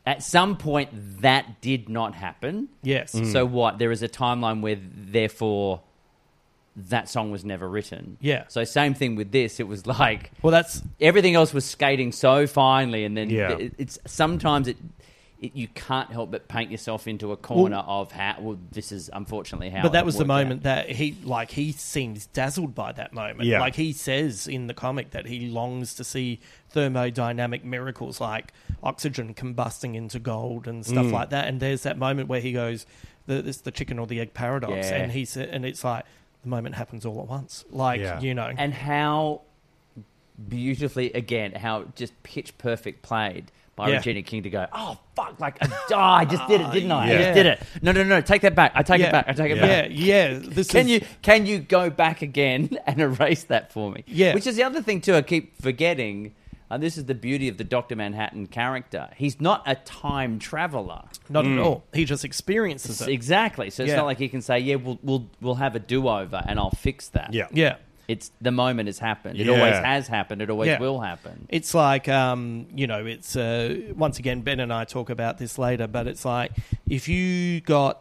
Speaker 2: at some point that did not happen
Speaker 1: Yes.
Speaker 3: Mm.
Speaker 2: so what there is a timeline where therefore that song was never written
Speaker 1: Yeah.
Speaker 2: so same thing with this it was like
Speaker 1: Well, that's
Speaker 2: everything else was skating so finely, and then
Speaker 3: Yeah.
Speaker 2: it- it's sometimes it, it you can't help but paint yourself into a corner of how well this is unfortunately how.
Speaker 1: But that
Speaker 2: it
Speaker 1: was the
Speaker 2: worked out.
Speaker 1: moment that he like he seems dazzled by that moment.
Speaker 3: Yeah.
Speaker 1: Like he says in the comic that he longs to see thermodynamic miracles like oxygen combusting into gold and stuff
Speaker 3: Mm.
Speaker 1: like that. And there's that moment where he goes, the, "This the chicken or the egg paradox,"
Speaker 2: Yeah.
Speaker 1: and he sa- and it's like the moment happens all at once. Like
Speaker 3: Yeah.
Speaker 1: you know,
Speaker 2: and how beautifully again how just pitch perfect played by Regina King to go, oh fuck, like oh, I just
Speaker 1: *laughs*
Speaker 2: did it, didn't I? I
Speaker 1: Ah, Yeah.
Speaker 2: just did it. No, no, no, take that back. I take
Speaker 1: Yeah.
Speaker 2: it back. I take it
Speaker 1: Yeah,
Speaker 2: back.
Speaker 1: yeah. This
Speaker 2: Can
Speaker 1: is,
Speaker 2: you can you go back again *laughs* and erase that for me?
Speaker 1: Yeah.
Speaker 2: Which is the other thing too. I keep forgetting. And this is the beauty of the Doctor Manhattan character. He's not a time traveler.
Speaker 1: Not
Speaker 3: Mm.
Speaker 1: at all. He just experiences it.
Speaker 2: Exactly. So it's
Speaker 1: Yeah.
Speaker 2: not like he can say, "Yeah, we'll we'll we'll have a do over and I'll fix that."
Speaker 3: Yeah.
Speaker 1: Yeah.
Speaker 2: It's the moment has happened. It
Speaker 3: Yeah.
Speaker 2: always has happened. It always
Speaker 1: Yeah.
Speaker 2: will happen.
Speaker 1: It's like, um, you know, it's uh, once again, Ben and I talk about this later, but it's like if you got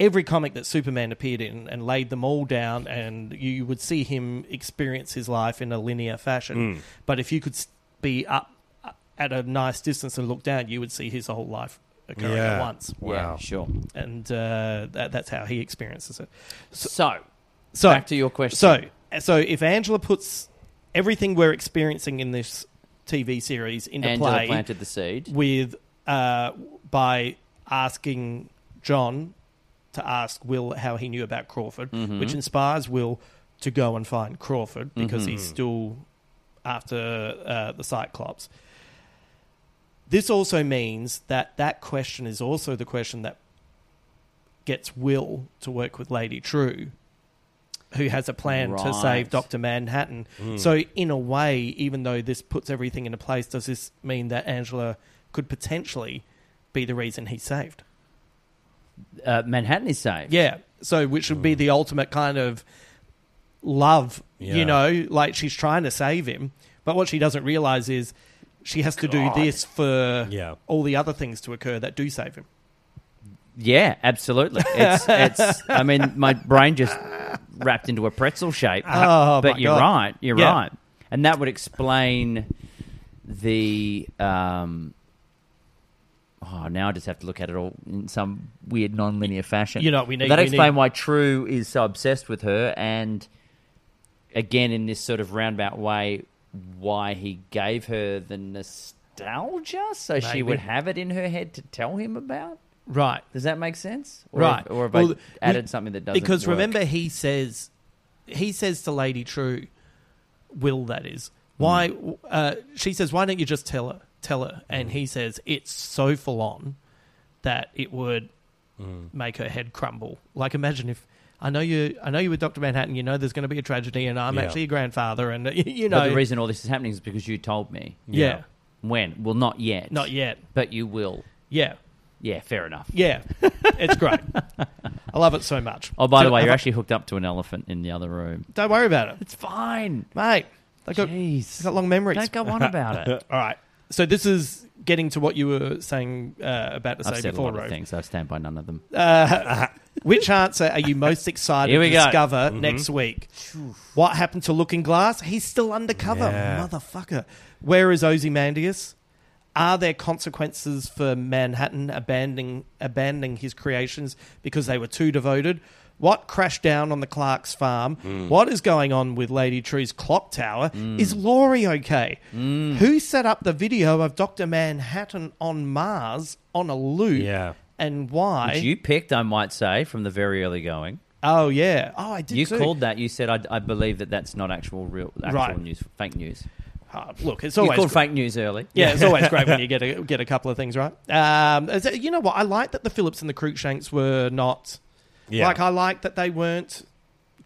Speaker 1: every comic that Superman appeared in and laid them all down, and you would see him experience his life in a linear fashion. But if you could s- be up uh, at a nice distance and look down, you would see his whole life occurring
Speaker 4: Yeah.
Speaker 1: at once.
Speaker 2: Yeah, sure.
Speaker 1: And uh, that, that's how he experiences it.
Speaker 2: So,
Speaker 1: So
Speaker 2: back to your question.
Speaker 1: So, so if Angela puts everything we're experiencing in this TV series into
Speaker 2: Angela
Speaker 1: play
Speaker 2: uh, planted the seed.
Speaker 1: with uh, by asking John to ask Will how he knew about Crawford,
Speaker 2: Mm-hmm.
Speaker 1: which inspires Will to go and find Crawford because
Speaker 2: Mm-hmm.
Speaker 1: he's still after uh, the Cyclops. This also means that that question is also the question that gets Will to work with Lady True, who has a plan to
Speaker 2: Right.
Speaker 1: save Dr. Manhattan. So, in a way, even though this puts everything into place, does this mean that Angela could potentially be the reason he's saved?
Speaker 2: Uh, Manhattan is saved.
Speaker 1: Yeah. So, which would
Speaker 4: Hmm.
Speaker 1: be the ultimate kind of love,
Speaker 4: Yeah.
Speaker 1: you know, like she's trying to save him. But what she doesn't realize is she has to do this for
Speaker 4: Yeah.
Speaker 1: all the other things to occur that do save him.
Speaker 2: Yeah, absolutely. It's, it's. I mean, my brain just wrapped into a pretzel shape.
Speaker 1: Oh,
Speaker 2: but
Speaker 1: my
Speaker 2: you're
Speaker 1: God.
Speaker 2: right. You're
Speaker 1: Yeah.
Speaker 2: right, and that would explain the. Um, oh, now I just have to look at it all in some weird non-linear fashion.
Speaker 1: You know what we need?
Speaker 2: that
Speaker 1: We
Speaker 2: explain
Speaker 1: need-
Speaker 2: why True is so obsessed with her, and again, in this sort of roundabout way, why he gave her the nostalgia, so she
Speaker 1: Maybe.
Speaker 2: would have it in her head to tell him about.
Speaker 1: Right.
Speaker 2: Does that make sense? Or
Speaker 1: Right.
Speaker 2: Have, or have
Speaker 1: Well,
Speaker 2: I
Speaker 1: we-
Speaker 2: added something that doesn't?
Speaker 1: because
Speaker 2: work?
Speaker 1: remember he says he says to lady true will that is why
Speaker 2: Hmm.
Speaker 1: uh, she says why don't you just tell her tell her and he says it's so full on that it would
Speaker 2: Hmm.
Speaker 1: make her head crumble like imagine if I know you. I know you with Doctor Manhattan. You know there's going to be a tragedy, and I'm
Speaker 4: Yeah.
Speaker 1: actually your grandfather, and *laughs* you
Speaker 2: But
Speaker 1: know,
Speaker 2: the reason all this is happening is because you told me.
Speaker 1: yeah,
Speaker 2: When? Well, not yet.
Speaker 1: not yet,
Speaker 2: But you will.
Speaker 1: yeah,
Speaker 2: Yeah, fair enough. *laughs*
Speaker 1: yeah. it's great. I love it so much.
Speaker 2: Oh, by the
Speaker 1: So-
Speaker 2: way, you're actually hooked up to an elephant in the other room.
Speaker 1: don't worry about it,
Speaker 2: It's fine.
Speaker 1: mate. They got, they
Speaker 2: Jeez.
Speaker 1: got long memories.
Speaker 2: Don't go on
Speaker 1: *laughs*
Speaker 2: about it.
Speaker 1: All right. So this is getting to what you were saying uh, about to
Speaker 2: I've
Speaker 1: say
Speaker 2: said a
Speaker 1: before,
Speaker 2: lot of
Speaker 1: Rove.
Speaker 2: things. I stand by none of them.
Speaker 1: Which answer are you most excited
Speaker 2: Here we
Speaker 1: to
Speaker 2: go. Mm-hmm.
Speaker 1: discover next week? What happened to Looking Glass? He's still undercover, motherfucker. Where is Ozymandias? Are there consequences for Manhattan abandoning abandoning his creations because they were too devoted? What crashed down on the Clark's farm?
Speaker 2: Mm.
Speaker 1: What is going on with Lady Tree's clock tower? Is Laurie okay?
Speaker 2: Mm.
Speaker 1: Who set up the video of Doctor Manhattan on Mars on a loop?
Speaker 4: Yeah.
Speaker 1: and why?
Speaker 2: Which you picked, I might say, from the very early going.
Speaker 1: Oh yeah. Oh, I did.
Speaker 2: You
Speaker 1: too.
Speaker 2: called that. You said, I, I believe that that's not actual real, actual
Speaker 1: Right.
Speaker 2: news, fake news.
Speaker 1: Ah, look, it's
Speaker 2: You
Speaker 1: always
Speaker 2: called
Speaker 1: great.
Speaker 2: fake news early.
Speaker 1: Yeah,
Speaker 2: *laughs*
Speaker 1: it's always great when you get a get a couple of things right. Um, is it- you know what? I like that the Phillips and the Cruikshanks were not.
Speaker 4: Yeah.
Speaker 1: Like I like that they weren't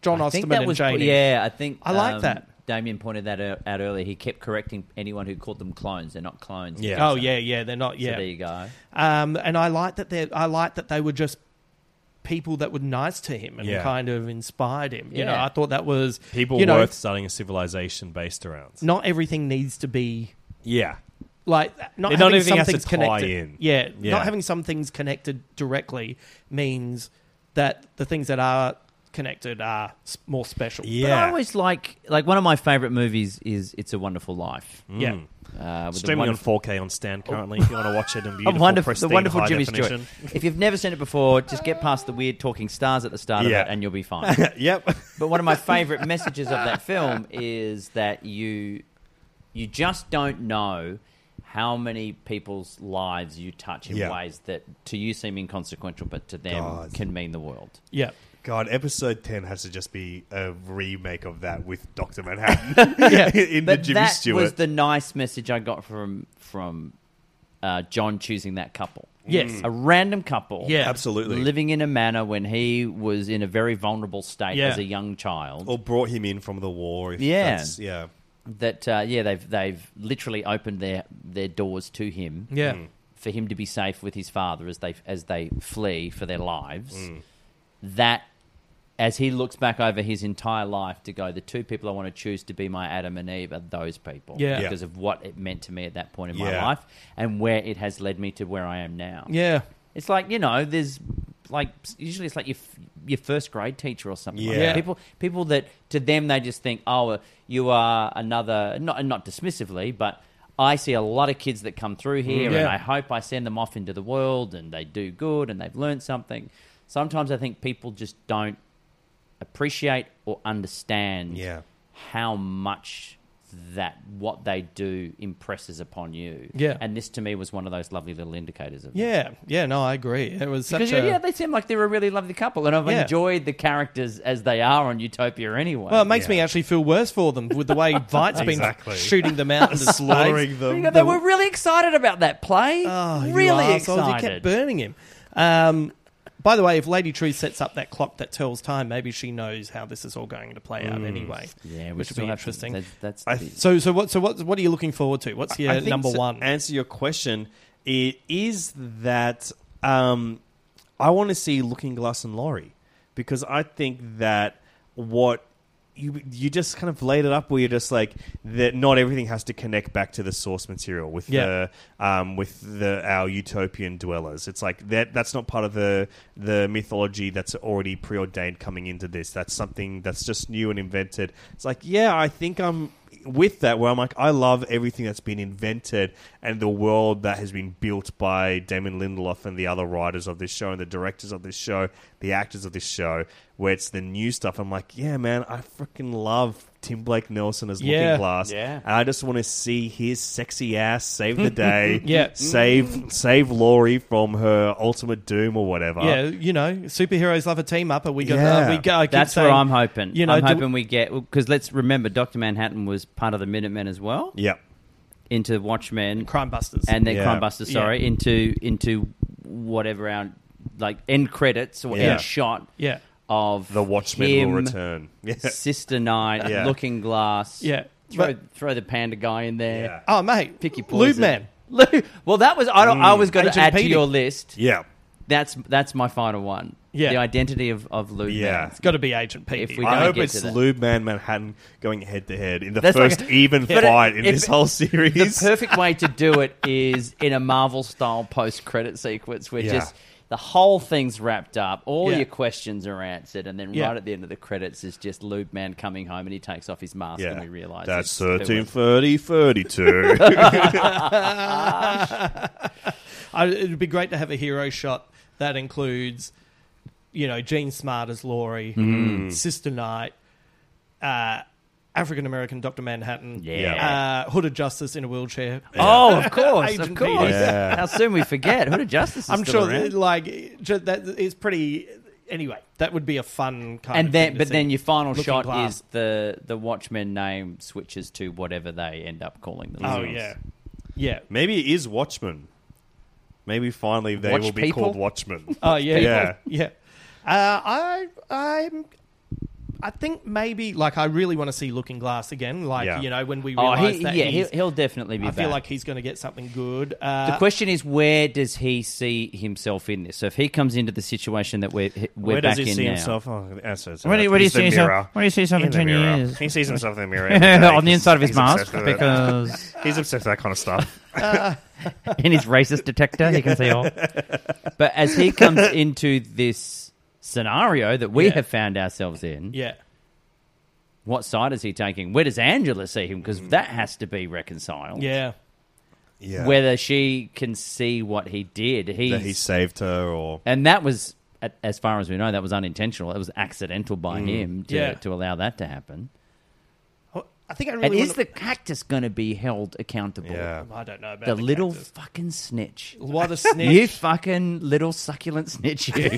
Speaker 1: John
Speaker 2: I
Speaker 1: Osterman
Speaker 2: think that
Speaker 1: and
Speaker 2: was
Speaker 1: Janie.
Speaker 2: yeah. I think um,
Speaker 1: I like that.
Speaker 2: Damien pointed that out, out earlier. He kept correcting anyone who called them clones. They're not clones.
Speaker 4: Yeah.
Speaker 1: Oh yeah, yeah. They're not.
Speaker 2: So
Speaker 1: Yeah.
Speaker 2: there you go.
Speaker 1: um, and I like that they I like that they were just people that were nice to him and
Speaker 4: Yeah.
Speaker 1: kind of inspired him. You know,
Speaker 2: Yeah.
Speaker 1: I thought that was
Speaker 4: People
Speaker 1: You know,
Speaker 4: worth starting a civilization based around.
Speaker 2: Mm.
Speaker 1: not everything needs to be
Speaker 4: Yeah.
Speaker 1: like not
Speaker 4: Not
Speaker 1: having
Speaker 4: everything
Speaker 1: some
Speaker 4: has to
Speaker 1: things
Speaker 4: tie
Speaker 1: connected.
Speaker 4: in.
Speaker 1: Yeah,
Speaker 4: Yeah.
Speaker 1: not having some things connected directly means that the things that are connected are s- more special.
Speaker 2: But I
Speaker 4: Yeah.
Speaker 2: always like like one of my favorite movies is It's a Wonderful Life.
Speaker 1: Yeah.
Speaker 4: Mm.
Speaker 2: Uh, with
Speaker 4: Streaming
Speaker 2: the
Speaker 4: on
Speaker 2: wonderful,
Speaker 4: 4K on Stan currently. if you want to watch
Speaker 2: *laughs*
Speaker 4: it in beautiful,
Speaker 2: wonderful, the
Speaker 4: pristine,
Speaker 2: wonderful
Speaker 4: high
Speaker 2: Jimmy
Speaker 4: definition.
Speaker 3: *laughs*
Speaker 2: Stewart. If you've never seen it before, just get past the weird talking stars at the start
Speaker 4: Yeah.
Speaker 2: of it, and you'll
Speaker 4: *laughs*
Speaker 2: be fine. *laughs*
Speaker 4: yep.
Speaker 2: But one of my favorite messages of that film is that you you just don't know how many people's lives you touch in
Speaker 5: Yeah.
Speaker 2: ways that to you seem inconsequential, but to them
Speaker 5: God.
Speaker 2: can mean the world.
Speaker 1: Yeah.
Speaker 5: God, episode 10 has to just be a remake of that with Dr.
Speaker 2: *laughs*
Speaker 5: Manhattan
Speaker 3: *laughs*
Speaker 5: yeah. in the
Speaker 2: but
Speaker 5: Jimmy
Speaker 2: that
Speaker 5: Stewart.
Speaker 2: was the nice message I got from from uh, John choosing that couple.
Speaker 1: Yes. Mm.
Speaker 2: a random couple.
Speaker 1: Yeah.
Speaker 5: Absolutely.
Speaker 2: living in a manner when he was in a very vulnerable state
Speaker 1: Yeah. Oh.
Speaker 2: as a young child.
Speaker 5: or brought him in from the war. If
Speaker 2: Yeah.
Speaker 5: That's, yeah.
Speaker 2: that uh, yeah, they've they've literally opened their their doors to him.
Speaker 1: Yeah.
Speaker 4: Mm.
Speaker 2: for him to be safe with his father as they as they flee for their lives. That as he looks back over his entire life to go, the two people I want to choose to be my Adam and Eve are those people.
Speaker 1: Yeah. Yeah.
Speaker 2: Because of what it meant to me at that point in my
Speaker 5: Yeah.
Speaker 2: life and where it has led me to where I am now.
Speaker 1: Yeah.
Speaker 2: It's like, you know, there's like usually it's like your f- your first grade teacher or something. Like
Speaker 5: Yeah.
Speaker 2: that. People people that to them they just think, "Oh, uh, you are another not not dismissively, but I see a lot of kids that come through here and
Speaker 1: Mm-hmm. Yeah.
Speaker 2: I hope I send them off into the world and they do good and they've learned something." Sometimes I think people just don't appreciate or understand
Speaker 5: Yeah.
Speaker 2: how much that what they do impresses upon you.
Speaker 1: Yeah.
Speaker 2: And this to me was one of those lovely little indicators of that.
Speaker 1: Yeah. Yeah. No, I agree. It was such
Speaker 2: Because
Speaker 1: a.
Speaker 2: yeah, they seem like they're a really lovely couple, and I've
Speaker 1: Yeah.
Speaker 2: enjoyed the characters as they are on Utopia anyway.
Speaker 1: well, it makes me
Speaker 5: Yeah.
Speaker 1: actually feel worse for them with
Speaker 4: *laughs*
Speaker 1: the way Vite's been
Speaker 5: Exactly.
Speaker 1: shooting them out into space.
Speaker 5: Slaughtering
Speaker 2: You
Speaker 5: them.
Speaker 2: know, they were really excited about that play.
Speaker 1: Oh, you
Speaker 2: really
Speaker 1: assholes,
Speaker 2: excited.
Speaker 1: You kept burning him. Um, by the way, if Lady True sets up that clock that tells time, maybe she knows how this is all going to play out anyway.
Speaker 2: Mm. yeah,
Speaker 1: which would be interesting.
Speaker 2: that's
Speaker 5: I
Speaker 2: the-
Speaker 5: th-
Speaker 1: so, so what? So what? What are you looking forward to? What's your
Speaker 3: I think
Speaker 1: number
Speaker 3: to
Speaker 1: one?
Speaker 3: Answer your question. It is that um, I want to see Looking Glass and Laurie because I think that what you you just kind of laid it up where you're just like that. Not everything has to connect back to the source material with
Speaker 1: Yeah.
Speaker 3: the um, with the our utopian dwellers. It's like that that's not part of the the mythology that's already preordained coming into this. That's something that's just new and invented. It's like yeah, I think I'm with that where I'm like, I love everything that's been invented and the world that has been built by Damon Lindelof and the other writers of this show and the directors of this show, the actors of this show, where it's the new stuff. I'm like, yeah, man, I freaking love Tim Blake Nelson as
Speaker 1: Yeah.
Speaker 3: Looking Glass.
Speaker 2: Yeah.
Speaker 3: And I just want to see his sexy ass
Speaker 1: *laughs*
Speaker 3: save the day.
Speaker 1: Yeah.
Speaker 3: Save save Laurie from her ultimate doom or whatever.
Speaker 1: yeah, you know, superheroes love a team up. Are we going?
Speaker 3: Yeah.
Speaker 1: to we go. I keep
Speaker 2: that's
Speaker 1: saying,
Speaker 2: what I'm hoping.
Speaker 1: You know,
Speaker 2: I'm
Speaker 1: do-
Speaker 2: hoping we get because let's remember, Doctor Manhattan was part of the Minutemen as well
Speaker 3: Yep.
Speaker 2: into Watchmen,
Speaker 1: Crime Busters.
Speaker 2: and then
Speaker 3: Yeah.
Speaker 2: Crime Buster, sorry, into into whatever our like end credits or
Speaker 3: Yeah.
Speaker 2: end shot
Speaker 1: yeah,
Speaker 2: of
Speaker 3: The Watchmen
Speaker 2: him,
Speaker 1: *laughs*
Speaker 3: will return. *laughs* Yeah.
Speaker 2: Sister Night,
Speaker 3: Yeah.
Speaker 2: Looking Glass,
Speaker 1: Yeah.
Speaker 2: Throw
Speaker 1: But-
Speaker 2: throw the panda guy in there.
Speaker 1: oh mate,
Speaker 2: Pick your
Speaker 1: Lube
Speaker 2: poison.
Speaker 1: Man. *laughs* Mm.
Speaker 2: Lube- well, that was I, don't, I was going to
Speaker 1: Agent
Speaker 2: add to
Speaker 1: Petey.
Speaker 2: your list.
Speaker 3: Yeah.
Speaker 2: That's that's my final one.
Speaker 1: Yeah.
Speaker 2: the identity of of Lou.
Speaker 3: Yeah.
Speaker 1: It's got to be Agent P.
Speaker 2: If we
Speaker 3: I
Speaker 2: don't
Speaker 3: hope
Speaker 2: get
Speaker 3: it's
Speaker 2: to that.
Speaker 3: Lube Man Manhattan going head to head in the
Speaker 2: That's
Speaker 3: first
Speaker 2: like-
Speaker 3: even
Speaker 2: But it-
Speaker 3: fight in
Speaker 2: if-
Speaker 3: this whole series.
Speaker 2: The perfect way to do it is in a Marvel style post credit sequence where
Speaker 3: Yeah.
Speaker 2: just the whole thing's wrapped up, all
Speaker 1: Yeah.
Speaker 2: your questions are answered, and then
Speaker 1: Yeah.
Speaker 2: right at the end of the credits is just Lube Man coming home and he takes off his mask and we realize
Speaker 3: that's
Speaker 2: it's Phil.
Speaker 3: thirteen thirty thirty two.
Speaker 2: *laughs*
Speaker 1: I, it'd be great to have a hero shot that includes, you know, Gene Smart as Laurie,
Speaker 2: Mm.
Speaker 1: Sister Knight, uh, African American Doctor Manhattan,
Speaker 2: Yeah.
Speaker 1: uh, Hood of Justice in a wheelchair.
Speaker 2: *laughs* Oh, of course, of
Speaker 1: Agent
Speaker 2: course.
Speaker 1: Peters.
Speaker 3: Yeah.
Speaker 2: How soon we forget? Hood of Justice is
Speaker 1: I'm
Speaker 2: still
Speaker 1: sure,
Speaker 2: around.
Speaker 1: like, ju- that is pretty. Anyway, that would be a fun kind of thing
Speaker 2: and then
Speaker 1: to
Speaker 2: but
Speaker 1: see.
Speaker 2: then your final
Speaker 1: Looking
Speaker 2: shot
Speaker 1: glass.
Speaker 2: is the the Watchmen name switches to whatever they end up calling them.
Speaker 1: Oh yeah, yeah.
Speaker 3: Maybe it is Watchmen. Maybe finally they
Speaker 2: Watch
Speaker 3: will be
Speaker 2: people?
Speaker 3: called Watchmen.
Speaker 1: Oh yeah,
Speaker 3: Yeah.
Speaker 1: *laughs* yeah. Uh, I I'm I think maybe like I really want to see Looking Glass again. Like
Speaker 3: Yeah.
Speaker 1: you know when we
Speaker 2: Oh,
Speaker 1: realize
Speaker 2: he,
Speaker 1: that
Speaker 2: yeah, he'll,
Speaker 1: he's,
Speaker 2: he'll definitely be
Speaker 1: I
Speaker 2: back.
Speaker 1: feel like he's going to get something good. Uh,
Speaker 2: The question is, where does he see himself in this? So if he comes into the situation that we're we're
Speaker 3: Where
Speaker 2: back
Speaker 3: does he
Speaker 2: in
Speaker 3: see
Speaker 2: now,
Speaker 3: himself? Oh, that's, that's,
Speaker 6: Where do you- where do you
Speaker 3: he's the
Speaker 6: see yourself-
Speaker 3: mirror.
Speaker 6: where do you see yourself in
Speaker 3: He's the
Speaker 6: 10
Speaker 3: mirror.
Speaker 6: years?
Speaker 3: He sees himself in the mirror. every
Speaker 6: *laughs*
Speaker 3: day
Speaker 6: on the
Speaker 3: 'cause
Speaker 6: inside of his
Speaker 3: he's
Speaker 6: mask
Speaker 3: obsessed with it.
Speaker 6: because
Speaker 1: *laughs*
Speaker 3: He's obsessed with that kind of stuff.
Speaker 6: in his racist detector he can see
Speaker 1: *laughs*
Speaker 6: all.
Speaker 2: but as he comes into this scenario that we have found ourselves in,
Speaker 1: yeah,
Speaker 2: what side is he taking? Where does Angela see him? Because that has to be reconciled.
Speaker 1: Mm. yeah,
Speaker 3: *laughs* yeah.
Speaker 2: Whether she can see what he did,
Speaker 3: that
Speaker 2: he's,
Speaker 3: he saved her or
Speaker 2: and that was. a- As far as we
Speaker 3: Mm.
Speaker 2: know, that was unintentional. It was accidental by him to,
Speaker 1: Yeah.
Speaker 2: to allow that to happen.
Speaker 1: Oh, I think I
Speaker 2: and
Speaker 1: really
Speaker 2: is
Speaker 1: want
Speaker 2: the cactus going to be held accountable?
Speaker 3: Yeah.
Speaker 1: Oh, I don't know about
Speaker 2: The, little
Speaker 1: cactus.
Speaker 2: fucking snitch.
Speaker 1: What a
Speaker 2: You
Speaker 1: snitch!
Speaker 2: fucking little
Speaker 1: *laughs*
Speaker 2: succulent snitch, you.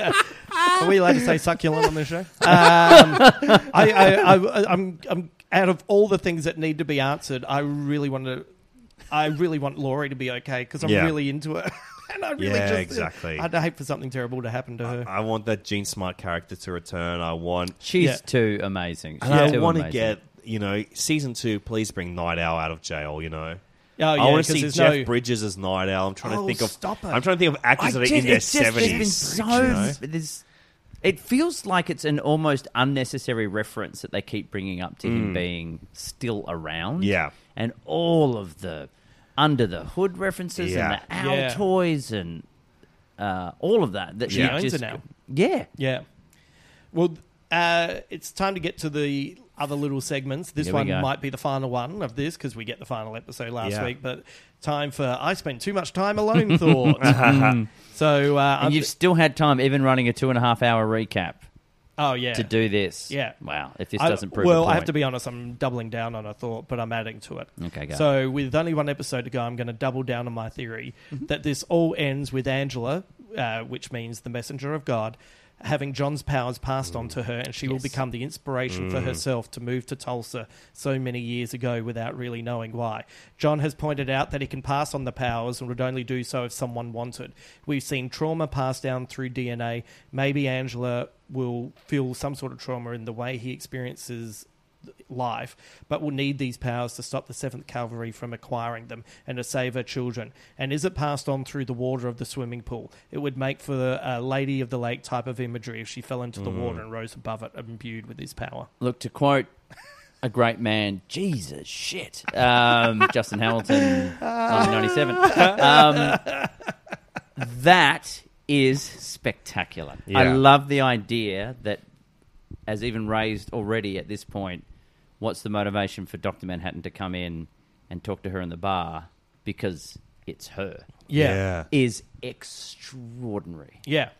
Speaker 1: Are we allowed to say succulent on the
Speaker 2: *laughs*
Speaker 1: show? Um, I, I, I, I'm, I'm out of all the things that need to be answered. I really want to. I really want Laurie to be okay because I'm
Speaker 3: Yeah.
Speaker 1: really into it, *laughs* and I really
Speaker 3: Yeah,
Speaker 1: just
Speaker 3: exactly.
Speaker 1: I'd hate for something terrible to happen to her.
Speaker 3: I want that Gene Smart character to return. I want
Speaker 2: She's
Speaker 1: Yeah.
Speaker 2: too amazing.
Speaker 3: And
Speaker 2: She's
Speaker 3: I
Speaker 2: too
Speaker 3: want to
Speaker 2: amazing.
Speaker 3: get, you know, season two, please bring Night Owl out of jail, you know.
Speaker 1: Oh, yeah,
Speaker 3: I want
Speaker 1: 'cause
Speaker 3: to see
Speaker 1: there's
Speaker 3: Jeff
Speaker 1: no-
Speaker 3: Bridges as Night Owl. I'm trying
Speaker 1: Oh,
Speaker 3: to think of.
Speaker 1: stop it.
Speaker 3: I'm trying to think of actors that are in their
Speaker 2: it's just- there's been
Speaker 3: seventies.
Speaker 2: so- there's- it feels like it's an almost unnecessary reference that they keep bringing up to him being still around.
Speaker 3: Mm. Yeah.
Speaker 2: and all of the under the hood references
Speaker 3: Yeah.
Speaker 2: and the owl
Speaker 1: Yeah.
Speaker 2: toys and uh, all of that. That
Speaker 1: She
Speaker 2: you
Speaker 1: owns
Speaker 2: just,
Speaker 1: it now.
Speaker 2: Yeah,
Speaker 1: Yeah. Well, uh, it's time to get to the other little segments. This
Speaker 2: Here we
Speaker 1: one
Speaker 2: go.
Speaker 1: might be the final one of this because we get the final episode last
Speaker 3: Yeah.
Speaker 1: week. But time for I spent too much time alone
Speaker 2: *laughs*
Speaker 1: thoughts. so, uh,
Speaker 2: and
Speaker 1: I'm-
Speaker 2: you've still had time, even running a two and a half hour recap,
Speaker 1: oh yeah,
Speaker 2: to do this.
Speaker 1: Yeah.
Speaker 2: wow. If this
Speaker 1: I-
Speaker 2: doesn't prove,
Speaker 1: well,
Speaker 2: a
Speaker 1: I have
Speaker 2: point.
Speaker 1: to be honest. I'm doubling down on a thought, but I'm adding to it.
Speaker 2: Okay, go.
Speaker 1: So with only one episode to go, I'm going to double down on my theory
Speaker 2: Mm-hmm.
Speaker 1: that this all ends with Angela, uh, which means the messenger of God, having John's powers passed on to her, and she will become the inspiration
Speaker 2: Mm.
Speaker 1: for herself to move to Tulsa so many years ago without really knowing why. John has pointed out that he can pass on the powers and would only do so if someone wanted. We've seen trauma passed down through DNA. Maybe Angela will feel some sort of trauma in the way he experiences life, but will need these powers to stop the Seventh Cavalry from acquiring them and to save her children. And is it passed on through the water of the swimming pool? It would make for the uh, Lady of the Lake type of imagery if she fell into the
Speaker 2: Mm.
Speaker 1: water and rose above it, imbued with his power.
Speaker 2: look to quote a great man jesus shit um, justin hamilton 1997 um, that is spectacular i
Speaker 3: Yeah.
Speaker 2: love the idea that as even raised already at this point what's the motivation for dr manhattan to come in and talk to her in the bar because it's her
Speaker 1: Yeah.
Speaker 2: is extraordinary
Speaker 1: Yeah.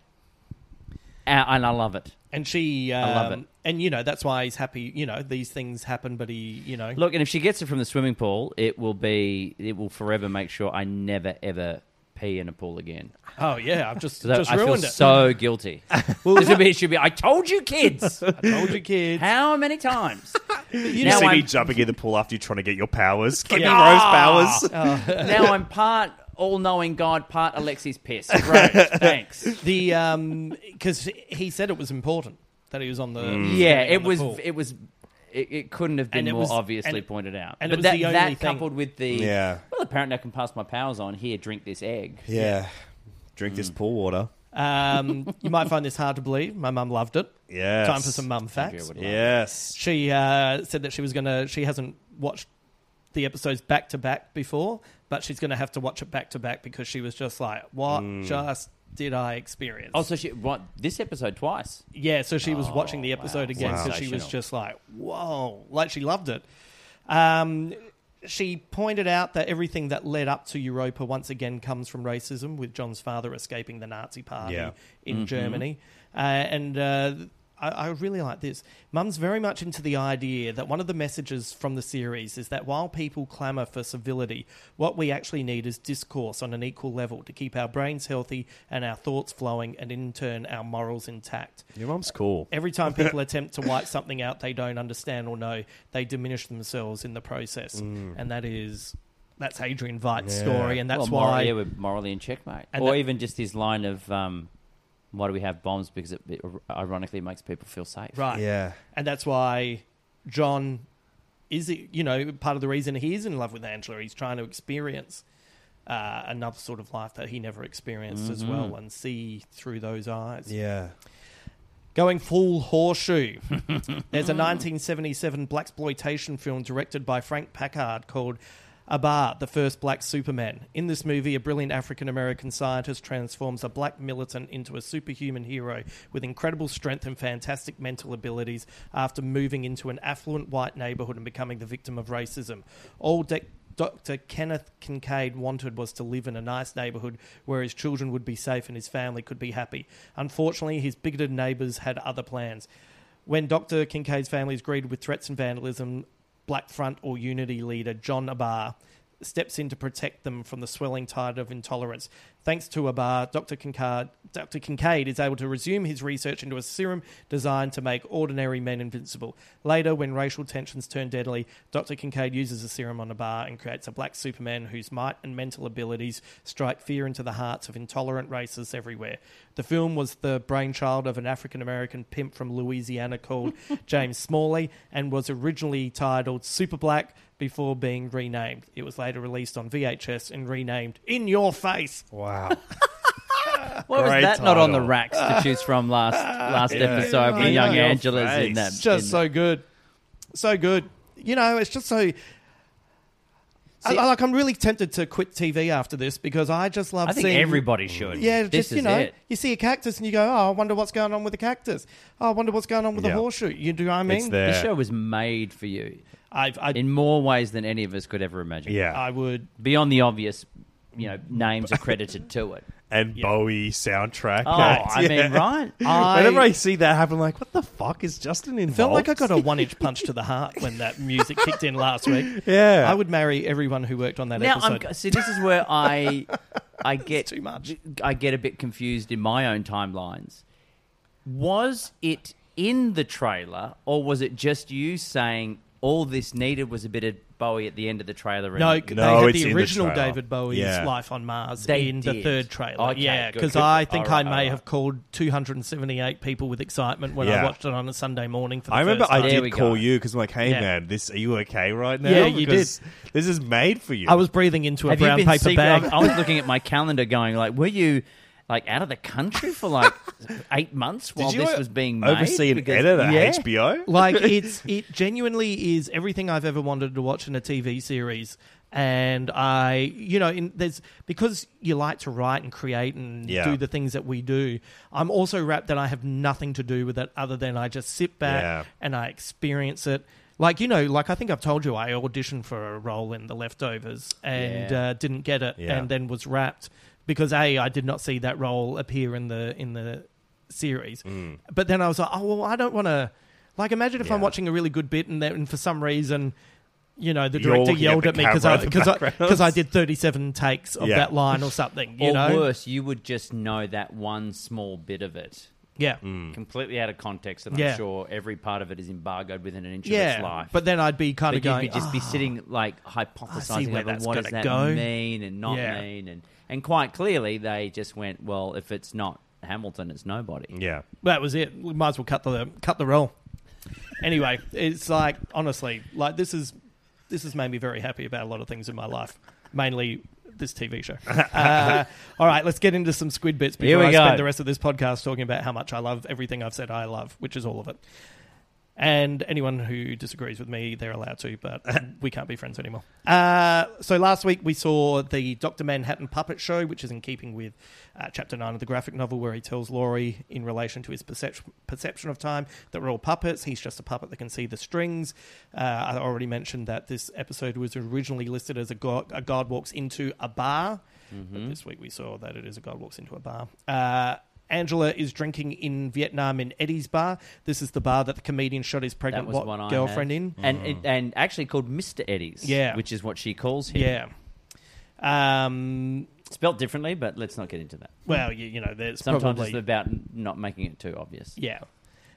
Speaker 2: Uh, and i love it
Speaker 1: And she, um,
Speaker 2: I love it.
Speaker 1: And you know that's why he's happy. You know these things happen, but he, you know,
Speaker 2: Look, and if she gets it from the swimming pool, it will be it will forever make sure I never ever pee in a pool again.
Speaker 1: oh yeah, I've just
Speaker 2: So
Speaker 1: just
Speaker 2: I feel
Speaker 1: ruined it.
Speaker 2: so guilty. well, this should be, it should be. I told you, kids.
Speaker 1: I told you, kids.
Speaker 2: How many times?
Speaker 3: You
Speaker 2: now
Speaker 3: see me
Speaker 2: I'm-
Speaker 3: jumping in the pool after you're trying to get your powers. Give
Speaker 1: Yeah.
Speaker 3: me Rose powers.
Speaker 2: now I'm part all-knowing God, part Alexi's piss. Right? Thanks.
Speaker 1: The um, because he said it was important that he was on the
Speaker 2: Mm. Yeah,
Speaker 1: on
Speaker 2: it
Speaker 1: the
Speaker 2: was.
Speaker 1: pool.
Speaker 2: It was. It, it couldn't have been
Speaker 1: And it
Speaker 2: more
Speaker 1: was-
Speaker 2: obviously
Speaker 1: and-
Speaker 2: pointed out.
Speaker 1: and it
Speaker 2: but
Speaker 1: was
Speaker 2: that,
Speaker 1: the only
Speaker 2: that
Speaker 1: thing.
Speaker 2: coupled with the
Speaker 3: Yeah.
Speaker 2: Well, apparently I can pass my powers on here. Drink this egg.
Speaker 3: Yeah. Drink this pool water.
Speaker 1: Um, you might find this hard to believe. My mum loved it.
Speaker 3: Yes.
Speaker 1: Time for some mum
Speaker 2: I
Speaker 1: facts.
Speaker 2: would
Speaker 3: Yes.
Speaker 1: She uh, said that she was gonna. She hasn't watched the episodes back to back before, but she's gonna have to watch it back to back because she was just like, "What just did I experience?"
Speaker 2: Oh, so she what this episode twice?
Speaker 1: yeah, so she was watching the episode
Speaker 2: Oh, wow.
Speaker 1: again because she was
Speaker 2: Sensational.
Speaker 1: just like, "Whoa!" Like she loved it. Um, she pointed out that everything that led up to Europa once again comes from racism, with John's father escaping the Nazi party
Speaker 3: Yeah.
Speaker 1: in Germany. Uh, and uh, I, I really like this. Mum's very much into the idea that one of the messages from the series is that while people clamour for civility, what we actually need is discourse on an equal level to keep our brains healthy and our thoughts flowing, and in turn, our morals intact.
Speaker 3: Your mum's cool.
Speaker 1: Every
Speaker 3: *laughs*
Speaker 1: time people attempt to wipe something out they don't understand or know, they diminish themselves in the process.
Speaker 3: Mm.
Speaker 1: And that is that's Adrian Veidt's story and that's
Speaker 2: well, moral-
Speaker 1: why
Speaker 2: yeah, we're morally in check, mate.
Speaker 1: And
Speaker 2: or
Speaker 1: that-
Speaker 2: even just his line of, um, "Why do we have bombs? Because it, it ironically makes people feel safe."
Speaker 1: right.
Speaker 3: Yeah.
Speaker 1: And that's why John is it, you know, part of the reason he is in love with Angela, he's trying to experience uh, another sort of life that he never experienced as well and see through those eyes.
Speaker 3: Yeah.
Speaker 1: Going full horseshoe. There's a 1977 blaxploitation film directed by Frank Packard called Abar, the first black Superman. In this movie, a brilliant African American scientist transforms a black militant into a superhuman hero with incredible strength and fantastic mental abilities after moving into an affluent white neighborhood and becoming the victim of racism. All dec Dr. Kenneth Kincaid wanted was to live in a nice neighbourhood where his children would be safe and his family could be happy. Unfortunately, his bigoted neighbours had other plans. When Dr. Kincaid's family is greeted with threats and vandalism, Black Front or Unity leader John Abar steps in to protect them from the swelling tide of intolerance. Thanks to Abar, Dr. Kincaid, Dr. Kincaid is able to resume his research into a serum designed to make ordinary men invincible. Later, when racial tensions turn deadly, Dr. Kincaid uses the serum on Abar and creates a black Superman whose might and mental abilities strike fear into the hearts of intolerant racists everywhere. The film was the brainchild of an African American pimp from Louisiana
Speaker 2: *laughs*
Speaker 1: called James Smalley and was originally titled Super Black before being renamed. It was later released on VHS and renamed In Your Face.
Speaker 2: Oh,
Speaker 4: Wow.
Speaker 2: Why was
Speaker 4: Great
Speaker 2: that not on the
Speaker 4: title.
Speaker 2: racks to choose from *laughs* last last episode
Speaker 1: In
Speaker 2: when young
Speaker 1: your
Speaker 2: Angela's in that?
Speaker 1: It's just
Speaker 2: in-
Speaker 1: so good. So good. You know, it's just so. I, I- like I'm really tempted to quit TV after this because I just love
Speaker 2: I think
Speaker 1: seeing
Speaker 2: everybody should.
Speaker 1: Yeah,
Speaker 2: this
Speaker 1: just
Speaker 2: is
Speaker 1: you know,
Speaker 2: it.
Speaker 1: you see a cactus and you go, "Oh, I wonder what's going on with the cactus. Oh, I wonder what's going on with
Speaker 4: Yeah.
Speaker 1: the horseshoe." You do, know what I mean,
Speaker 4: It's
Speaker 2: This show
Speaker 4: there.
Speaker 2: was made for you
Speaker 1: I've, I,
Speaker 2: in more ways than any of us could ever imagine.
Speaker 4: Yeah.
Speaker 1: I would
Speaker 2: beyond the obvious, you know, names accredited to *laughs* it.
Speaker 4: and Bowie soundtrack.
Speaker 2: Oh,
Speaker 4: act.
Speaker 2: I mean, right?
Speaker 4: *laughs*
Speaker 1: I-
Speaker 4: Whenever I see that happen, like, what the fuck is Justin involved?
Speaker 1: Felt like I
Speaker 2: *laughs*
Speaker 1: got a one inch punch to the heart when that music kicked in last week.
Speaker 4: Yeah.
Speaker 1: I would marry everyone who worked on that
Speaker 2: now
Speaker 1: episode.
Speaker 2: I'm see. This is
Speaker 1: *laughs*
Speaker 2: where I I get
Speaker 1: too much.
Speaker 2: I get a bit confused in my own timelines. Was it in the trailer, or was it just you saying all this needed was a bit of Bowie at the end of the trailer? and-
Speaker 1: no,
Speaker 4: No,
Speaker 1: they had
Speaker 4: it's in
Speaker 1: the
Speaker 4: the
Speaker 1: original
Speaker 4: trailer.
Speaker 1: David Bowie's
Speaker 4: Yeah.
Speaker 1: Life on Mars
Speaker 2: They
Speaker 1: in the
Speaker 2: did.
Speaker 1: third trailer.
Speaker 2: Okay,
Speaker 1: yeah,
Speaker 2: good,
Speaker 1: because
Speaker 2: good,
Speaker 1: I
Speaker 2: good.
Speaker 1: think
Speaker 2: Alright,
Speaker 1: I may
Speaker 2: alright.
Speaker 1: have called 278 people with excitement when I
Speaker 4: Yeah.
Speaker 1: watched it on a Sunday morning for the
Speaker 4: I remember
Speaker 1: first
Speaker 4: I
Speaker 1: time.
Speaker 2: There we
Speaker 4: did call
Speaker 2: go.
Speaker 4: you because I'm like, hey
Speaker 1: Yeah.
Speaker 4: man, this are you okay right now?
Speaker 1: Yeah, you
Speaker 4: Because This is made for you.
Speaker 1: I was breathing into a
Speaker 2: Have you
Speaker 1: brown
Speaker 2: been
Speaker 1: paper
Speaker 2: secret-
Speaker 1: bag. *laughs*
Speaker 2: I was looking at my calendar, going like, were you? Like out of the country
Speaker 1: *laughs*
Speaker 2: for like eight months
Speaker 4: Did
Speaker 2: while
Speaker 4: you
Speaker 2: this
Speaker 1: uh,
Speaker 2: was being made.
Speaker 4: oversee an
Speaker 2: Because-
Speaker 4: edit at
Speaker 2: Yeah.
Speaker 4: HBO?
Speaker 1: *laughs* like it's it genuinely is everything I've ever wanted to watch in a TV series. And I, you know, in, there's because you like to write and create and
Speaker 4: Yeah.
Speaker 1: do the things that we do. I'm also wrapped that I have nothing to do with it other than I just sit back
Speaker 4: Yeah.
Speaker 1: and I experience it. Like you know, like I think I've told you, I auditioned for a role in The Leftovers and
Speaker 2: Yeah.
Speaker 1: uh, didn't get it,
Speaker 4: Yeah.
Speaker 1: and then was wrapped because a I did not see that role appear in the in the series. But then I was like, oh well, I don't want to. Like, imagine if I'm
Speaker 4: Hmm. Yeah.
Speaker 1: watching a really good bit and then for some reason, you know, the
Speaker 4: You're
Speaker 1: director
Speaker 4: looking at
Speaker 1: yelled
Speaker 4: the
Speaker 1: at me because I
Speaker 4: camera in the
Speaker 1: because I,
Speaker 4: background.
Speaker 1: 'cause I did 37 takes of
Speaker 4: Yeah.
Speaker 1: that line or something. You
Speaker 2: or
Speaker 1: know,
Speaker 2: worse, you would just know that one small bit of it.
Speaker 1: yeah,
Speaker 4: Hmm.
Speaker 2: completely out of context, and
Speaker 1: Mm. Yeah.
Speaker 2: I'm sure every part of it is embargoed within an inch of
Speaker 1: yeah.
Speaker 2: its life.
Speaker 1: But then I'd be kind
Speaker 2: But
Speaker 1: of going, "Ah,
Speaker 2: you could just be sitting like hypothesizing
Speaker 1: where
Speaker 2: over
Speaker 1: that's
Speaker 2: what does
Speaker 1: gonna
Speaker 2: that
Speaker 1: go.
Speaker 2: mean and not
Speaker 1: Yeah.
Speaker 2: mean, and and quite clearly they just went, well, if it's not Hamilton, it's nobody.
Speaker 4: yeah.
Speaker 1: That was it. We might as well cut the cut the roll. anyway, it's like honestly, like this is this has made me very happy about a lot of things in my life, mainly this TV
Speaker 2: *laughs*
Speaker 1: show. Uh, all right, let's get into some squid bits
Speaker 2: Here
Speaker 1: before
Speaker 2: we
Speaker 1: I
Speaker 2: go.
Speaker 1: spend the rest of this podcast talking about how much I love everything I've said I love, which is all of it. And anyone who disagrees with me, they're allowed to, but we can't be friends anymore. Uh, so last week we saw the Dr. Manhattan puppet show, which is in keeping with uh, chapter 9 of the graphic novel, where he tells Laurie in relation to his perception, perception of time that we're all puppets. He's just a puppet that can see the strings. Uh, I already mentioned that this episode was originally listed as a god, a god walks into a bar. But this week we saw that it is a god walks into a bar. Uh, Angela is drinking in Vietnam in Eddie's bar. This is the bar that the comedian shot his
Speaker 2: That
Speaker 1: pregnant
Speaker 2: was
Speaker 1: wa-
Speaker 2: one I
Speaker 1: girlfriend
Speaker 2: had. Mm.
Speaker 1: in. Mm-hmm.
Speaker 2: and it, and actually called Mister Eddie's,
Speaker 1: Yeah.
Speaker 2: which is what she calls him.
Speaker 1: Yeah. Um,
Speaker 2: spelt differently, but let's not get into that.
Speaker 1: well, you, you know, there's
Speaker 2: Sometimes
Speaker 1: probably
Speaker 2: it's about not making it too obvious.
Speaker 1: yeah.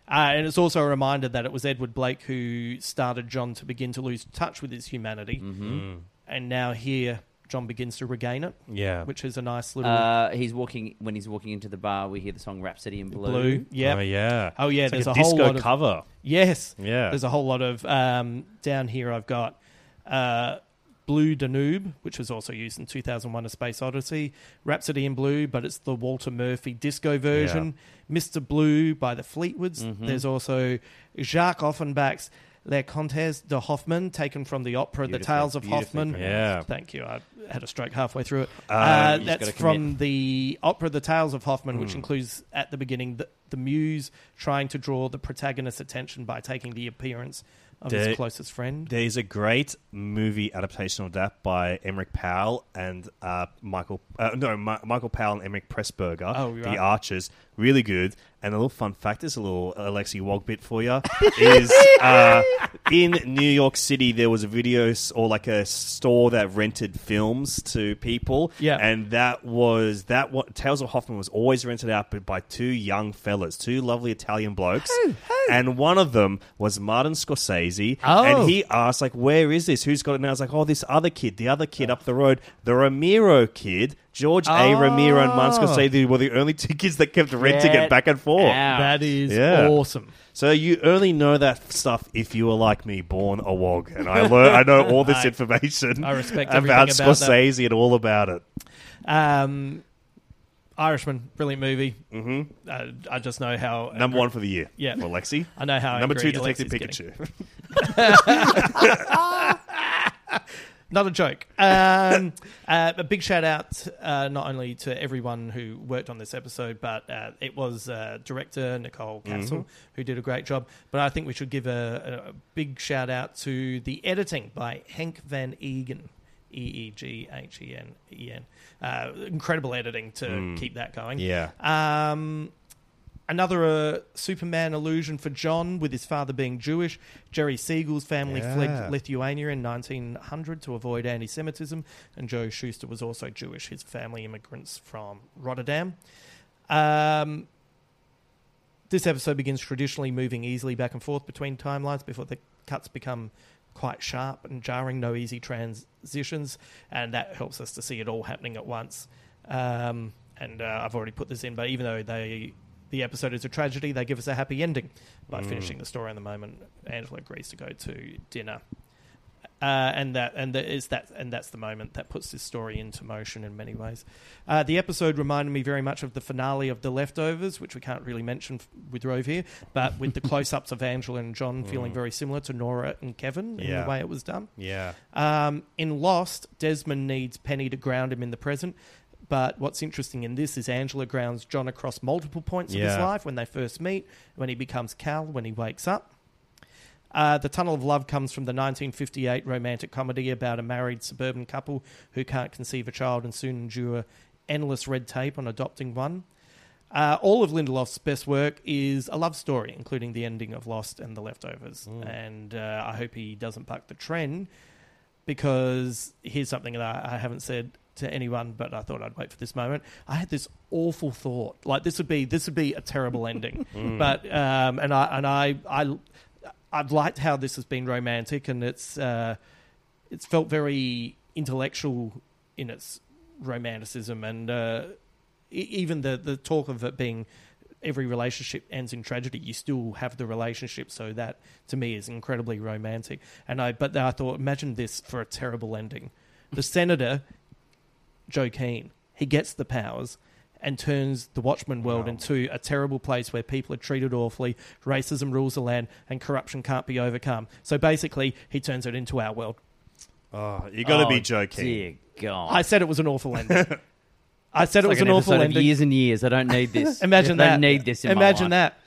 Speaker 1: Uh, and it's also a reminder that it was Edward Blake who started John to begin to lose touch with his humanity,
Speaker 2: Mm-hmm.
Speaker 4: Mm.
Speaker 1: and now here John begins to regain it,
Speaker 4: Yeah.
Speaker 1: which is a nice little
Speaker 2: Uh, he's walking when he's walking into the bar. We hear the song "Rhapsody in Blue."
Speaker 1: blue. Yeah.
Speaker 4: Oh yeah.
Speaker 1: Oh, yeah,
Speaker 4: It's like
Speaker 1: there's
Speaker 4: a,
Speaker 1: a whole
Speaker 4: disco
Speaker 1: lot of-
Speaker 4: cover.
Speaker 1: Yes.
Speaker 4: Yeah.
Speaker 1: There's a whole lot of um, down here. I've got uh, Blue Danube, which was also used in 2001: A Space Odyssey, Rhapsody in Blue, but it's the Walter Murphy disco version. Mr. Blue by the Fleetwoods.
Speaker 2: Mm-hmm.
Speaker 1: There's also Jacques Offenbach's Les Contes de Hoffmann, taken from the opera The
Speaker 2: Beautifully-
Speaker 1: Tales of
Speaker 2: beautifully
Speaker 1: Hoffmann.
Speaker 4: pronounced. Yeah.
Speaker 1: Thank you. I had a stroke halfway through it. Uh,
Speaker 2: you just
Speaker 1: that's
Speaker 2: gotta
Speaker 1: from the opera The Tales of Hoffmann, which includes at the beginning the, the muse trying to draw the protagonist's attention by taking the appearance of
Speaker 4: They-
Speaker 1: his closest friend.
Speaker 4: There's a great movie adaptation of that by Emmerich Powell and uh, Michael. Uh, no, Mi- Michael Powell and Emmerich Pressburger,
Speaker 1: Oh, right.
Speaker 4: the Archers.
Speaker 3: really good. And a little fun fact is a little Alexi Wog bit for
Speaker 1: *laughs*
Speaker 3: you is uh, in New York City there was a video s- or like a store that rented films to people.
Speaker 1: Yeah.
Speaker 3: and that was that. What Tales of Hoffman was always rented out, but by two young fellas, two lovely Italian blokes, and one of them was Martin Scorsese.
Speaker 2: Oh.
Speaker 3: and he asked like, "Where is this? Who's got it now?" It's like, "Oh, this other kid, the other kid up the road, the Ramiro kid." George A. Ramiro and Martin Scorsese were the only *laughs* two kids that kept renting
Speaker 2: Get
Speaker 3: it back and forth.
Speaker 2: out.
Speaker 1: That is
Speaker 3: Yeah.
Speaker 1: awesome.
Speaker 3: So you only know that stuff if you were like me, born a wog, and I learn I know all this information.
Speaker 1: I respect everything
Speaker 3: about
Speaker 1: about that.
Speaker 3: Scorsese and all about it.
Speaker 1: Um, Irishman, brilliant movie. Mm-hmm. Uh, I just know how
Speaker 3: Number one for the year.
Speaker 1: Yeah.
Speaker 3: for Lexi.
Speaker 1: I know how
Speaker 3: Number two,
Speaker 1: angry
Speaker 3: Detective
Speaker 1: Alexi's
Speaker 3: Pikachu.
Speaker 1: Not a joke. Um, uh, a big shout out uh, not only to everyone who worked on this episode, but uh, it was uh, director Nicole Castle who did a great job. But I think we should give a, a big shout out to the editing by Hank Van Egan. E E G H E N E N. Uh, Incredible editing to keep that going.
Speaker 3: yeah,
Speaker 1: Um, another uh, Superman illusion for John, with his father being Jewish. Jerry Siegel's family
Speaker 3: Yeah.
Speaker 1: fled Lithuania in 1900 to avoid anti Semitism, and Joe Schuster was also Jewish, his family immigrants from Rotterdam. Um, this episode begins traditionally moving easily back and forth between timelines before the cuts become quite sharp and jarring, no easy transitions, and that helps us to see it all happening at once. Um, and uh, I've already put this in, but even though they the episode is a tragedy, they give us a happy ending by finishing the story in the moment. Angela agrees to go to dinner. Uh, and that and that is that and that's the moment that puts this story into motion in many ways. Uh, the episode reminded me very much of the finale of The Leftovers, which we can't really mention f- with Rove here, but with the close-ups of Angela and John feeling very similar to Nora and Kevin in
Speaker 3: Yeah.
Speaker 1: the way it was done.
Speaker 3: yeah.
Speaker 1: Um, in Lost, Desmond needs Penny to ground him in the present. But what's interesting in this is Angela grounds John across multiple points of his
Speaker 3: Yeah.
Speaker 1: life when they first meet, when he becomes Cal, when he wakes up. Uh, the Tunnel of Love comes from the 1958 romantic comedy about a married suburban couple who can't conceive a child and soon endure endless red tape on adopting one. Uh, all of Lindelof's best work is a love story, including the ending of Lost and The Leftovers. And uh, I hope he doesn't buck the trend because here's something that I I haven't said to anyone, but I thought I'd wait for this moment. I had this awful thought, like this would be this would be a terrible ending, but um, and I and I I I've liked how this has been romantic and it's uh, it's felt very intellectual in its romanticism and uh, e- even the the talk of it being every relationship ends in tragedy you still have the relationship so that to me is incredibly romantic and i but i thought imagine this for a terrible ending the senator joe keane he gets the powers and turns the Watchmen world into a terrible place where people are treated awfully, racism rules the land, and corruption can't be overcome. So basically, he turns it into our world.
Speaker 3: Oh, you got to
Speaker 2: Oh,
Speaker 3: be joking.
Speaker 2: Dear God.
Speaker 1: I said it was an awful
Speaker 2: *laughs*
Speaker 1: ending. I said it was
Speaker 2: It's like
Speaker 1: an,
Speaker 2: an
Speaker 1: awful
Speaker 2: episode
Speaker 1: ending.
Speaker 2: Of years and years. I don't need
Speaker 1: *laughs*
Speaker 2: this.
Speaker 1: Imagine
Speaker 2: I
Speaker 1: that.
Speaker 2: don't need this. In
Speaker 1: Imagine
Speaker 2: my life.
Speaker 1: that.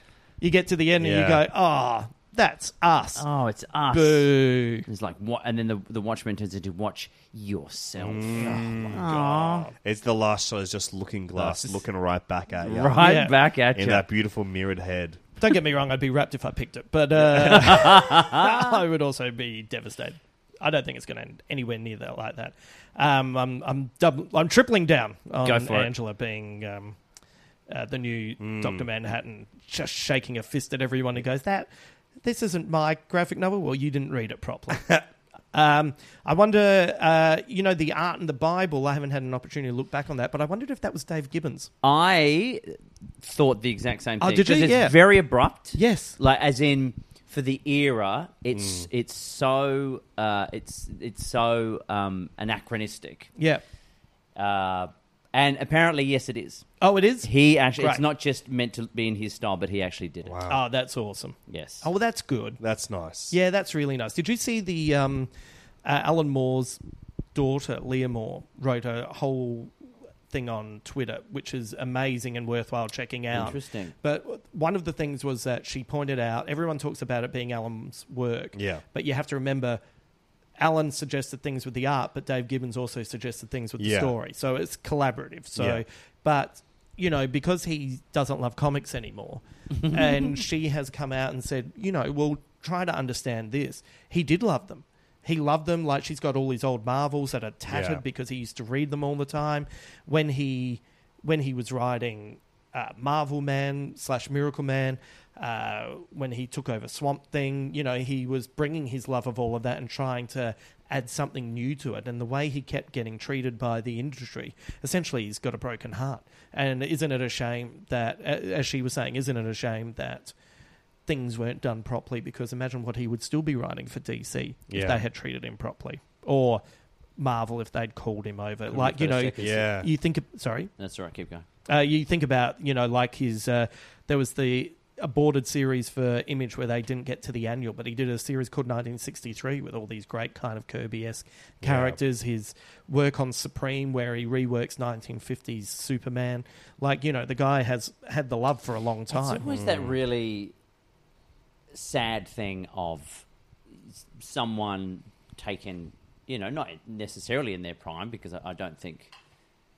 Speaker 1: You get to the end and
Speaker 3: Yeah.
Speaker 1: you go, ah, that's us.
Speaker 2: Oh, it's us.
Speaker 1: Boo.
Speaker 2: It's like what, and then the the Watchman turns into watch yourself.
Speaker 3: Mm.
Speaker 2: Oh,
Speaker 3: It's the last shot. Is just looking glass, looking right back at you,
Speaker 2: Right
Speaker 1: Oh. Yeah.
Speaker 2: back at
Speaker 3: in
Speaker 2: you.
Speaker 3: that beautiful mirrored head.
Speaker 1: Don't get me wrong, I'd be wrapped if I picked it, but uh, *laughs* I would also be devastated. I don't think it's going to end anywhere near that like that. Um, I'm I'm doubl- I'm tripling down on
Speaker 2: Go for it. Mm.
Speaker 1: Angela being um, uh, the new Doctor Manhattan, just shaking a fist at everyone who goes that this isn't my graphic novel. Well, you didn't read it
Speaker 2: *laughs*
Speaker 1: properly. Um, I wonder, uh, you know, the art and the Bible. I haven't had an opportunity to look back on that, but I wondered if that was Dave Gibbons.
Speaker 2: Uh, I thought the exact same
Speaker 1: Oh,
Speaker 2: thing.
Speaker 1: did you?
Speaker 2: 'cause It's
Speaker 1: Yeah.
Speaker 2: very abrupt.
Speaker 1: Yes.
Speaker 2: Like as in for the era,
Speaker 3: Mm.
Speaker 2: it's it's so uh, it's it's so um, anachronistic.
Speaker 1: Yeah.
Speaker 2: Uh, and apparently, yes, it is.
Speaker 1: Oh, it is.
Speaker 2: He actually,
Speaker 1: Great.
Speaker 2: it's not just meant to be in his style, but he actually did it.
Speaker 1: Oh, that's awesome.
Speaker 2: Yes.
Speaker 1: Oh, well, that's good.
Speaker 3: That's nice.
Speaker 1: Yeah, that's really nice. Did you see the um, uh, Alan Moore's daughter, Leah Moore, wrote a whole thing on Twitter, which is amazing and worthwhile checking out.
Speaker 2: Interesting.
Speaker 1: But one of the things was that she pointed out everyone talks about it being Alan's work.
Speaker 3: Yeah.
Speaker 1: But you have to remember. Alan suggested things with the art, but Dave Gibbons also suggested things with the
Speaker 3: Yeah.
Speaker 1: story. So it's collaborative. So,
Speaker 3: Yeah.
Speaker 1: but you know, because he doesn't love comics anymore, and she has come out and said, you know, well, try to understand this. He did love them. He loved them. Like she's got all his old Marvels that are tattered
Speaker 3: Yeah.
Speaker 1: because he used to read them all the time. When he when he was writing uh, Marvel Man slash Miracle Man, uh, when he took over Swamp Thing, you know, he was bringing his love of all of that and trying to add something new to it. And the way he kept getting treated by the industry, essentially, he's got a broken heart. And isn't it a shame that, a- as she was saying, isn't it a shame that things weren't done properly because imagine what he would still be writing for DC if
Speaker 3: Yeah.
Speaker 1: they had treated him properly or Marvel if they'd called him over.
Speaker 2: Could've
Speaker 1: like, you
Speaker 2: been a
Speaker 1: know,
Speaker 2: second.
Speaker 3: Yeah.
Speaker 1: you think, of- sorry,
Speaker 2: That's all right. Keep going.
Speaker 1: uh, you think about, you know, like his, uh, there was the aborted series for Image where they didn't get to the annual, but he did a series called 1963 with all these great kind of Kirby esque characters. His work on Supreme where he reworks 1950s Superman. Like, you know, the guy has had the love for a long time.
Speaker 2: It's always that really sad thing of s- someone taken, you know, not necessarily in their prime, because I, I don't think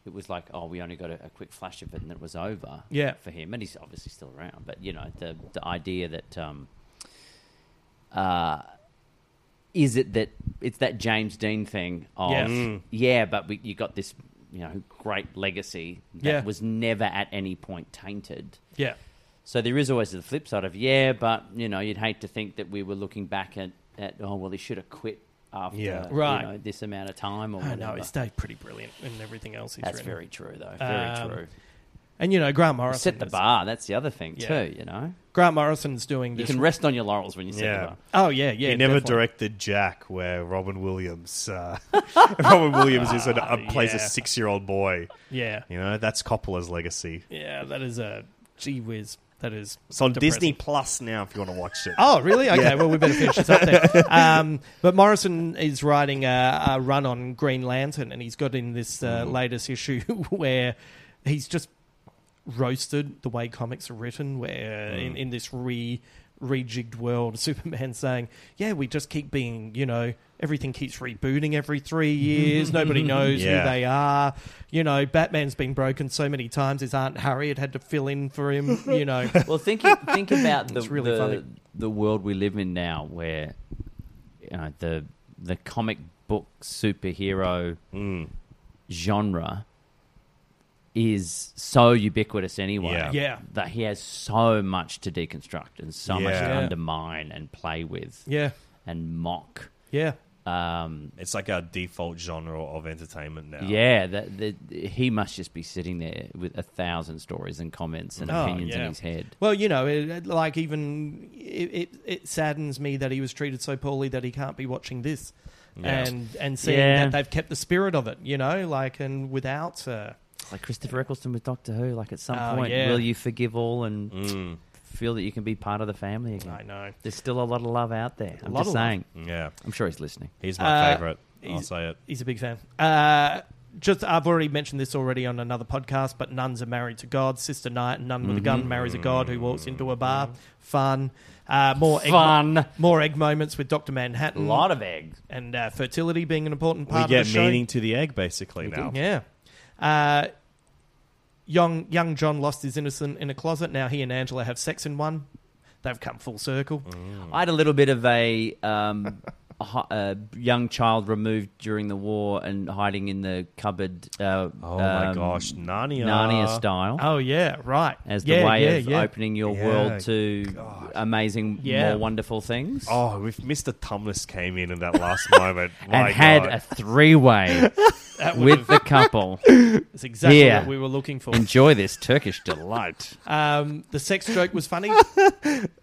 Speaker 2: it was like, oh, we only got a, a quick flash of it and it was over
Speaker 1: Yeah.
Speaker 2: for him. And he's obviously still around. But, you know, the, the idea that. Um, uh, is it that it's that James Dean thing of
Speaker 1: Yeah.
Speaker 2: yeah, but we, you got this you know great legacy that
Speaker 1: Yeah.
Speaker 2: was never at any point tainted.
Speaker 1: Yeah.
Speaker 2: So there is always the flip side of yeah, but you know you'd hate to think that we were looking back at, at oh well he should have quit after
Speaker 3: Yeah.
Speaker 1: Right.
Speaker 2: you know, this amount of time or
Speaker 1: I
Speaker 2: whatever.
Speaker 1: know he stayed pretty brilliant in everything else he's
Speaker 2: That's
Speaker 1: written.
Speaker 2: very true though. Very
Speaker 1: Um,
Speaker 2: true.
Speaker 1: and you know Grant Morrison
Speaker 2: Set the
Speaker 1: is-
Speaker 2: bar. That's the other thing
Speaker 1: Yeah.
Speaker 2: too. You know
Speaker 1: Grant Morrison's doing
Speaker 2: you
Speaker 1: this.
Speaker 2: can rest on your laurels when you set
Speaker 3: Yeah.
Speaker 2: the bar.
Speaker 1: oh yeah, yeah.
Speaker 3: he never
Speaker 1: definitely.
Speaker 3: directed Jack, where Robin Williams, uh, *laughs* Robin Williams is an,
Speaker 1: *laughs*
Speaker 3: uh, plays a
Speaker 1: yeah.
Speaker 3: six-year-old boy.
Speaker 1: Yeah,
Speaker 3: You know, that's Coppola's legacy.
Speaker 1: yeah. That is a gee whiz. That is.
Speaker 3: It's on
Speaker 1: depressing.
Speaker 3: Disney Plus now if you want to watch it.
Speaker 1: Oh really? Okay. Well, we better finish this up then. Um, but Morrison is writing a, a run on Green Lantern, and he's got in this uh, latest issue *laughs* where he's just roasted the way comics are written, where in, in this re rejigged world, *laughs* Superman saying, "Yeah, we just keep being, you know, everything keeps rebooting every three years. Nobody knows
Speaker 3: Yeah.
Speaker 1: who they are. You know, Batman's been broken so many times. His Aunt Harriet had to fill in for him. You know,
Speaker 2: Well, think think about the
Speaker 1: It's really
Speaker 2: the,
Speaker 1: funny.
Speaker 2: the world we live in now, where you know, the the comic book superhero
Speaker 1: Mm.
Speaker 2: genre is so ubiquitous anyway.
Speaker 3: Yeah.
Speaker 1: Yeah.
Speaker 2: that he has so much to deconstruct and so much to
Speaker 3: Yeah.
Speaker 2: undermine and play with
Speaker 1: yeah,
Speaker 2: and mock.
Speaker 1: yeah."
Speaker 2: Um,
Speaker 3: It's like our default genre of entertainment now.
Speaker 2: yeah, that, that he must just be sitting there with a thousand stories and comments and
Speaker 1: Oh,
Speaker 2: opinions
Speaker 1: yeah.
Speaker 2: in his head.
Speaker 1: Well, you know, it, it- like even it, it, it saddens me that he was treated so poorly that he can't be watching this, and and seeing
Speaker 2: Yeah.
Speaker 1: that they've kept the spirit of it, you know, like and without. Uh,
Speaker 2: like Christopher Eccleston with Doctor Who. Like at some
Speaker 1: Oh,
Speaker 2: point,
Speaker 1: yeah. Mm.
Speaker 2: will you forgive all and feel that you can be part of the family
Speaker 3: Hmm.
Speaker 2: again?
Speaker 1: I know.
Speaker 2: There's still a lot of love out there. I'm
Speaker 1: lot
Speaker 2: just
Speaker 1: of love.
Speaker 2: saying.
Speaker 3: Yeah.
Speaker 2: I'm sure he's listening.
Speaker 3: He's my
Speaker 1: Uh,
Speaker 3: favorite. I'll
Speaker 1: he's-
Speaker 3: say it.
Speaker 1: He's a big fan. Uh, just I've already mentioned this already on another podcast, but nuns are married to God. Sister Knight, nun with a
Speaker 3: Mm-hmm.
Speaker 1: gun, marries a god who walks into a bar. Fun. Uh, more egg,
Speaker 2: Fun. Mm.
Speaker 1: More egg moments with Doctor Manhattan.
Speaker 2: of eggs.
Speaker 1: and uh, fertility being an important
Speaker 3: We
Speaker 1: part of
Speaker 3: get
Speaker 1: the show.
Speaker 3: meaning to the egg basically now.
Speaker 1: Yeah. Uh, young young John lost his innocence in a closet. Now he and Angela have sex in one. They've come full circle.
Speaker 3: Mm.
Speaker 2: I had a little bit of a, um, a, hi- a young child removed during the war and hiding in the cupboard. Uh,
Speaker 3: Oh my
Speaker 2: um,
Speaker 3: gosh, Narnia.
Speaker 2: Narnia style.
Speaker 1: Oh yeah, right.
Speaker 2: As the
Speaker 1: yeah,
Speaker 2: way
Speaker 1: yeah,
Speaker 2: of
Speaker 1: yeah.
Speaker 2: opening your
Speaker 3: Yeah,
Speaker 2: world to
Speaker 3: God.
Speaker 2: amazing,
Speaker 1: Yeah.
Speaker 2: more wonderful things.
Speaker 3: Oh, if Mr. Tumnus came in in that last *laughs* moment, my
Speaker 2: and had
Speaker 3: God.
Speaker 2: a
Speaker 1: *laughs*
Speaker 2: three way with the couple.
Speaker 1: It's exactly
Speaker 2: Yeah.
Speaker 1: what we were looking for.
Speaker 2: Enjoy this Turkish delight.
Speaker 1: Um, the sex joke was
Speaker 3: *laughs*
Speaker 1: funny.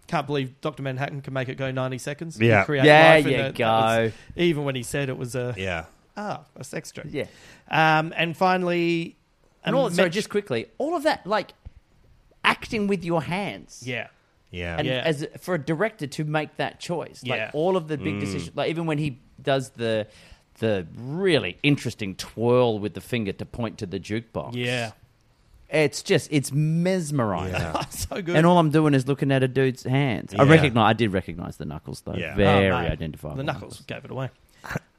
Speaker 1: Can't believe Doctor Manhattan can make it go ninety seconds.
Speaker 3: Yeah.
Speaker 1: Create
Speaker 2: There
Speaker 1: life in
Speaker 2: you
Speaker 1: a- that was-
Speaker 2: go.
Speaker 1: even when he said it was a
Speaker 3: yeah.
Speaker 1: ah a sex joke.
Speaker 2: Yeah.
Speaker 1: Um, and finally,
Speaker 2: And
Speaker 1: a
Speaker 2: all, sorry,
Speaker 1: men-
Speaker 2: just quickly, all of that, like acting with your hands.
Speaker 1: yeah.
Speaker 3: Yeah.
Speaker 2: And
Speaker 1: Yeah.
Speaker 2: as for a director to make that choice, like
Speaker 1: Yeah.
Speaker 2: all of the big decisions, like even when he does the the really interesting twirl with the finger to point to the jukebox.
Speaker 1: Yeah.
Speaker 2: It's just, it's mesmerizing.
Speaker 3: Yeah.
Speaker 1: *laughs* so good.
Speaker 2: And all I'm doing is looking at a dude's hands. I
Speaker 3: Yeah.
Speaker 2: recognize, I did recognize the knuckles though.
Speaker 3: Yeah.
Speaker 1: Oh,
Speaker 2: Very
Speaker 1: mate.
Speaker 2: identifiable.
Speaker 1: The knuckles gave
Speaker 7: *laughs*
Speaker 1: it away.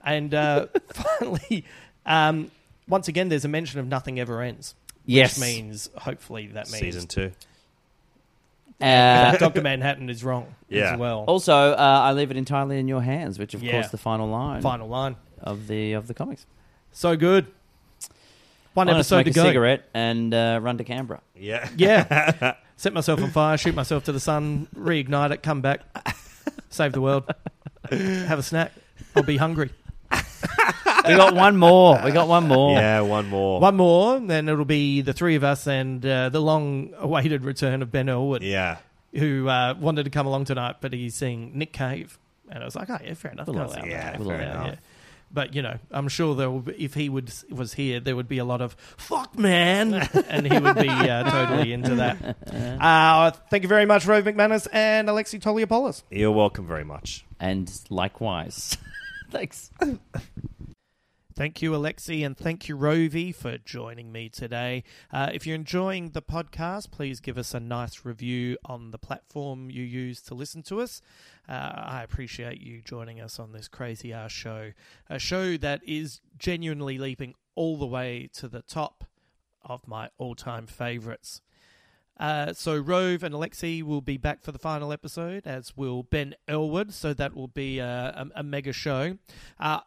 Speaker 1: And uh, finally, um, once again, there's a mention of nothing ever ends.
Speaker 2: Yes.
Speaker 7: Which means hopefully that means
Speaker 3: season two.
Speaker 1: *laughs*
Speaker 2: Uh,
Speaker 7: *laughs* Doctor Manhattan is wrong
Speaker 3: Yeah.
Speaker 7: as well.
Speaker 2: also, uh, I leave it entirely in your hands, which of
Speaker 7: Yeah.
Speaker 2: course the final line
Speaker 7: Final line.
Speaker 2: of the of the comics.
Speaker 7: So good. One
Speaker 2: I wanna
Speaker 7: episode
Speaker 2: smoke
Speaker 7: to go.
Speaker 2: a cigarette and uh, run to Canberra.
Speaker 3: Yeah.
Speaker 7: *laughs*
Speaker 3: *laughs*
Speaker 7: Yeah. Set myself on fire, shoot myself to the sun, reignite it, come back, save the world, have a snack. I'll be hungry.
Speaker 2: We got one more. We got one more.
Speaker 3: Yeah, one more.
Speaker 7: One more, then it'll be the three of us and uh, the long awaited return of Ben Elwood,
Speaker 3: Yeah.
Speaker 7: who uh, wanted to come along tonight, but he's seeing Nick Cave. And I was like, oh, yeah, fair enough.
Speaker 2: We'll
Speaker 7: can't
Speaker 2: allow
Speaker 7: say
Speaker 2: that.
Speaker 7: that.
Speaker 2: We'll
Speaker 7: Yeah,
Speaker 2: allow
Speaker 7: yeah. But, you know, I'm sure there will be, if he would was here, there would be a lot of, fuck, man. and he would be uh, totally into that. Uh, thank you very much, Rove McManus and Alexi Toliopoulos.
Speaker 3: You're welcome very much.
Speaker 2: And likewise. *laughs* Thanks.
Speaker 1: Thank you, Alexi, and thank you, Rovi, for joining me today. Uh, if you're enjoying the podcast, please give us a nice review on the platform you use to listen to us. Uh, I appreciate you joining us on this crazy ass show, a show that is genuinely leaping all the way to the top of my all time favorites. Uh, so Rove and Alexi will be back for the final episode, as will Ben Elwood. So that will be uh, a, a, a mega show. Uh,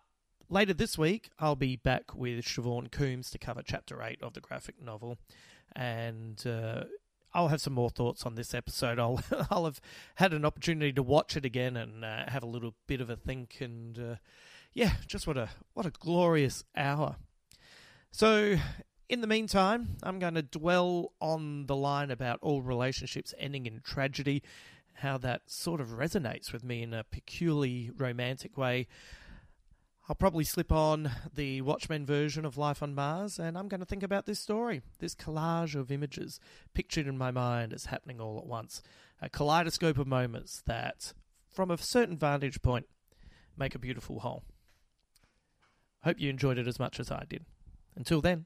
Speaker 1: later this week, I'll be back with Siobhan Coombs to cover Chapter Eight of the graphic novel, and uh, I'll have some more thoughts on this episode. *laughs* I'll I'll have had an opportunity to watch it again and uh, have a little bit of a think, and uh, yeah, just what a what a glorious hour. So, in the meantime, I'm going to dwell on the line about all relationships ending in tragedy, how that sort of resonates with me in a peculiarly romantic way. I'll probably slip on the Watchmen version of Life on Mars, and I'm going to think about this story, this collage of images pictured in my mind as happening all at once, a kaleidoscope of moments that, from a certain vantage point, make a beautiful whole. Hope you enjoyed it as much as I did. Until then.